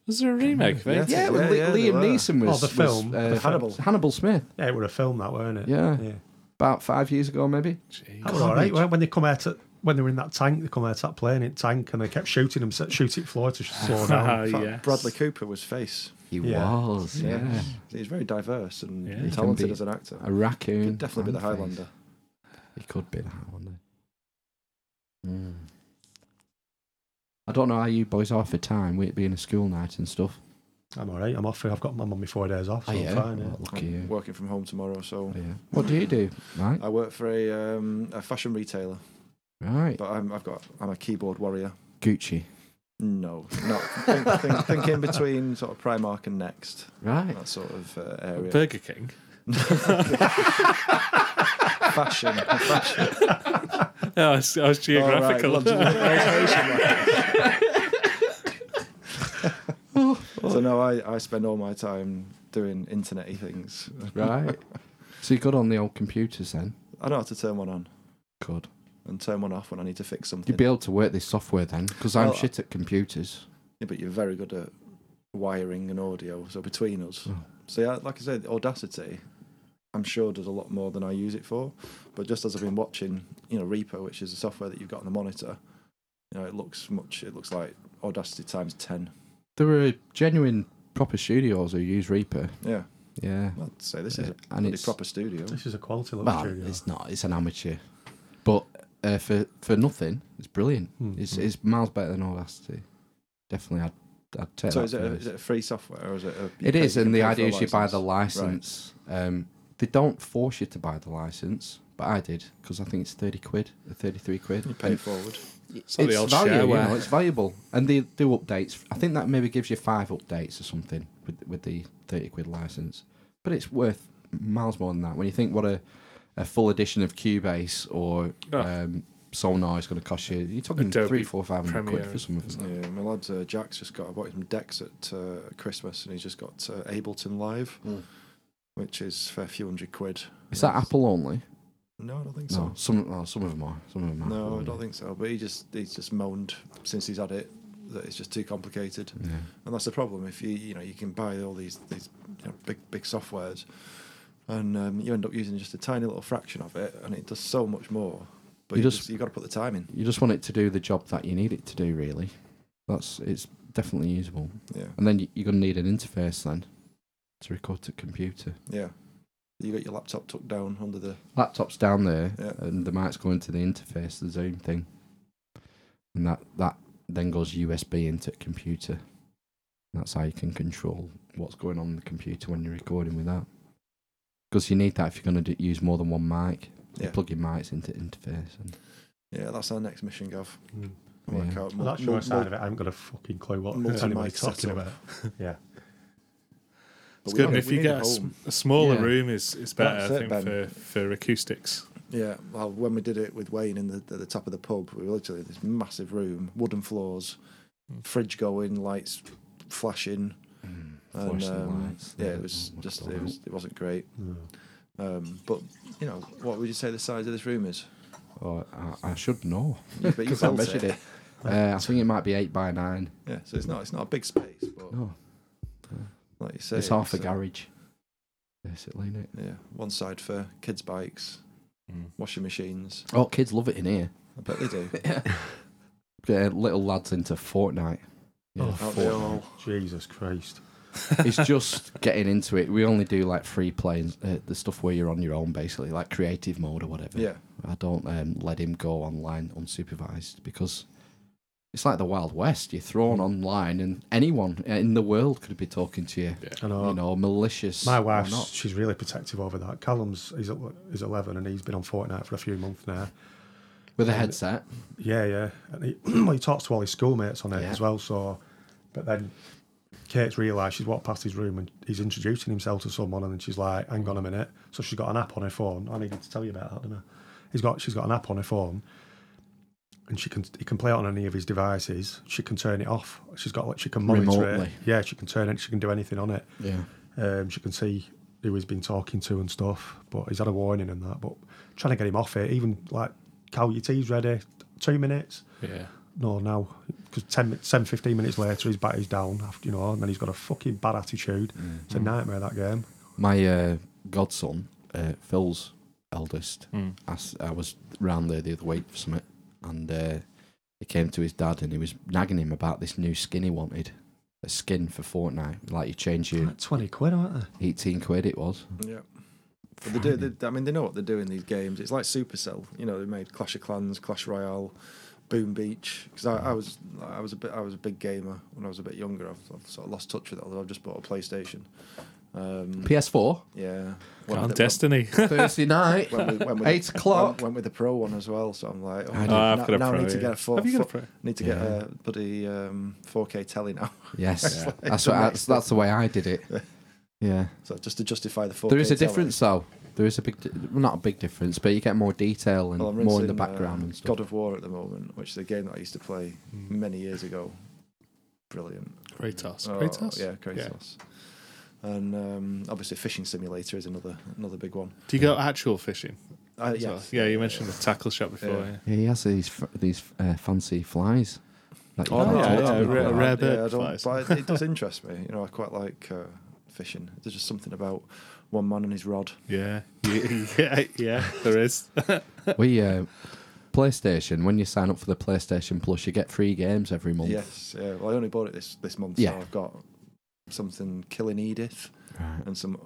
Was there a remake? there?
Yeah.
Yeah, when Li-
yeah, they
Liam
were.
Neeson was.
Oh, the
was,
film.
uh,
The
Hannibal.
Hannibal Smith,
Yeah, it would have filmed that, weren't it?
Yeah.
yeah.
about five years ago, maybe.
Jeez.
That was all right. When, when they come out, at, when they were in that tank, they come out that plane in tank, and they kept shooting them, so- shoot it floor to slow
Ah,
down.
yes.
Bradley Cooper was face.
He
Yeah.
was, yeah.
He's very diverse and
Yeah. He can
talented
be
as an actor.
A raccoon.
Could definitely be the
and face.
Highlander.
He could be the Highlander. Mm. I don't know how you boys are for time, with it being a school night and stuff.
I'm all right. I'm off. I've got I'm on my four days off. So
Oh, yeah.
I'm fine. Yeah.
Oh, lucky
I'm
you.
working from home tomorrow, so
Yeah. What do you do? Right.
I work for a, um, a fashion retailer,
Right.
but I'm, I've got I'm a keyboard warrior.
Gucci.
No, not think, think, think in between sort of Primark and Next,
Right.
that sort of uh, area.
Burger King.
fashion, fashion.
No, I was, I was geographical.
All right, London. so no, I, I spend all my time doing internet things.
Right. so you're good on the old computers then?
I know how to turn one on
Good.
and turn one off when I need to fix something.
You'd be able to work this software then, because I'm
Well, I-
shit at computers.
Yeah, but you're very good at wiring and audio. So between us,
Oh.
so yeah, like I said, Audacity, I'm sure does a lot more than I use it for. But just as I've been watching, you know, Reaper, which is the software that you've got on the monitor, you know, it looks much. It looks like Audacity times ten.
There are genuine proper studios who use Reaper.
Yeah,
Yeah.
I'd say this is
Uh,
a
and
bloody
it's-
proper studio.
This is a quality little
Well,
studio.
it's not. It's an amateur. But uh, for for nothing, it's brilliant.
Hmm.
Mm.
It's it's miles better than Audacity. Definitely, I'd, I'd take
So
that
is it, a,
first.
is it a free software or is it? A, you
It
pay-
is,
you
and
pay
the
for a
idea is you buy the
license?
license. Um, they don't force you to buy the license, but I did because I think it's thirty quid, or thirty-three quid.
You pay forward.
It's like the old
value, you
shareware.
know, it's valuable, and they do updates. I think that maybe gives you five updates or something with with the thirty quid license, but it's worth miles more than that when you think what a a full edition of Cubase or
Oh.
uh,
um, Sonar is going to cost you. You're talking
Adobe
three, four, five hundred quid
Premiere
for some of them.
Yeah, my lad uh, Jack's just got. I bought him decks at uh, Christmas, and he's just got uh, Ableton Live, which is for a few hundred quid.
Hmm. Is that Apple only?
No, I don't think
No,
so.
some oh, some of them are. Some of them are.
No,
Apple
I
only.
don't think so. But he just he's just moaned since he's had it that it's just too complicated,
Yeah.
and that's the problem. If you you know you can buy all these these you know, big big softwares, and um, you end up using just a tiny little fraction of it, and it does so much more. But
You
you,
just-
just you got to put the time in.
you just want it to do the job that you need it to do really that's it's definitely usable
Yeah,
and then you- you're going to need an interface then to record to computer
yeah. You got your laptop tucked down under the
laptop's down there
Yeah.
and the mic's going to the interface the zoom thing and that that then goes usb into computer that's how you can control what's going on in the computer when you're recording with that because you need that if you're going to do, use more than one mic
Yeah.
you plug your mics into interface and
Yeah, that's our next mission, Gav.
Mm.
Work
Yeah.
out
Well,
mul-
that sure
mul-
side of it, I haven't got a fucking clue what
multi-mic
anybody's talking
setup.
about. yeah.
but
It's
we
good.
need-
and If
we
you
need a
get a, s-
home.
a smaller
Yeah.
room, is it's better.
That's
I
it,
think
Ben.
for, for acoustics.
Yeah, well, when we did it with Wayne in the at the top of the pub, we were literally in this massive room, wooden floors,
Mm.
fridge going, lights flashing. And,
flashing
um,
lights
Yeah,
Oh,
it was
what's
just
going
it,
on?
was, it wasn't great.
Mm.
Um, but you know, what would you say the size of this room is?
Oh, I, I should know.
You, but you
Because I
felt
measured it. Uh, I think it might be eight by nine.
Yeah, so it's not it's not a big space, but
No,
like you say,
it's half a
uh,
garage. Basically, innit?
Yeah, one side for kids' bikes,
Mm.
washing machines.
Oh, kids love it in here.
I bet they do.
Get little lads into Fortnite. Yeah,
Oh,
Aren't they all?
Jesus Christ.
it's just getting into it. We only do like free play, and, uh, the stuff where you're on your own, basically, like creative mode or whatever.
Yeah,
I don't um, let him go online unsupervised because it's like the Wild West. You're thrown online, and anyone in the world could be talking to you.
I know.
You know, malicious.
Oh. My
or
wife,
not.
she's really protective over that. Callum's, he's, el- he's 11 and he's been on Fortnite for a few months now.
with a headset.
Yeah, yeah. And he, well, he talks to all his schoolmates on it
Yeah.
as well. So, but then Kate's realised she's walked past his room and he's introducing himself to someone, and then she's like, "Hang on a minute." So she's got an app on her phone. I needed to tell you about that, didn't I? He's got she's got an app on her phone, and she can he can play it on any of his devices. She can turn it off. She's got like she can monitor it.
Remotely.
Yeah, she can turn it. She can do anything on it.
Yeah.
Um, she can see who he's been talking to and stuff. But he's had a warning and that. But trying to get him off it, even like, Cal, your tea's ready. Two minutes
Yeah.
no now because 10, 10 15 minutes later his battery's down after you know and then he's got a fucking bad attitude it's
Mm.
a nightmare that game
My uh, godson, uh, Phil's eldest,
Mm.
as I was round there the other week for something, and uh, he came to his dad and he was nagging him about this new skin he wanted. A skin for Fortnite, like you change your
Like 20 quid aren't they
18 quid, it was.
yeah. But they do. They, I mean, they know what they're doing. These games. It's like Supercell. You know, they made Clash of Clans, Clash Royale, Boom Beach because I, I was I was a bit I was a big gamer when I was a bit younger. I've, I've sort of lost touch with it. Although I've just bought a PlayStation. Um,
PS4
yeah,
Count
with the-
Destiny.
Thursday night,
when we- when we-
eight o'clock.
Went, went with the pro one as well, so I'm like, oh,
I
now-
did. Oh,
I've
now,
got a
now I
Pro,
need to
yeah.
get a four.
Have you got a
four-
Pro?
Need to get
Yeah.
a bloody um, 4K telly now,
Yes,
Yeah.
that's what that's, that's the way I did it. Yeah,
so just to justify the 4K.
there is a
telly.
difference though. There is a big, di- well, not a big difference, but you get more detail and
Well, I'm
more in the
rinsing, uh,
background and stuff.
God of War at the moment, which is a game that I used to play
Mm.
many years ago. Brilliant.
Kratos.
Oh,
Kratos.
yeah, Kratos. And um, obviously, fishing simulator is another another big one.
Do you go actual fishing?
Uh,
as
yes.
well? Yeah, you mentioned the tackle shop before.
Yeah.
yeah.
Yeah, he has these f- these uh, fancy flies. that you
Oh,
can
yeah,
talk
yeah,
to
a
people
rare-
about.
rare
Yeah,
bird
I don't,
flies.
but it does interest me. You know, I quite like uh, fishing. There's just something about one man and his rod.
Yeah, yeah, yeah, yeah, there is.
We uh, PlayStation. When you sign up for the PlayStation Plus, you get free games every month.
Yes, yeah. Well, I only bought it this this month,
Yeah.
so I've got something Killing Edith
Right.
and some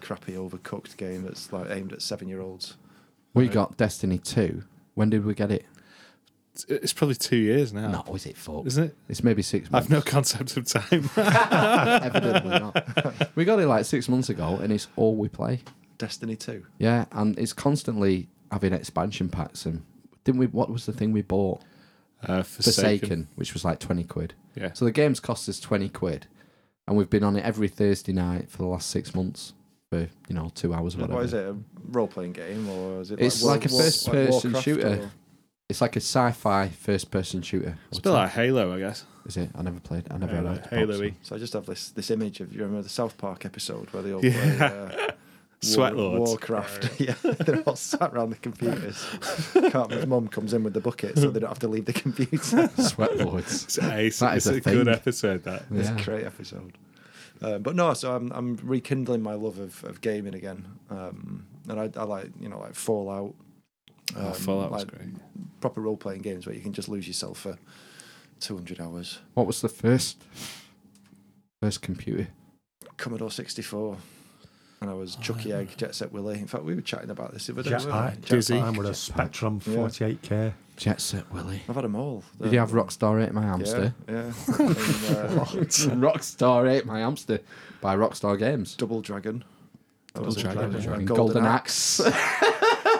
crappy overcooked game that's like aimed at seven year olds.
We got Destiny Two. When did we get it?
It's- It's probably two years now,
No, is it fucked?
isn't it?
It's maybe six months.
I've no concept of time. Uh,
Evidently not. We got it like six months ago, and it's all we play.
Destiny Two.
Yeah, and it's constantly having expansion packs. And didn't we? What was the thing we bought?
uh,
Forsaken, which was like twenty quid.
Yeah.
So the game's cost us twenty quid, and we've been on it every Thursday night for the last six months for you know two hours or whatever.
What is it? A role playing game or is it?
It's like a
War- War-
first-person
Warcraft
shooter.
or-
It's like a sci-fi first-person shooter.
It's a bit like Halo, I guess.
Is it? I never played. I never
Halo,
had a
Halo-y.
box.
So I just have this this image of you remember the South Park episode where they all play.
Yeah.
Uh,
Sweat
War-
lords.
Warcraft. yeah, they're all sat around the computers. Cartman's mum comes in with the bucket, so they don't have to leave the computer.
Sweat lords.
It's, ace.
That is
It's
a
a, good
thing.
episode. That
It's
Yeah.
a great episode. Um, but no, so I'm I'm rekindling my love of, of gaming again, um, and I, I like you know like Fallout,
oh,
um,
Fallout was
like
great.
proper role playing games where you can just lose yourself for two hundred hours.
What was the first first computer?
Commodore sixty four, and I
Oh,
was Chucky Egg, Jet Set Willy. In fact, we were chatting about this the other day.
Jet
weren't we?
Pack.
Jet
Dizzy.
Pack.
I'm with a Spectrum
Yeah.
48K.
Jet Set Willy.
I've had them all.
Did you have
Uh,
Rockstar Ate My
Yeah,
Hamster?
yeah. And, uh,
Rockstar Ate My Hamster by Rockstar Games.
Double Dragon. That was a
Dragon,
game.
Dragon.
And
Golden Axe.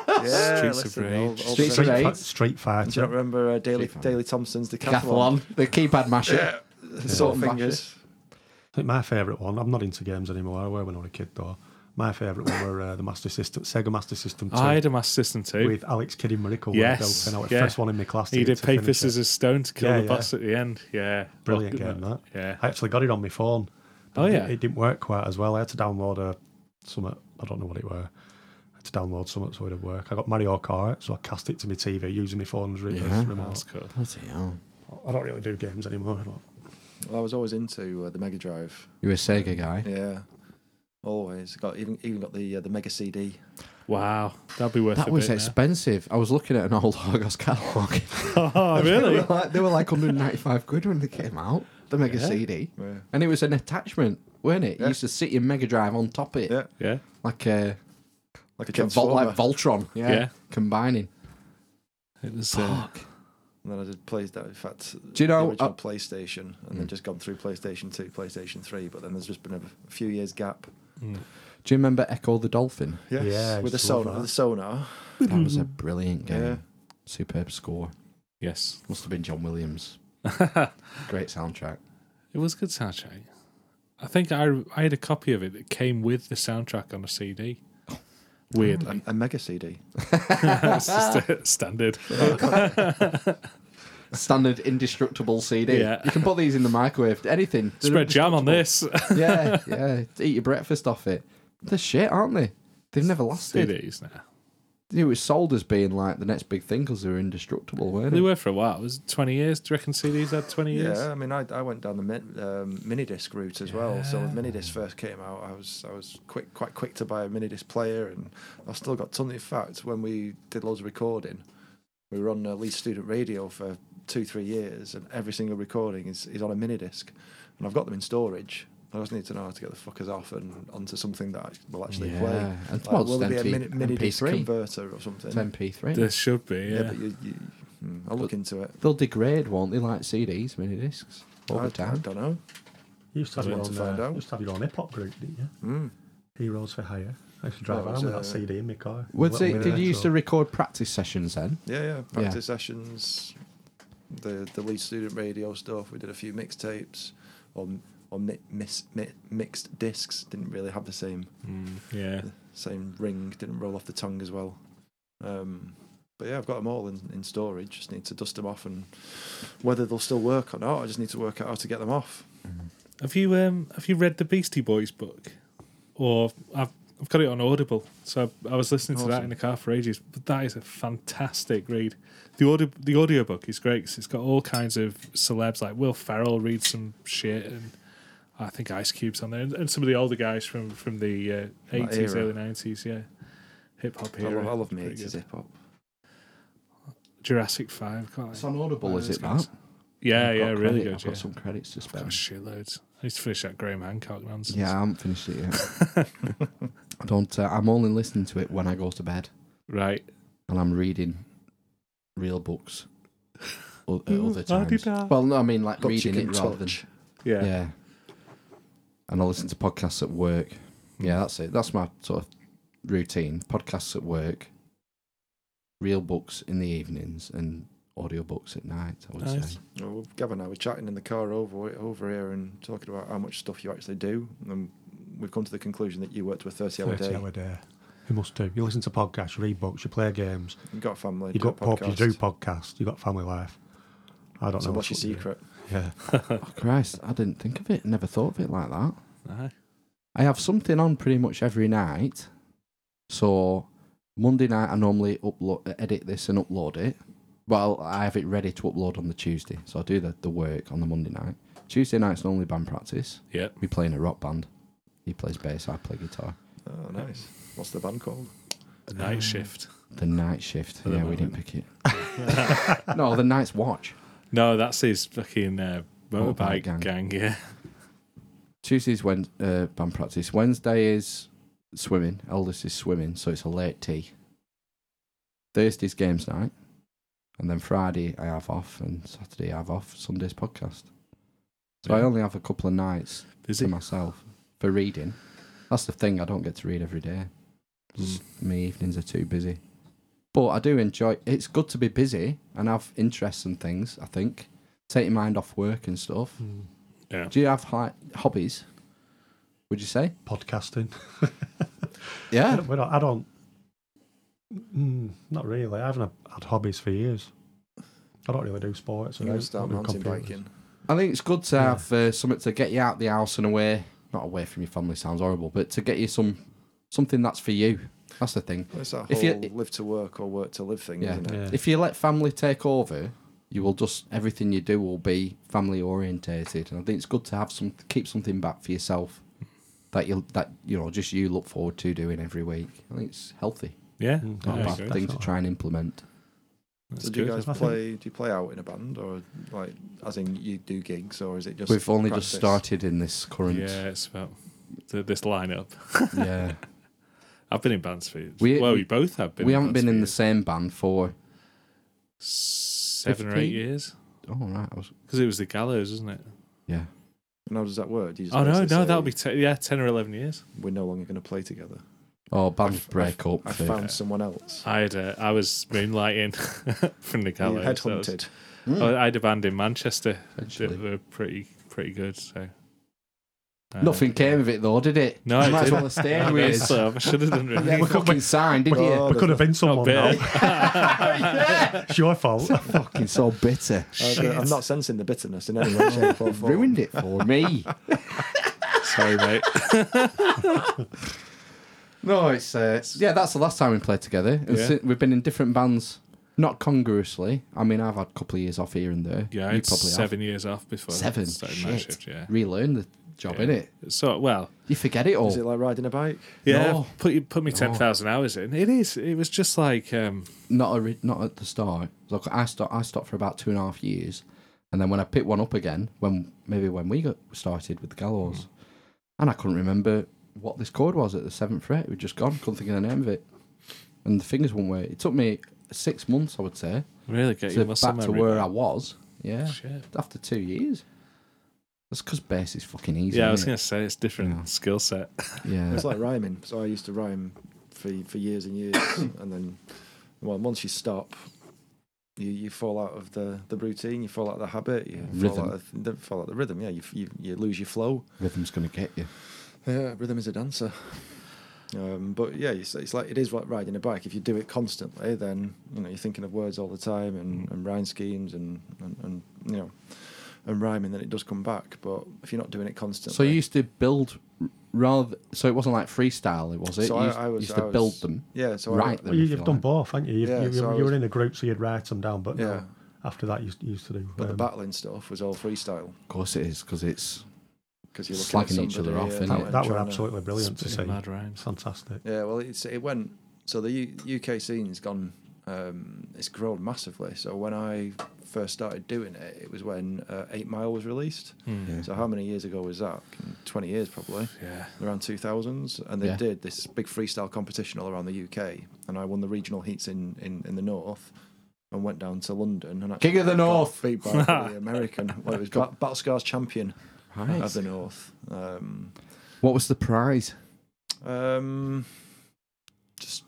Yeah,
Streets of
listen,
Rage.
old- old
Streets of
things.
Rage.
Street,
Right.
Fi- Street
Do you not
Fighter.
remember uh, Daily
Street Fighter.
Daily Thompson's Decathlon?
Decathlon. The keypad masher.
Salt
Yeah.
fingers.
I think my favourite one, I'm not into games anymore, I were when I was a kid though. My favourite one were uh, the Master System, Sega Master System 2
I had a mass system too.
with Alex Kidd in Miracle. where I
yes,
built, and I was
yeah.
first one in my class. To
He did
to
paper
finish it.
scissors stone to kill
Yeah,
the
yeah.
boss at the end. Yeah,
Brilliant
Well,
game, that.
Yeah,
I actually got it on my phone. but
Oh,
it-
yeah.
It, didn't work quite as well. I had to download a some I don't know what it were. I had to download something so it would work. I got Mario Kart, so I cast it to my TV using my phone's re-
Yeah.
as
that's
remote.
cool.
Bloody hell.
I don't really do games anymore. But
Well, I was always into uh, the Mega Drive.
You were a Sega guy.
Yeah, always got even even got the uh, the Mega CD.
Wow, that'd be worth.
That
a
was
bit now.
expensive. I was looking at an old Argos catalogue.
Oh,
they,
really?
were like, they were like 195 quid when they came out, the Mega CD.
Yeah.
And it was an attachment, weren't it? You
Yeah.
used to sit your Mega Drive on top of it.
Yeah.
Yeah,
Like a,
Like a
like, a Vol-
transformer.
like Voltron. Yeah.
Yeah.
Combining.
it was. Uh,
and then I did play that. In fact,
Do you know-
the original
uh,
PlayStation, and then just gone through PlayStation Two, PlayStation Three. But then there's just been a few years gap.
mm,
Do you remember Echo the Dolphin?
Yes,
Yeah, I
with the
used to love
sonar.
that.
With the sonar.
That was a brilliant game.
Yeah.
Superb score.
yes,
Must have been John Williams. Great soundtrack.
It was a good soundtrack. I think I I had a copy of it that came with the soundtrack on a CD.
Oh.
Weirdly,
A mega CD.
it's just a standard.
Standard indestructible CD.
Yeah.
You can put these in the microwave. Anything. They're
Spread jam on this
yeah, yeah. Eat your breakfast off it. They're shit, aren't they? They've never lasted.
CDs now.
It was sold as being like the next big thing because they were indestructible, weren't
They
they?
were for a while. Was it twenty years? Do you reckon CDs had twenty years?
Yeah, I mean, I, I went down the min, um, mini disc route as well. So when mini disc first came out, I was I was quick quite quick to buy a mini disc player, and I've still got tons. In fact, when we did loads of recording, we were on uh, lead student radio for two three years, and every single recording is, is on a mini disc, and I've got them in storage. I just need to know how to get the fuckers off and onto something that I will actually
Yeah.
play.
And
Like,
well,
will there be a
it's
mini, mini disc
MP3.
converter or something?
It's MP3.
There should be. Yeah,
but you, you, Mm, I'll look into it.
They'll degrade, won't they? Like CDs, mini discs
I,
over
I
time.
don't know.
You used to have,
I
your
want
own,
to find
uh,
out.
you used to have your own hip hop group, didn't you?
Mm.
Heroes for Hire. I used to drive
That
around
was,
with
uh,
that CD in my car.
Was
Let
it?
me
Did
know.
you used
So-
to record practice sessions then?
Yeah, yeah. Practice sessions, the the lead student radio stuff. We did a few mixtapes or or mi- mis, mi- mixed discs. Didn't really have the same
Mm, yeah.
same ring. Didn't roll off the tongue as well. Um, but yeah, I've got them all in, in storage. Just need to dust them off and whether they'll still work or not. I just need to work out how to get them off.
Have you um have you read the Beastie Boys book? Or I've I've got it on Audible, so I was listening to that in the car for ages. But that is a fantastic read. The audio the audiobook is great 'cause it's got all kinds of celebs like Will Ferrell reads some shit, and I think Ice Cube's on there, and, and some of the older guys from from the uh,
That
eighties,
era.
early nineties, yeah, hip hop
I love,
era.
I love me
Pretty good.
80s hip hop.
Jurassic Five. can't I-
It's on Audible,
Uh,
is it?
guys.
That?
Yeah,
I've
yeah,
got
really
credit-
good.
I've got
yeah.
some credits to
Got
spend.
shitloads. I used to finish that Graham Hancock nonsense.
Yeah, I haven't finished it yet. I don't. Uh, I'm only listening to it when I go to bed,
Right.
and I'm reading real books o- at
Mm,
other times.
Yeah.
Well, no, I mean like
Books you
reading
can
it rather than
touch.
yeah. And I listen to podcasts at work. Yeah, that's it. That's my sort of routine: podcasts at work, real books in the evenings, and audiobooks at night. I would
Nice.
say.
Well, Gavin and I were chatting in the car over over here and talking about how much stuff you actually do, and we've come to the conclusion that you work to a thirty-hour
30
day.
hour day. You must do. You listen to podcasts, you read books, you play games,
You got a family.
you
do a
got pop, you do
podcast.
podcasts, you got family life. I don't
So
know
what's your
what you do.
secret?
Yeah.
Oh, Christ, I didn't think of it. Never thought of it like that.
Aye.
I have something on pretty much every night. So Monday night, I normally upload, edit this and upload it. Well, I have it ready to upload on the Tuesday, so I do the, the work on the Monday night. Tuesday night's normally band practice.
Yep.
We play in a rock band. He plays bass, I play guitar.
Oh, nice. What's the band called?
Night shift.
The night shift. Yeah, we didn't pick it. no, the night's watch.
No, that's his fucking uh,
Motorbike
motorbike gang.
gang.
Yeah.
Tuesday's when uh, band practice. Wednesday is swimming. Eldest is swimming, so it's a late tea. Thursday's games night, and then Friday I have off, and Saturday I have off. Sunday's podcast. So I
Yeah.
only have a couple of nights
Busy.
to myself for reading. That's the thing. I don't get to read every day. Just my evenings are too busy. But I do enjoy. It's good to be busy and have interests and things. I think take your mind off work and stuff.
Hmm.
Yeah.
Do you have like hobbies? Would you say?
Podcasting. I
Yeah.
don't, I don't mm, not really. I haven't had hobbies for years. I don't really do sports.
I'm
I
going
don't
to start
do
mountain
computers.
biking.
I think it's good to
Yeah.
have uh, something to get you out the house and away. Not away from your family sounds horrible, but to get you some something that's for you. That's the thing.
It's that
If
whole
you-
live to work or work to live thing,
Yeah.
isn't it?
Yeah.
If you let family take over, you will just everything you do will be family orientated, and I think it's good to have some keep something back for yourself that you that you know just you look forward to doing every week. I think it's healthy,
Yeah.
Mm,
not
Yeah,
a
I
bad
agree.
thing to try and implement.
That's
So do you
good.
guys
I think-
play? Do you play out in a band or like as in you do gigs or is it just?
We've only just
practice?
started in this current.
Yeah, it's about th- this lineup.
yeah.
I've been in bands for years.
We-
well, we,
we-
both have been.
we haven't been in the
bands
same band for
for years. seven or
15?
eight years
oh right I was
because it was the gallows, isn't it?
yeah
And how does that work? Do you just
Oh no,
basically
no,
say,
that'll be te- yeah, ten or eleven years.
We're no longer going to play together.
oh band
I've-
break up
I
for-
found someone else.
I had uh, I was moonlighting from the
You
gallows. That was- Oh,
headhunted.
I I had a band in Manchester
Essentially.
that were pretty pretty good. So uh,
nothing came of it though did it
No,
you
it
might as
didn't. uh,
well have stayed
I
with
guess
us
so. I should have done really.
yeah, we fucking signed didn't you
Oh,
We could have been someone
bad.
now. It's your fault.
fucking so bitter
I- I'm not sensing Uh, the bitterness in any way, shape, or form.
ruined it for me
Sorry, mate.
no it's uh, yeah that's the last time we played together and
Yeah.
si- we've been in different bands not congruously I mean I've had a couple of years off here and there
Yeah, I
you
had
probably
seven years off before
have seven
started
shit
my shift. Yeah,
relearn the job
Yeah.
innit
so well,
you forget it all
Is it like riding a bike?
yeah.
No.
Put you put me ten thousand hours in. It is. It was just like um,
not a re- not at the start. Like I stopped, I stopped for about two and a half years, and then when I picked one up again, when maybe when we got started with the gallows, and I couldn't remember what this chord was at the seventh fret. It was just gone. Couldn't think of the name of it, and the fingers wouldn't work. It took me six months, I would say,
Really get
So
your
back
muscle
to
memory.
where I
back.
was. Yeah,
Shit.
after two years. That's because bass is fucking easy.
Yeah, I was
isn't
gonna say it's different
Yeah.
skill set.
it? Yeah,
It's like rhyming. So I used to rhyme for for years and years, and then well, once you stop, you, you fall out of the, the routine, you fall out of the habit, you
Rhythm.
fall out of the, fall out of the rhythm. Yeah, you, you you lose your flow.
rhythm's gonna get you.
Yeah, rhythm is a dancer. Um, but yeah, it's, it's like it is like riding a bike. If you do it constantly, then you know you're thinking of words all the time
Mm.
and, and rhyme schemes and, and, and you know and rhyming. Then it does come back. But if you're not doing it constantly,
So you used to build r- rather. So it wasn't like freestyle, it was it?
So
you
I-
used,
I was-
used to
I was-
build them,
yeah. So I,
write them.
Well, you,
if you
you've done
like.
both, haven't you? You've,
Yeah,
you,
so I
you were
was-
in a group, so you'd write them down. But
Oh,
Yeah.
no, after that, you used, you used to do.
but the
um,
battling stuff was all freestyle.
Of course it is because it's
because you're looking
Slagging
at
each other
somebody,
off,
yeah,
innit?
that,
and
that were
trying to-
absolutely brilliant to
Spitting
see.
mad rhymes.
Fantastic.
Yeah, well, it's it went. So the U, UK scene's gone. Um, it's grown massively. So when I first started doing it, it was when uh, Eight Mile was released.
Mm.
Yeah.
So how many years ago was that? Twenty years probably.
Yeah.
Around two thousands, and they
Yeah.
did this big freestyle competition all around the UK, and I won the regional heats in in, in the north. And went down to London and actually
King of the
got
North.
feedback for the American. Well, it was Bat- Battle Scars champion of
Right.
the North. Um,
What was the prize?
Um, just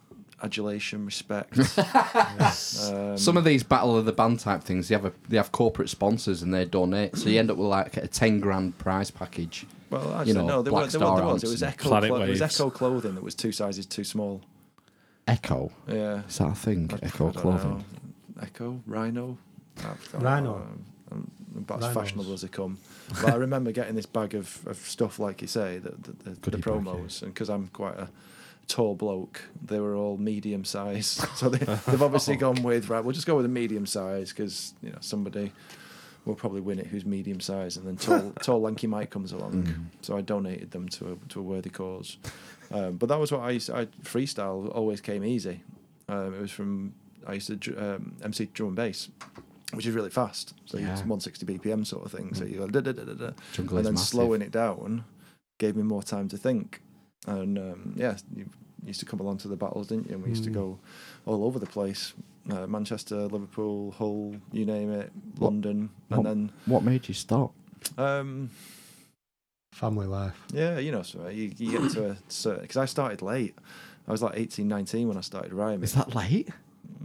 adulation, respect. um,
Some of these battle of the band type things, they have a, they have corporate sponsors and they donate, so you end up with like a ten grand prize package.
well, actually,
you know,
no, there
Black
weren't. There, weren't- there
Star
was. It was
amps
Echo.
Planet
clo- it was
Waves.
Echo clothing that was two sizes too small.
Echo,
Yeah.
is that a thing?
I- I
Echo
don't
clothing.
know. Echo Rhino. I don't
Rhino.
know, um, About as
Rhinos.
fashionable as they come, but I remember getting this bag of, of stuff like you say the the, the, the
Goodie bag, yeah.
promos, and because I'm quite a tall bloke, they were all medium size, so they, they've obviously gone with right. We'll just go with a medium size because you know somebody will probably win it who's medium size, and then tall tall lanky Mike comes along. So I donated them to a to a worthy cause. Um, but that was what I used. I freestyle always came easy. Um, it was from I used to dr- um, MC drum and bass, which is really fast. So it's
Yeah.
160 BPM sort of thing. So you go da da da da da,
Jungle
and
is
then
massive.
slowing it down gave me more time to think. And um, yeah, you used to come along to the battles, didn't you? And we used to
Hmm.
Mm.
go all over the place. Uh, Manchester, Liverpool, Hull, you name it,
What-
London,
what-
and then
What made you stop?
um,
Family life.
yeah, you know, so you, you get to a certain because I started late. I was like 18, 19 when I started rhyming.
Is that late?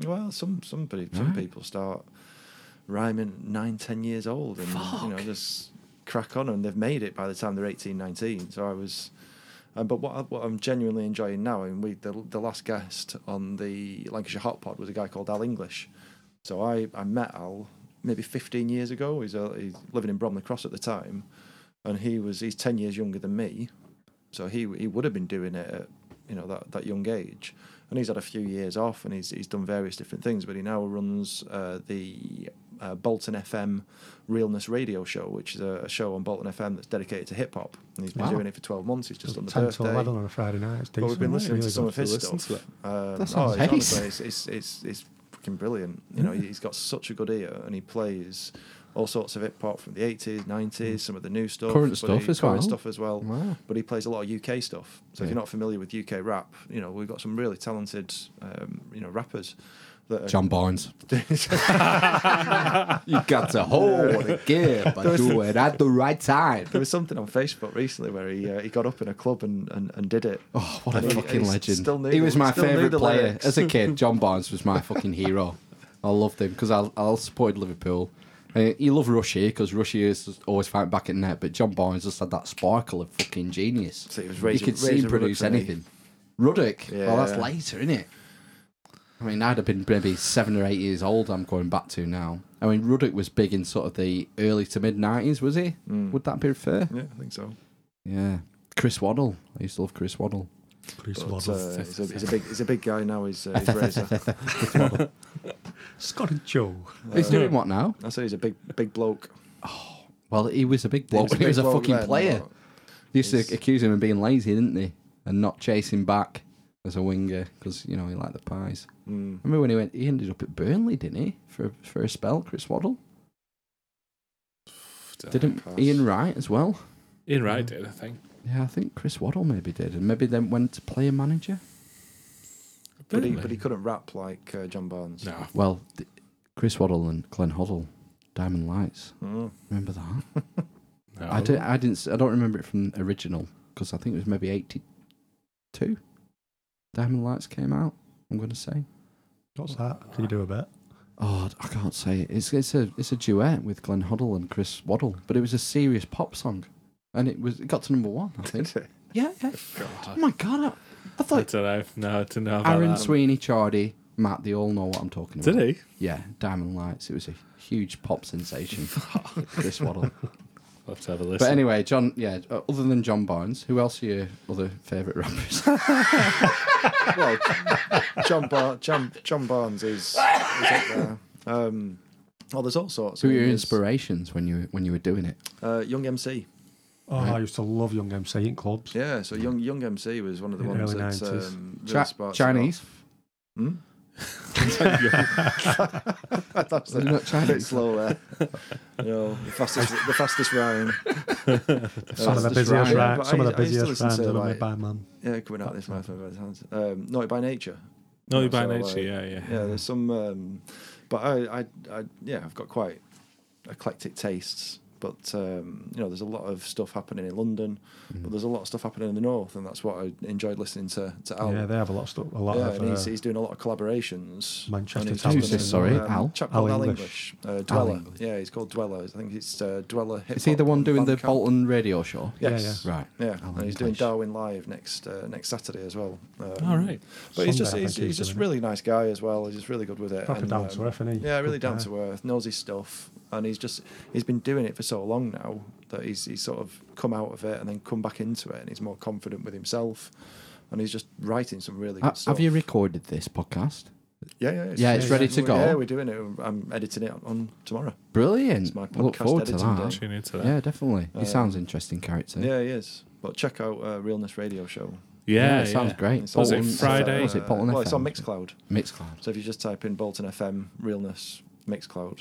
Well, some some pe- some
Right.
people start rhyming at nine, ten years old, and you know just crack on, and they've made it by the time they're 18, 19. So I was, um, but what I, what I'm genuinely enjoying now, and we the the last guest on the Lancashire Hot Pod was a guy called Al English. So I I met Al maybe 15 years ago. He's uh he's living in Bromley Cross at the time, and he was he's 10 years younger than me, so he he would have been doing it at you know that that young age, and he's had a few years off, and he's he's done various different things, but he now runs uh, the uh, Bolton FM Realness Radio Show, which is a, a show on Bolton FM that's dedicated to hip hop, and he's been
Wow.
doing it for 12 months. He's just on the
10 to 11
birthday.
on a Friday night. It's
But
decent.
we've been listening
really
to some
good.
of his
listen to
stuff. Um,
That
oh,
sounds
it's,
ace.
honestly, it's, it's, it's, it's fucking brilliant. You know, he's got such a good ear, and he plays all sorts of hip hop from the 80s, 90s, some of the new stuff,
Current
but
stuff
he-
as
current
well.
stuff as well
Mm. Wow.
but he plays a lot of UK stuff. So
Yeah.
if you're not familiar with UK rap, you know we've got some really talented, um, you know, rappers. That are,
John Barnes. you got to hold the gear, but do it at the right time.
there was something on Facebook recently where he uh, he got up in a club and, and, and did it.
Oh, what a
And he-
fucking
and he
legend.
still knew
he
the-
was my
still knew
favourite
the
player.
lyrics.
As a kid, John Barnes was my fucking hero. I loved him because I, I supported Liverpool. Uh, you love Rushy because Rushy is just always fighting back at net, but John Barnes just had that sparkle of fucking genius.
So he was
you
Razor-
could see
Razor
him produce
Ruddock for me.
anything. Ruddock? Well, that's
Yeah.
later, isn't it? I mean, I'd have been maybe seven or eight years old, I'm going back to now. I mean, Ruddock was big in sort of the early to mid 90s, was he?
Hmm.
Would that be fair?
Yeah, I think so.
Yeah. Chris Waddle. I used to love Chris Waddle.
Chris
But,
Waddle.
uh, he's, a, he's a big he's a big guy now. He's, uh, he's Razor.
Scott and Joe.
He's
Uh-huh.
doing what now?
I say he's a big big bloke.
Well, he was a big bloke. He was,
big
a
bloke
fucking
then,
player.
but-
They used
He's-
to accuse him of being lazy, didn't they? And not chasing back as a winger because you know he liked the pies.
Mm.
Remember when he went? He ended up at Burnley, didn't he? For for a spell, Chris Waddle. Didn't
pass.
Ian Wright as well?
Ian Wright did, I think.
Yeah, I think Chris Waddle maybe did, and maybe then went to player manager.
But he,
Really?
but he couldn't rap like uh, John Barnes.
No.
Well, th- Chris Waddle and Glenn Hoddle, Diamond Lights. Remember that?
Mm.
No.
I don't. I didn't. s- I don't remember it from original because I think it was maybe eighty-two. Diamond Lights came out. I'm going to say.
What's that? Can you do a bit?
Oh, I can't say it. It's it's a it's a duet with Glenn Hoddle and Chris Waddle, but it was a serious pop song, and it was it got to number one. I think. yeah, yeah. Oh my god! I, I
I
thought
don't know. No, I don't know about
Aaron
that.
Sweeney, Chardy, Matt, they all know what I'm talking about.
Did he?
Yeah, Diamond Lights. It was a huge pop sensation. Chris Waddle.
Let's have a listen.
But anyway, John. Yeah. uh, Other than John Barnes, who else are your other favourite rappers?
well, John, Bar- John, John Barnes is, is up there. Um, oh, there's all sorts.
who were your
There's,
inspirations when you when you were doing it?
Uh, Young MC.
Oh, I used to love Young MC in clubs.
Yeah, so Young Young MC was one of the
In the
ones
early
that
90s.
um, really
Chi-
sparked it up.
Chinese.
Hmm?
That's not
bit
Chinese.
slow there. you know, the fastest, the fastest rhyme.
Some of the
Fastest
busiest,
rhyme.
rhyme,
Yeah, but
some
I
of
used- I used to
the busiest
listen
rhymes
to,
I've ever
like-
by man.
Yeah, coming out of this mouth by the hands. Um, Naughty by Nature.
Naughty by
So, uh,
Nature, E, yeah, yeah.
Mm.
Yeah, there's some, um, but I, I, I, yeah, I've got quite eclectic tastes. But um, you know, there's a lot of stuff happening in London,
Hmm.
but there's a lot of stuff happening in the north, and that's what I enjoyed listening to. To Al.
Yeah, they have a lot of stuff. A lot
oh. Yeah,
of.
and he's,
Uh,
he's doing a lot of collaborations.
Manchester
And he's
Town.
doing
Who's this,
it,
sorry?
um,
Al?
Chap
Al
called Al
English.
English. Uh, Dweller.
English.
Yeah, he's called Dweller. I think it's uh, Dweller. Hip
Is he the
Hop
one
on
doing the
Bandcamp.
Bolton radio show?
yeah,
Yes.
yeah.
Right.
Yeah,
Al
and he's doing
English.
Darwin Live next uh, next Saturday as well. Um,
All right.
but he's
Sunday,
just
I
he's, he's
think he's
just
doing it.
really nice guy as well. He's just really good with it.
Proper
and, um,
down to earth, isn't he?
Yeah, really
Good
down
guy.
to earth. Knows his stuff, and he's just he's been doing it for so long now that he's he's sort of come out of it and then come back into it, and he's more confident with himself, and he's just writing some really good
Ha-
stuff.
Have you recorded this podcast?
Yeah, yeah,
Yeah, it's ready to go.
Yeah, we're doing it. I'm editing it on tomorrow.
Brilliant.
It's my
Look
podcast
forward to
editing
that.
day. Uh,
Tune into that.
Yeah, definitely. He sounds interesting character.
Yeah, he is. But check out uh, Realness Radio Show.
Yeah,
it sounds
yeah.
great.
It's
Was it
on-
Bolton-
Friday?
Was it Bolton
well,
FM?
it's on Mixcloud.
Mixcloud.
So if you just type in Bolton FM, Realness, Mixcloud.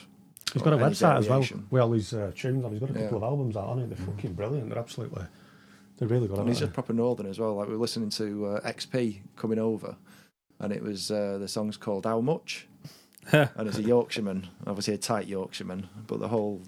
He's got a
or any
website as well
variation.
with all his uh, tunes on. He's got a couple
Yeah.
of albums out on it. They're fucking brilliant. They're absolutely. They're really good.
And
aren't
he's
they?
just proper northern as well. Like we were listening to uh, XP coming over, and it was uh, the song's called How Much, and as a Yorkshireman, obviously a tight Yorkshireman, but the whole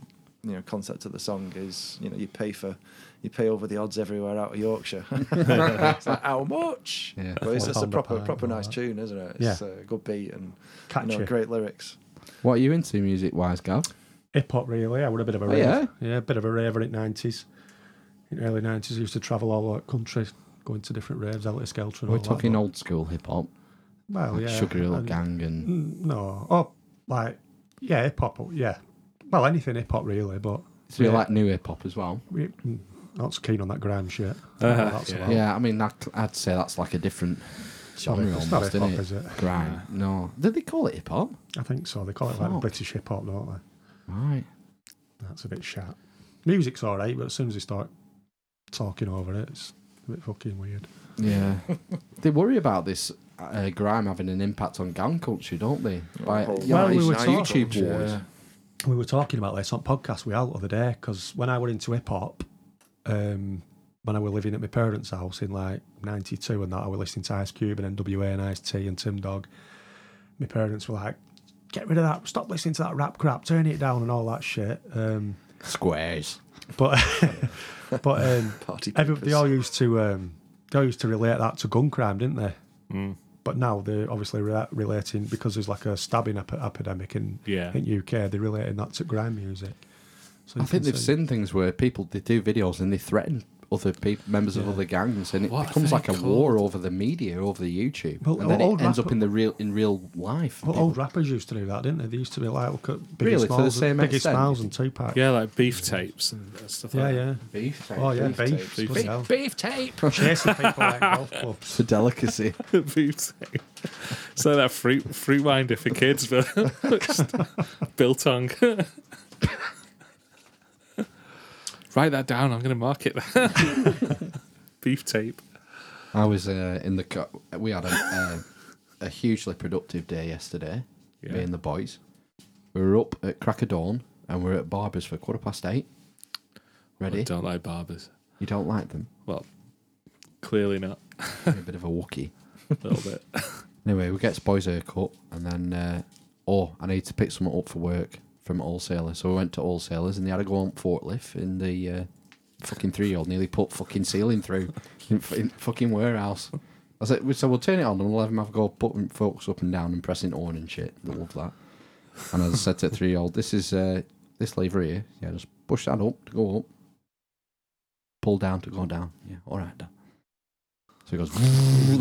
you know concept of the song is you know you pay for you pay over the odds everywhere out of Yorkshire. it's like how much?
Yeah.
But it's
Four
just a
pound a
proper
pint
proper
and all
nice
that.
tune, isn't it? It's
Yeah.
a good beat and you know,
Catchy.
great lyrics.
What are you into music wise, Gav?
hip hop really. I were a bit of a
Oh,
rave.
yeah?
a bit of a raver in nineties. In early nineties, I used to travel all over the country, going to different raves, out to Skelter. and
We're
all that,
talking
but-
old school hip hop,
well,
like
oh, yeah,
Sugar Hill
and-
Gang, and
No, oh, like yeah, hip hop. Yeah, well, anything hip hop really, but
so you
yeah,
like new hip hop as well.
we, mm, not so keen on that grime shit.
Uh-huh,
That's
yeah.
about-
Yeah, I mean, that, I'd say that's like a different genre
it's not
almost,
hip-hop,
isn't it?
is it?
Grime. No, did they call it hip hop?
I think so. They call it like the
Fuck.
British hip hop, don't they?
Right.
That's a bit shat. Music's all right, but as soon as they start talking over it, it's a bit fucking weird.
Yeah. they worry about this uh, grime having an impact on gang culture, don't they? By,
Well,
yeah,
Oh, we
it's
were
YouTube
talking-
wars.
Yeah.
we were talking about this on podcast we had the other day because when I were into hip hop, um, when I were living at my parents' house in like '92 and that, I were listening to Ice Cube and NWA and Ice T and Tim Dog. My parents were like, "Get rid of that! Stop listening to that rap crap! Turn it down and all that shit." Um,
Squares.
but but um,
Party
every,
papers.
they all used to um, they all used to relate that to gun crime, didn't they?
Mm.
But now they're obviously re- relating because there's like a stabbing ep- epidemic in
Yeah.
in UK. They're relating that to grime music. So
I
you
think
can
they've
see-
seen things where people they do videos and they threaten other peop members of other gangs, and it
What are
becomes
they
like a
called?
war over the media, over the YouTube,
Well,
and then
old
it ends
rapper-
up in the real in real life.
Well,
People-
old rappers used to do that, didn't they? They used to be like, look at Biggie
Oh. Really? To the
Smalls,
same
Biggie
extent?
Smalls and Tupac.
Yeah, like beef tapes and stuff
yeah,
like
yeah.
beef,
Oh yeah,
beef,
beef.
Beef.
bloody hell.
beef tape.
Chasing people like golf clubs.
It's a delicacy.
that. beef tape. So that fruit fruit winder for kids, but just built on. Write that down. I'm going to mark it. beef tape.
I was uh, in the car. We had a, a, a hugely productive day yesterday.
Yeah.
Me and the boys. We were up at crack of dawn, and we were at Barbers for quarter past eight. Ready?
I don't like barbers.
You don't like them?
Well, clearly not.
You're a bit of a wookie.
A little bit.
Anyway, we get boys haircut, and then uh, oh, I need to pick someone up for work from Allsailor. So we went to Allsailors and they had to go on forklift in the uh, fucking three year old nearly put fucking ceiling through in, f- in fucking warehouse. I said, so we'll turn it on and we'll have him have a go putting folks up and down and pressing on and shit. They love that. And as I said to the three year old, this is uh, this lever here. Yeah, just push that up to go up, pull down to go down. Yeah, all right, Dad. So he goes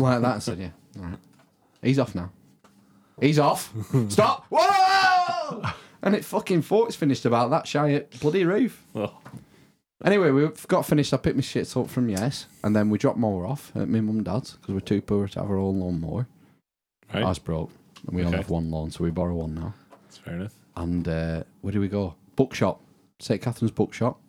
like that. I said, yeah, all right. He's off now. He's off. Stop. Whoa! And it fucking thought it's finished about that shy at bloody roof.
Oh.
Anyway, we got finished. I picked my shit up from Yes, and then we dropped more off at my mum and dad's because we're too poor to have our own lawnmower.
Right.
I was broke, and we only
Okay.
have one lawn, so we borrow one now.
That's fair enough.
And uh, where do we go? Bookshop. St. Catherine's Bookshop.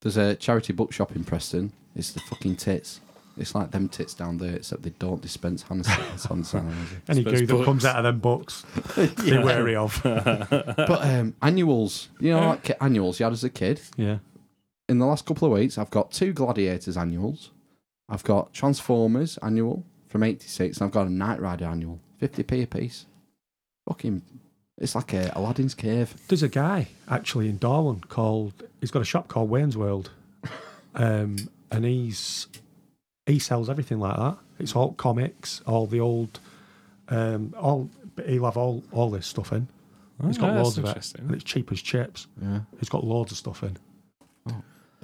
There's a charity bookshop in Preston. It's the fucking tits. It's like them tits down there, except they don't dispense hand sanitizer.
Any
Suppose
goo that
books.
comes out of them books, be wary of.
but um, annuals, you know, like ki- annuals you had as a kid.
yeah.
In the last couple of weeks, I've got two Gladiators annuals. I've got Transformers annual from '86, and I've got a Knight Rider annual, 50p a piece. Fucking, it's like a Aladdin's Cave.
There's a guy actually in Darwin called. He's got a shop called Wayne's World, um, and he's he sells everything like that. It's all comics, all the old, um, all. but He'll have all all this stuff in. He's got
Ah, that's
loads of it,
interesting.
and it's cheap as chips.
Yeah.
He's got loads of stuff in.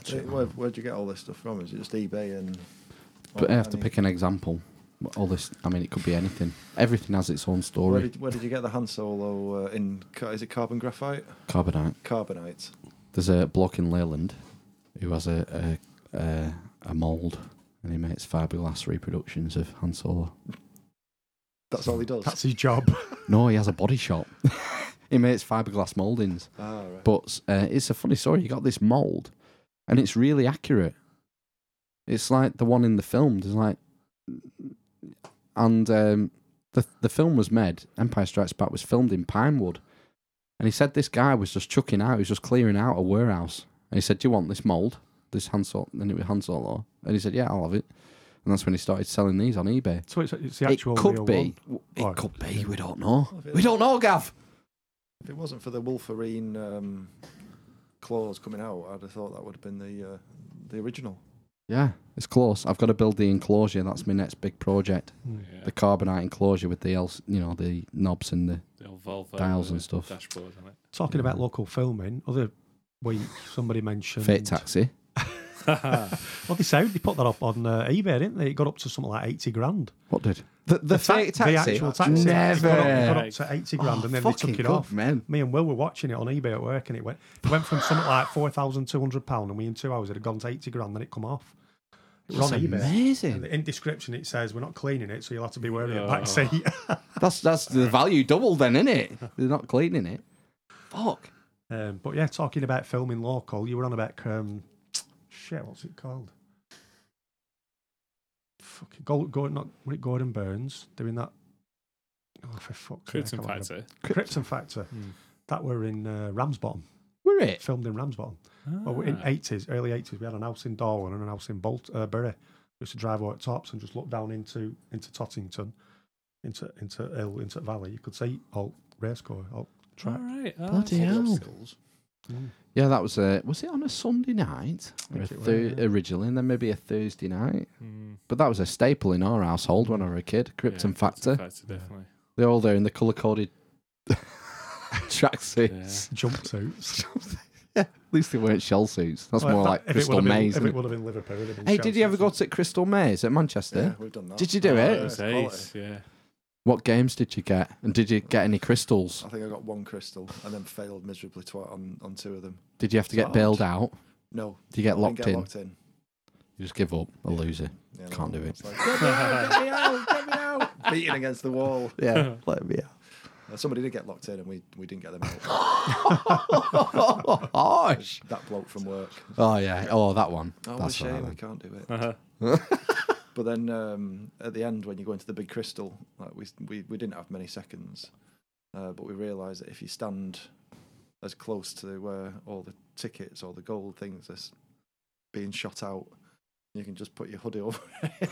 Hey, Where, where'd you get all this stuff from? Is it just eBay and?
But I have to
online?
pick an example. All this, I mean, it could be anything. Everything has its own
Where
story.
did, where did you get the Han Solo uh, in? ca- Is it carbon graphite?
Carbonite.
Carbonite.
There's a bloke in Leyland who has a a, a, a mould and he makes fiberglass reproductions of Han Solo.
That's all he does.
That's his job.
No, he has a body shop. he makes fiberglass mouldings.
ah, right.
But uh, it's a funny story. You got this mould and it's really accurate. It's like the one in the film. There's like. And um, the, the film was made, Empire Strikes Back was filmed in Pinewood. And he said this guy was just chucking out, he was just clearing out a warehouse. And he said, Do you want this mould? This hand solo? And it was hand solo. And he said, Yeah, I'll have it. And that's when he started selling these on eBay.
so it's, it's the actual.
it could
real
be. It
Or-
could be. We don't know.
Well, if it-
We don't know, Gav.
If it wasn't for the Wolverine um, claws coming out, I'd have thought that would have been the uh, the original.
Yeah, it's close. I've got to build the enclosure. That's my next big project.
One.
Yeah.
The carbonite enclosure with the L, you know, the knobs and the
The old Volvo
Dials
with
and
the
stuff.
Dashboard on it.
Talking about local filming, other week somebody mentioned
fake taxi.
Well, they sound they put that up on uh, eBay, didn't they? It got up to something like eighty grand.
What did the the,
ta-
fake taxi?
the actual taxi.
Never.
It got up, it got up to eighty grand, and then they took
fucking
it
good
off.
man.
Me and Will were watching it on eBay at work, and it went it went from something like four thousand two hundred pound, and we in two hours it had gone to eighty grand, then it come off. It was
That's
on eBay. And
amazing.
in description, it says we're not cleaning it, so you'll have to be wearing a
Oh.
back seat.
That's that's the value double then, isn't it? They're not cleaning it. Fuck.
um, but yeah, talking about filming local, you were on about um, shit. What's it called? Fucking Gold, Gordon, not was it Gordon Burns doing that. Oh, for fuck's sake! I
Coots
can't
and
remember.
Pizza.
Krypton Factor that were in uh, Ramsbottom,
We're it.
filmed in Ramsbottom.
Oh,
Well, in
Ah.
eighties, early eighties, we had an house in Darwin and an house in Bolt uh, Bury. We used to drive over at tops and just look down into into Tottington, into into hill, into valley. You could see oh, all racecourse, all
All
track.
right. Ah,
Bloody
that's-
hell.
Mm.
Yeah, that was a. Was it on a Sunday night? Or a
think it was,
thir-
yeah.
Originally, and then maybe a Thursday night.
Mm.
But that was a staple in our household when I was a kid. Krypton
Yeah,
Factor.
Factor, definitely.
They're all there in the colour coded tracksuits.
Jumpsuits.
At least they weren't shell suits. That's
Well,
more
that-
like
if it
Crystal
would have been-
Maze.
If
isn't
it would have been Liverpool, it would have
it?
been
Hey, did you ever go
Chelsea.
to Crystal Maze at
Yeah,
Manchester?
we've done that. Ah,
Did you do
Oh,
it?
that's
Yeah,
ace, yeah.
What games did you get? And did you get any crystals?
I think I got one crystal and then failed miserably twi- on, on two of them.
Did you have to get
Hard.
bailed out?
No,
Did you get
I
locked
didn't get
in?
locked in.
You just give up, a loser.
Yeah,
Can't
no,
do
I
it.
was like, "Get me out, get me out, get me out." Beating against the wall.
Yeah, let me
Uh, Somebody did get locked in and we, we didn't get them out.
out. Harsh.
that bloke from work.
Oh yeah. Oh, that one.
Oh, what a
That's all right
shame, I
then.
can't do it.
Uh-huh.
But then um, at the end, when you go into the big crystal, like we we, we didn't have many seconds, uh, but we realised that if you stand as close to where all the tickets or the gold things are s- being shot out, you can just put your hoodie over it,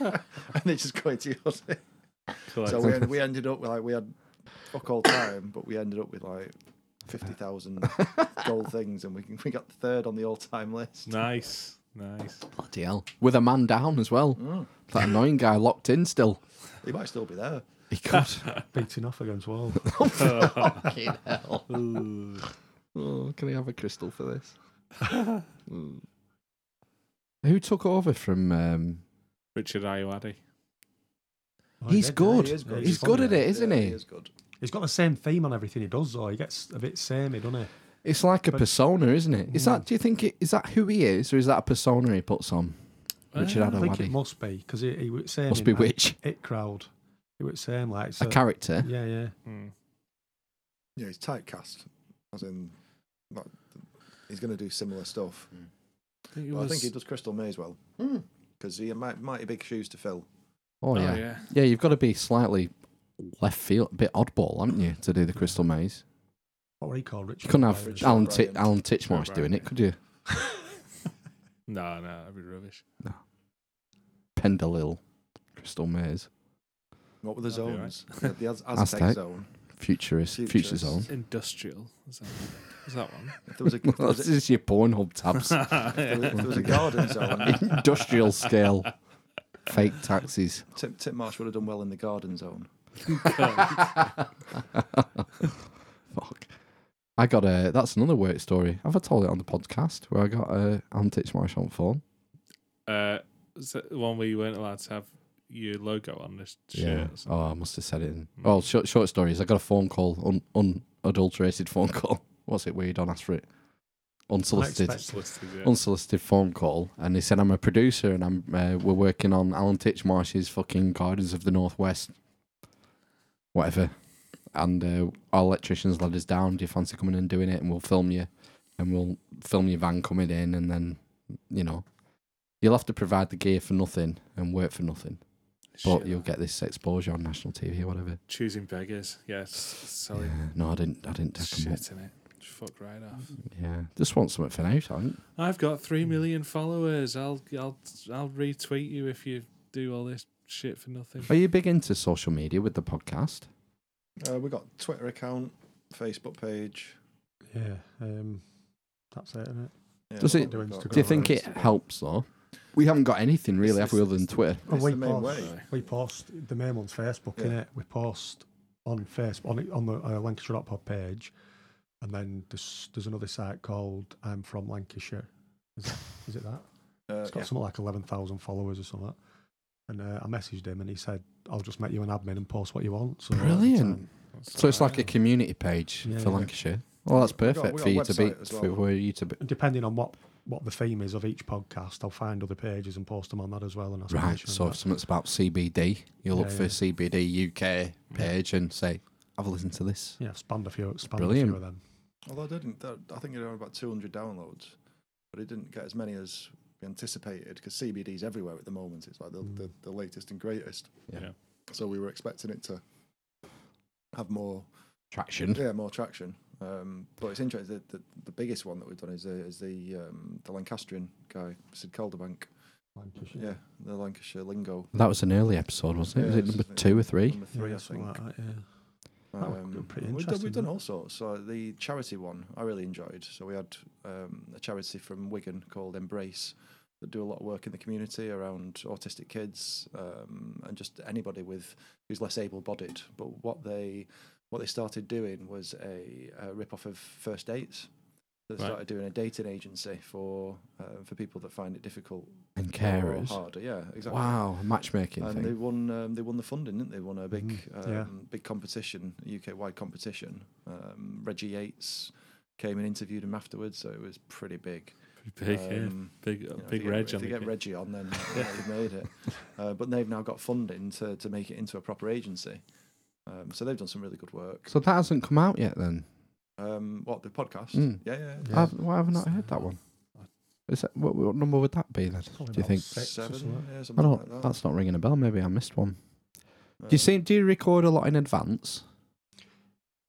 and they just go into your hoodie.
Cool.
So we, we ended up with, like we had fuck all time, but we ended up with like fifty thousand gold things, and we we got third on the all time list.
Nice, nice.
Bloody hell. With a man down as well.
Mm.
That annoying guy locked in still.
He might still be there.
He could.
Beating off against Wall.
Oh,
Fucking hell. Oh, can I have a crystal for this? Mm. Who took over from. Um,
Richard Ayoade.
he's good.
he is good.
He's,
He's
good
fun,
at it, isn't
Yeah,
he?
is good.
He's got the same theme on everything he does, though. He gets a bit samey, doesn't he?
It's like a
But- Mm.
persona, isn't it? Is that? Do you think it is that who he is, or is that a persona he puts on? Richard
I think it
Adawadi
must be because he, he was saying
must be
in that
which
it crowd. He was saying like it's
a character.
Yeah, yeah.
Mm.
Yeah, he's typecast, as in, like, he's going to do similar stuff.
I think, it
But I
was-
think he does Crystal May as well,
Hmm.
because he might mighty big shoes to fill.
Oh,
Oh,
yeah. yeah,
yeah.
You've got to be slightly left field, a bit oddball, haven't you, to do the Crystal Maze?
What were he called? Richard.
You couldn't have
O'Brien.
Richard
Alan, Ti-
O'Brien.
Alan Titchmarsh
O'Brien,
doing it,
yeah.
could you?
No, no, that'd be rubbish.
Pendalil, Crystal Maze,
What were the
That'd be
zones? Yeah, the Az- Aztec,
Aztec.
zone.
Futurist, Future,
Futurist.
Zone.
Industrial. Is that, is that one?
If there was a, if there
Well,
was
this
a,
is your Pornhub tabs.
if there was a garden zone,
Industrial scale, fake taxis.
Tip, Tip Marsh would have done well in the garden zone.
Fuck. I got a. That's another work story. Have I told it on the podcast where I got a Alan Titchmarsh on phone?
Uh, is that the one where you weren't allowed to have your logo on this shirt? or something?
Oh, I must have said it. In, Oh, short, short story is I got a phone call, un, unadulterated phone call. What's it where you don't ask for it? Unsolicited.
Unexpected.
Listed, yeah.
Unsolicited phone call, and they said I'm a producer, and I'm uh, we're working on Alan Titchmarsh's fucking Gardens of the Northwest, whatever. And uh, our electrician's let us down. Do you fancy coming and doing it? And we'll film you, and we'll film your van coming in, and then you know you'll have to provide the gear for nothing and work for nothing, but
Shit.
you'll get this exposure on national TV or whatever.
choosing beggars. Yes, selling
Yeah. No, I didn't. I didn't take 'em up.
shit in it. Fuck right off.
Yeah, just want something for now, don't.
I've got three million followers. I'll I'll I'll retweet you if you do all this shit for nothing.
Are you big into social media with the podcast?
Uh, we got Twitter account, Facebook page.
Yeah, um, that's it, isn't it?
Yeah,
Does it-
what we've got.
Do
Do you think it helps though? We haven't got anything really,
It's-
have we,
it's-
other than Twitter?
And
It's
we
the main
post,
way.
we post the main one's Facebook,
Yeah.
innit? We post on Facebook on it- on the uh, Lancashire Hot Pod page, and then there's there's another site called I'm from Lancashire. Is it, is it that?
Uh,
It's got
yeah.
something like eleven thousand followers or something. And uh, I messaged him, and he said, "I'll just make you an admin and post what you want." So uh, at the
Brilliant.
time-
So it's like a community page
Yeah,
for
yeah.
Lancashire. Well, that's
We've got-
perfect
we've
for
got
you
a
to be.
website as
For
well.
where you to be.
And depending on what what the theme is of each podcast, I'll find other pages and post them on that as well. And I
Right. So if something's about CBD, you'll look
Yeah,
for
yeah.
CBD UK page and say, "Have a listen to this."
yeah, I've spammed a few, spammed a
Brilliant.
few of them.
Although I didn't, that- I think it had about 200 downloads, but it didn't get as many as we anticipated because CBD's everywhere at the moment. It's like the, the, the latest and greatest.
Mm. Yeah.
Yeah.
So we were expecting it to have more,
Traction.
yeah, more traction. Um, but it's interesting that the, the biggest one that we've done is the, is the um, the Lancastrian guy, Sid Calderbank. Yeah, the Lancashire lingo.
That was an early episode, wasn't it?
Yeah,
was it
it's-
number two or three?
Number three, I
something
think.
like that, yeah. That would be pretty
Um, we've done,
interesting,
we've done
that.
all sorts. So the charity one I really enjoyed. So we had um, a charity from Wigan called Embrace that do a lot of work in the community around autistic kids um, and just anybody with who's less able-bodied. But what they what they started doing was a, a rip-off of First Dates. They
Right.
started doing a dating agency for uh, for people that find it difficult
And
or
carers.
harder. Yeah, exactly.
Wow, a matchmaking
And they
thing.
won. Um, they won the funding, didn't they? Won a big,
Mm-hmm.
Mhm,
um,
yeah.
big competition, UK wide competition. Um, Reggie Yates came and interviewed him afterwards, so it was pretty big.
Big, yeah.
Um,
big,
you know, if
big
you get-
reg
If
on
they
the
get
kit.
Reggie on, then you know, they've made it. Uh, but they've now got funding to to make it into a proper agency. Um, so they've done some really good work.
So that hasn't come out yet, then.
Um, what the podcast?
Mm.
Yeah, yeah. yeah.
Yeah.
I've, why have I not heard that one? Is that, what, what number would that be then?
Probably
Do you
about
think?
six or
Seven,
something.
yeah,
I
something
don't.
like that.
That's not ringing a bell. Maybe I missed one. Do
Um,
you seem? Do you record a lot in advance?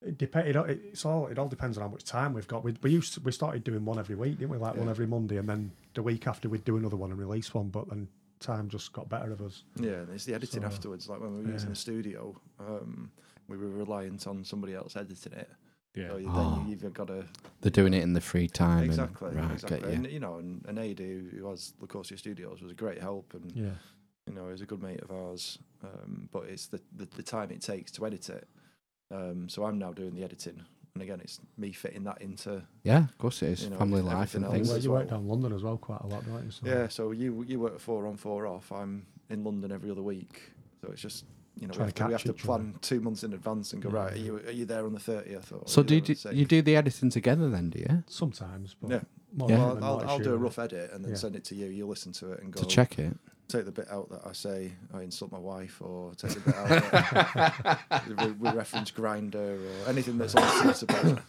It depend. It, all- it's all. It all depends on how much time we've got. We, we used. To, we started doing one every week, didn't we? Like one
Yeah.
every Monday, and then the week after we'd do another one and release one. But then time just got better of us.
Yeah, and it's the editing
So-
afterwards. Like when we were using the studio, um, we were reliant on somebody else editing it. So
Yeah.
you,
Oh.
then you've got to
They're doing it in the free time.
exactly,
And, right,
exactly.
get you.
And you know, and, and AD who has Lacosia Studios was a great help, and
Yeah.
you know, he's a good mate of ours. Um, but it's the, the the time it takes to edit it. Um, so I'm now doing the editing, and again, it's me fitting that into
Yeah, of course it is.
You know,
Family
everything
life and
else
things.
You,
as
work- you work
well.
down London as well quite a lot, don't you? So
Yeah, so you you work four on, four off. I'm in London every other week, so it's just you know we
Trying
have
to
to, we
catch
have to
each other.
plan two months in advance and go
Yeah.
right. Are you are you there on the thirtieth?
So do you, do, you do the editing together then, do you?
Sometimes, but
Yeah.
more
Yeah.
often
Well,
than
I'll,
not,
I'll
it's
do a
you.
rough edit and then
Yeah.
send it to you. You listen to it and go
To check it.
take the bit out that I say I insult my wife, or take the bit out that we, we reference grinder or anything that's unsuitable.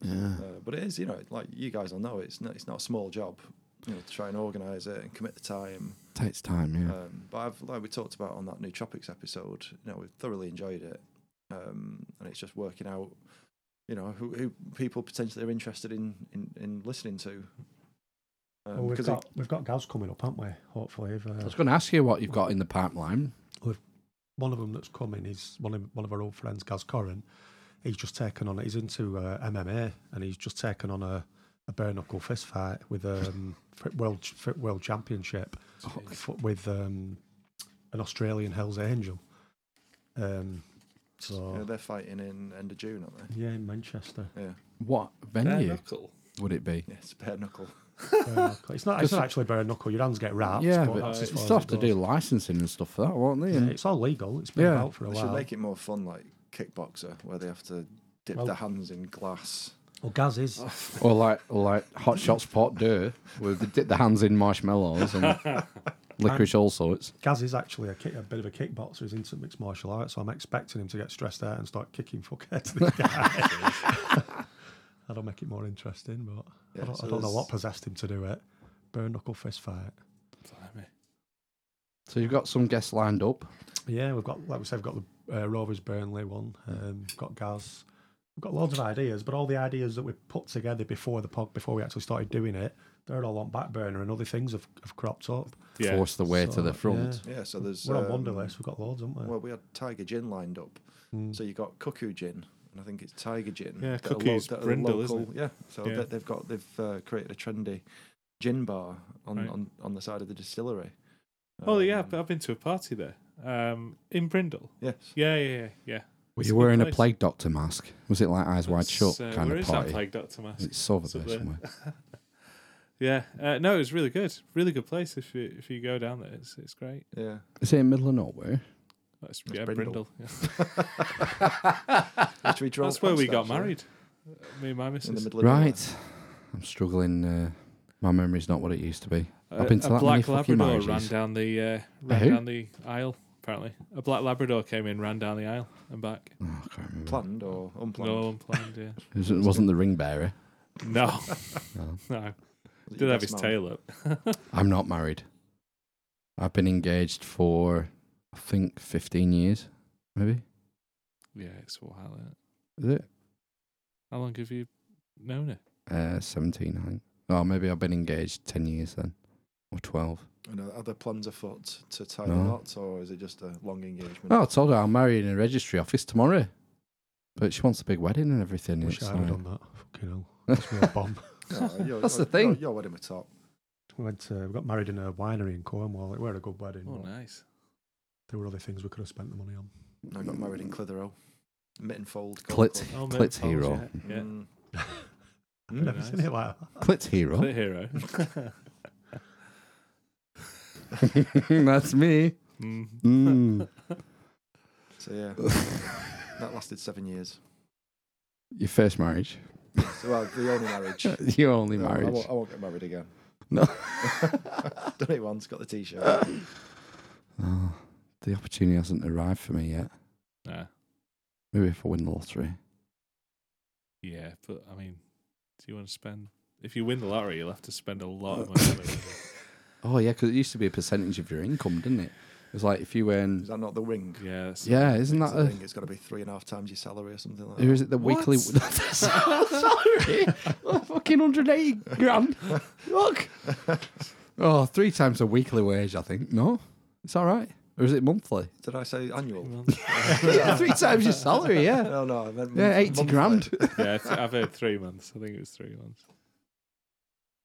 Yeah.
Uh, but it is, you know, like you guys all know, it's not it's not a small job. You know, to try and organise it and commit the time.
Takes time, yeah.
Um, but I've, like we talked about on that new tropics episode, you know, we've thoroughly enjoyed it, um, and it's just working out, you know, who, who people potentially are interested in in, in listening to. Um,
Well, we've
because it-
got we've got Gaz coming up, haven't we? Hopefully, if,
I
uh,
was going to ask you what you've got in the pipeline.
one of them that's coming is one of one of our old friends, Gaz Corrin. He's just taken on. He's into uh, MMA, and he's just taken on a, a bare knuckle fist fight with um for world for world championship for- with um an Australian Hell's Angel. Um,
you know,
so
they're fighting in end of June, aren't
yeah, in Manchester.
they? Yeah,
What
Bare
venue
knuckle.
would it be?
yeah, it's bare knuckle.
Bare knuckle. It's not. It's not actually bare knuckle. Your hands get wrapped.
yeah, but
but that's
you
as far
still
as
have
it
to
goes.
do licensing and stuff for that, won't they?
Yeah,
And
it's all legal. It's been
Yeah.
out for a
They should
while.
make it more fun, like kickboxer, where they have to dip
Well-
their hands in glass.
well, Gaz is.
Or like, or like Hot Shots Pot Deux, where they dip the hands in marshmallows and licorice all sorts.
Gaz is actually a, kick, a bit of a kickboxer. He's into mixed martial arts, so I'm expecting him to get stressed out and start kicking fuckheads. This guy. That'll make it more interesting, but
Yeah,
I don't,
so
I don't know
there's-
what possessed him to do it. Bare knuckle fist fight.
Blimey.
So you've got some guests lined up.
Yeah, we've got like we said, we've got the uh, Rovers Burnley one. Um, we've got Gaz. We've got loads of ideas, but all the ideas that we put together before the pod, before we actually started doing it, they're all on back burner, and other things have, have cropped up.
Yeah.
Force the way
So,
to the front.
yeah.
Yeah, so there's
We're on Wonder
um,
List. We've got loads, haven't we?
Well, we had Tiger Gin lined up.
Mm.
So you got Cuckoo Gin, and I think it's Tiger Gin.
Yeah,
that are
Cuckoo's
that are
Brindle, isn't
Yeah, so
Yeah.
That they've got they've uh, created a trendy gin bar on,
Right.
on, on the side of the distillery.
Oh yeah,
Um,
I've, I've been to a party there. Um, in Brindle.
yes.
Yeah, yeah, yeah. yeah.
Were
It's
you
good
wearing a
place.
plague doctor mask? Was it like eyes wide
That's,
shut
uh,
kind
where
of
is
party?
that plague, Doctor Mask?
It's over there
Somewhere.
somewhere.
Yeah. Uh, no, it was really good. Really good place. If you if you go down there, it's it's great.
Yeah.
Is it in the middle of nowhere?
That's,
That's
yeah, Brindle.
Brindle.
Yeah.
Which we drove
That's where we
past,
got
actually,
married. Me and my
In the
missus.
middle of nowhere.
Right. I'm struggling. Uh, my memory's not what it used to be. I've
A-
been to
a
that many
black
fucking
Labrador ran
marriages.
down the uh,
who?
ran down the aisle. Apparently, a black Labrador came in, ran down the aisle and back.
Oh, I can't remember.
Planned or unplanned?
No unplanned. Yeah.
It was- it wasn't the ring bearer.
No,
No.
no.
That you
Did have
best
his
man.
tail up.
I'm not married. I've been engaged for, I think, 15 years, maybe.
Yeah, it's a while. Isn't
Is
it?
it?
How long have you known her?
Uh, 17, I think. Oh, maybe I've been engaged 10 years then, or 12.
And are are there plans afoot to tie
No.
the knots, or is it just a long engagement?
Oh, I told her I'll marry in a registry office tomorrow. But she wants a big wedding and everything.
Wish
it's
I'd
like-
have done that. Fucking hell. That's me a bomb.
No, you're-
That's the
you're-
thing.
You're, you're wedding with top.
We went to, we got married in a winery in Cornwall. It were a good wedding.
Hmm.
Oh,
but
nice.
There were other things we could have spent the money on.
I got married in Clitheroe, Mittenfold.
Clit.
Club.
Oh,
Clit's
Mary Poppins,
hero.
Yeah. yeah.
Mm.
Hmm,
I've never
nice.
seen it like that.
Clit hero.
Clit hero.
That's me.
Mm.
Mm.
So yeah, that lasted seven years.
Your first marriage.
So, well, the only marriage.
Your only
No, I,
marriage.
won't, I won't get married again.
No.
Done it once, got the t-shirt.
Oh, the opportunity hasn't arrived for me yet.
Nah.
Maybe if I win the lottery.
Yeah, but I mean, do you want to spend? If you win the lottery, you'll have to spend a lot of money. on it.
Oh, yeah, because it used to be a percentage of your income, didn't it? It was like if you
Is
earn.
that not the ring?
yeah. That's,
Yeah, isn't
It's
that
the
a.
ring. It's got to be three and a half times your salary or something like that.
Or is it the weekly? Sorry, oh, fucking hundred eighty grand. Look, Oh, three times a weekly wage, I think. No, it's all right. Or is it monthly?
Did I say annual?
yeah, three times your salary, yeah.
No, no, I meant
Yeah,
month-
80
monthly.
grand.
Yeah, it's- I've heard three months. I think it was three months.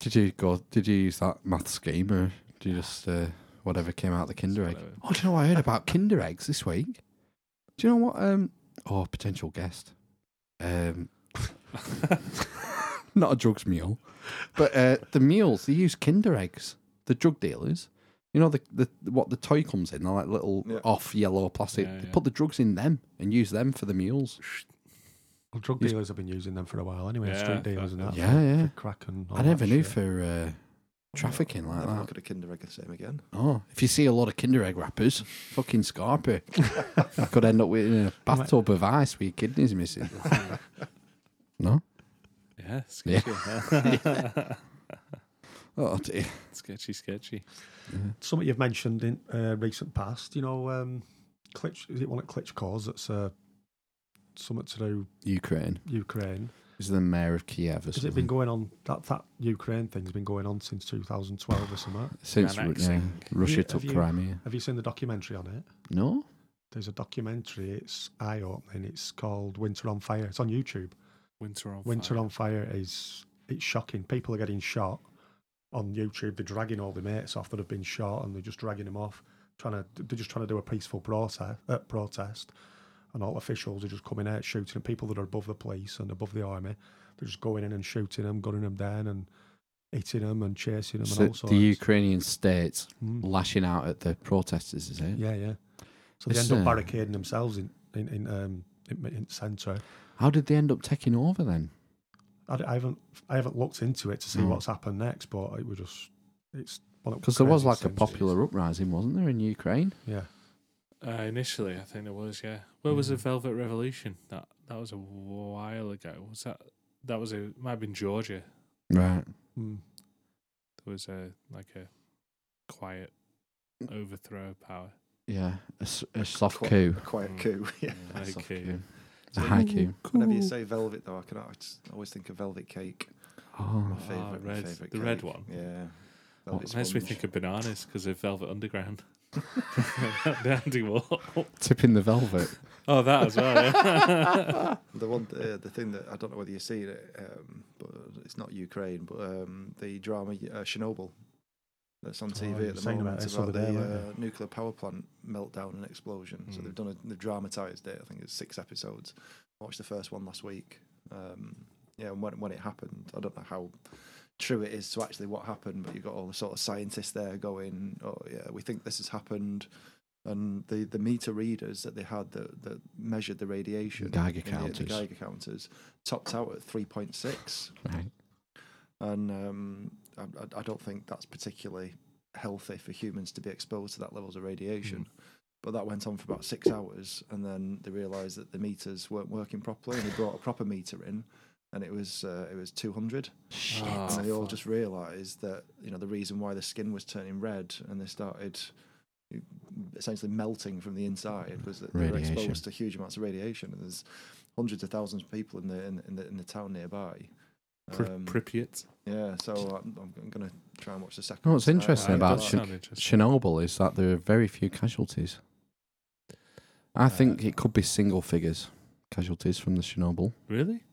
Did you go? Did you use that math scheme, or did you just uh, whatever came out of the Kinder egg?
whatever.
Oh, do you know what I heard about Kinder eggs this week? Do you know what? Um, oh, potential guest. Um, not a drugs mule, but uh, the mules they use Kinder eggs. The drug dealers, you know, the, the what the toy comes in, they're like little
Yeah.
off yellow plastic.
Yeah,
they
yeah.
put the drugs in them and use them for the mules.
Well, drug
Yes.
dealers have been using them for a while anyway.
Yeah,
street dealers and that.
Yeah,
for,
yeah.
For crack and all
I never
that
knew
shit.
for uh, trafficking like
Never
that.
Look at a Kinder Egg the same again.
Oh, if you see a lot of Kinder Egg wrappers, fucking Scarpa. I could end up with in a bathtub of ice with your kidneys missing. no?
Yeah, sketchy.
Oh, dear.
sketchy, sketchy.
something you've mentioned in uh, recent past. You know, um, Klitsch, is it one at Klitschko's that's uh, something to do
Ukraine.
Ukraine?
This is the mayor of Kiev or
Has it been
something.
going on? That that Ukraine thing's been going on since 2012 or something.
Since Ru- yeah,
Annexing.
Russia
You-
took
have you-
Crimea.
Have you seen the documentary on it?
No?
There's a documentary. It's eye opening. It's called Winter on Fire. It's on YouTube.
Winter on
Winter
fire.
on Fire is it's shocking. People are getting shot on YouTube. They're dragging all their mates off that have been shot, and they're just dragging them off. Trying to they're just trying to do a peaceful protest. Uh, protest, and all officials are just coming out shooting at people that are above the police and above the army. They're just going in and shooting them, gunning them down, and hitting them and chasing them.
So
and all sorts.
the Ukrainian state's
Mm.
lashing out at the protesters, is it?
Yeah, yeah. So they
It's,
end up
uh,
barricading themselves in in in um in, in centre.
How did they end up taking over then?
I, I haven't I haven't looked into it to see
Mm.
what's happened next, but it was just it's
Because there was like a popular uprising, wasn't there, in Ukraine?
yeah.
Uh, initially, I think it was yeah. Where was the Velvet Revolution? That that was a while ago. Was that that was a it might have been Georgia.
Right.
Mm.
There was a like a quiet overthrow of power.
Yeah. A, s- a soft
Qu-
coup.
A quiet
Mm.
coup. yeah.
A
Like,
soft
uh,
coup. A high coup.
Whenever you say velvet, though, I can al- I just always think of velvet cake.
Oh.
My favorite,
red-
favorite
the
cake.
red one?
Yeah.
Well, it makes me think of bananas because of Velvet Underground. The Andy Warhol.
Tipping the velvet.
Oh, that as well. Yeah. Oh,
the one, uh, the thing that I don't know whether you've seen it, um, but it's not Ukraine, but um, the drama uh, Chernobyl that's on
Oh,
TV
you were
at the
saying about
moment
this
about,
the other day,
the
weren't Hmm.
uh, nuclear power plant meltdown and explosion. So
Mm.
they've done a, they've dramatized it. I think it's six episodes. I watched the first one last week. Um, yeah, and when when it happened, I don't know how true it is to actually what happened, but you've got all the sort of scientists there going, "Oh yeah, we think this has happened." And the, the meter readers that they had that, that measured the radiation,
Geiger
in the- the,
counters.
Geiger counters, topped out at three point six,
Right.
and um, I, I- I don't think that's particularly healthy for humans to be exposed to that levels of radiation. But that went on for about six hours, and then they realised that the meters weren't working properly, and they brought a proper meter in, and it was uh, it was two hundred
Ah.
and they all just realised that you know the reason why the skin was turning red and they started essentially melting from the inside was that they were
Radiation.
exposed to huge amounts of radiation. And there's hundreds of thousands of people in the in, in the in the town nearby.
Pri-
Um,
Pripyat.
yeah, so I'm, I'm going to try and watch the second.
No, Oh, what's
one tonight.
interesting
Uh,
about
that
Ch-
but-
sounded interesting.
Chernobyl is that there are very few casualties. I think
Uh,
it could be single figures casualties from the Chernobyl.
Really?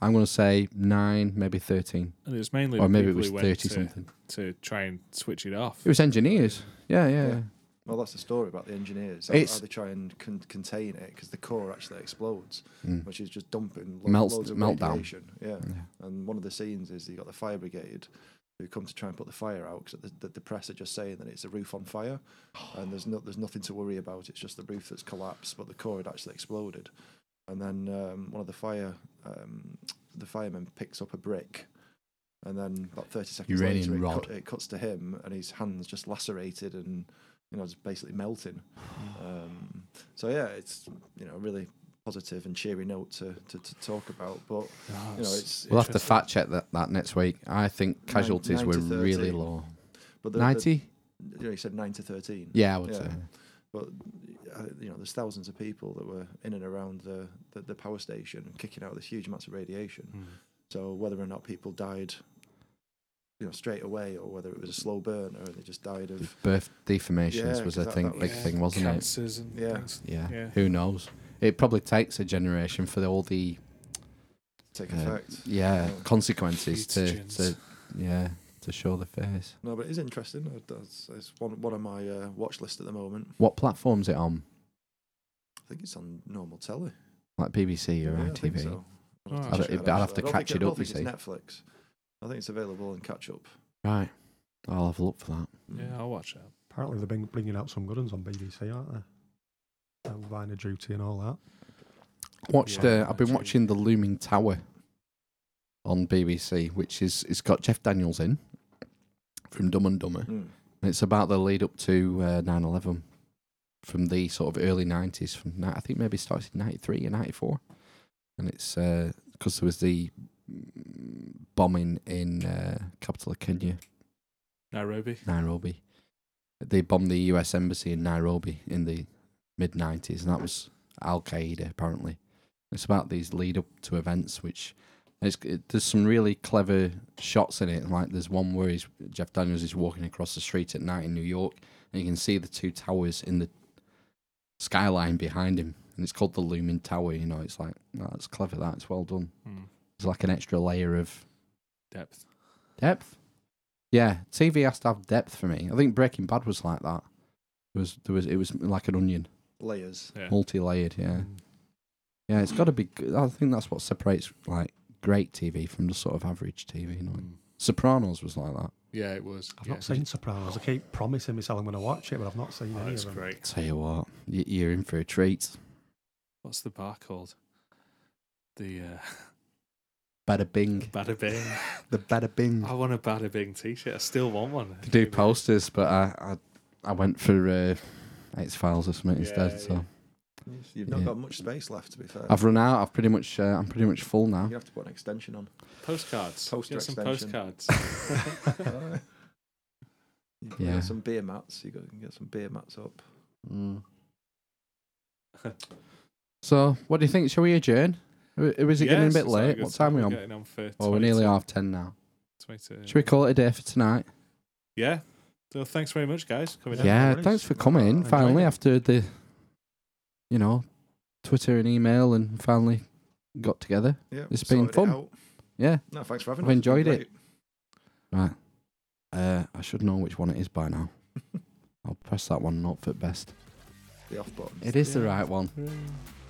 I'm going to say nine, maybe 13,
And it was mainly
or
the
maybe it
people
was
who went
30
to,
something.
to try and switch it off.
It was engineers. Yeah, yeah.
Yeah.
yeah.
well, that's the story about the engineers. How,
It's-
how they try and con- contain it because the core actually explodes,
Mm.
which is just dumping lo-
Melts-
loads of
meltdown.
radiation. Yeah.
Yeah.
And one of the scenes is you got the fire brigade who come to try and put the fire out because the, the, the press are just saying that it's a roof on fire and there's no, there's nothing to worry about. It's just the roof that's collapsed, but the core had actually exploded. And then um, one of the fire um, the fireman picks up a brick, and then about thirty seconds
Uranium
later, it,
rod.
cut- it cuts to him, and his hands just lacerated and you know just basically melting. Um, so yeah, it's you know a really positive and cheery note to, to, to talk about, but
Ah,
Oh,
you know it's
We'll have to fact check that, that next week. I think
Nine-
casualties
nine
were
to 30.
really low.
but the- the-
90?
you know, you said nine to thirteen.
yeah, I would
yeah.
say.
But uh, you know, there's thousands of people that were in and around the, the, the power
Hmm.
station, kicking out this huge amounts of radiation.
Mm.
So whether or not people died you know straight away or whether it was a slow burn or they just died of
Birth deformations
Yeah,
was
'cause
a
that-
thing,
that
big
Yeah,
thing, wasn't it?
cancers And
Yeah.
things.
Yeah.
Yeah.
Who knows? It probably takes a generation for the, all the
take
Yeah.
effect.
yeah consequences to,
Mutagens.
to yeah to show the face.
No, but it is interesting. Uh, That's it's one one of my uh, watch list at the moment.
What platform's it on?
I think it's on normal telly.
Like BBC or
Yeah, I think
ITV?
so. I'll
Oh.
have to
I'll-
check
it'd-
that
I'll
out,
have
so
to
I don't
catch it up,
think- I
you
don't think it's Netflix. I think it's available on catch up.
Right. I'll have a look for that.
Yeah, I'll watch that.
Apparently, they're bring, bringing out some good ones on BBC, aren't they? Uh, Line of Duty and all that.
Watched.
Yeah,
uh, I've been
actually.
watching The Looming Tower on BBC, which is it's got Jeff Daniels in from Dumb and Dumber.
Mm.
And it's about the lead up to uh, 9/11 from the sort of early 90s. From ni- I think maybe it started in 93 or 94, and it's because there was the mm, bombing in uh, capital of Kenya,
Nairobi.
Nairobi. They bombed the U.S. embassy in Nairobi in the mid '90s, and that was Al Qaeda apparently. It's about these lead up to events, which it's, it, there's some really clever shots in it. Like there's one where he's, Jeff Daniels is walking across the street at night in New York, and you can see the two towers in the skyline behind him, and it's called the Looming Tower. You know, it's like "Oh, that's clever. That it's well done.
Mm.
It's like an extra layer of
Depth.
Depth. Yeah, TV has to have depth for me. I think Breaking Bad was like that. It was there was it was like an onion,
Layers.
Yeah.
multi-layered. Yeah,
Mm.
yeah. It's got to be. good. I think that's what separates like great TV from just sort of average TV. You know?
Mm.
Sopranos was like that.
Yeah, it was.
I've
yeah.
not seen Sopranos. I keep promising myself I'm going to watch it, but I've not seen
Oh,
any
that's
of them.
great.
Tell you what, y- you're in for a treat.
What's the bar called? The uh,
Bada bing,
Bada Bing.
the bada bing.
I want a Bada Bing t-shirt. I still want one.
They do posters, but I I, I went for uh, X Files or something
Yeah,
instead. So
yeah.
You've not
Yeah.
got much space left, to be fair.
I've run out. I've pretty much uh, I'm pretty much full now.
You have to put an extension on.
Postcards.
Poster
Get some
extension.
postcards.
You can
Yeah.
get some beer mats. You got- you can get some beer mats up.
Mm. so, what do you think? Shall we adjourn? Is it getting a
Yes,
bit
it's not
late?
good
What time are we
We're
on?
Getting on for
Oh, we're nearly
22
half ten now.
22.
Should we call it a day for tonight?
Yeah. So thanks very much, guys, for coming
Yeah,
in.
no worries.
thanks for coming in
Enjoyed
finally
it.
after the, you know, Twitter and email and finally got together.
Yeah,
It's been
sorted it
fun.
out.
Yeah,
No, thanks for having
I've
us.
enjoyed
Great.
right. Uh, I should know which one it is by now. I'll press that one not for best.
The off button.
It is the
Yeah.
right one.
Hooray.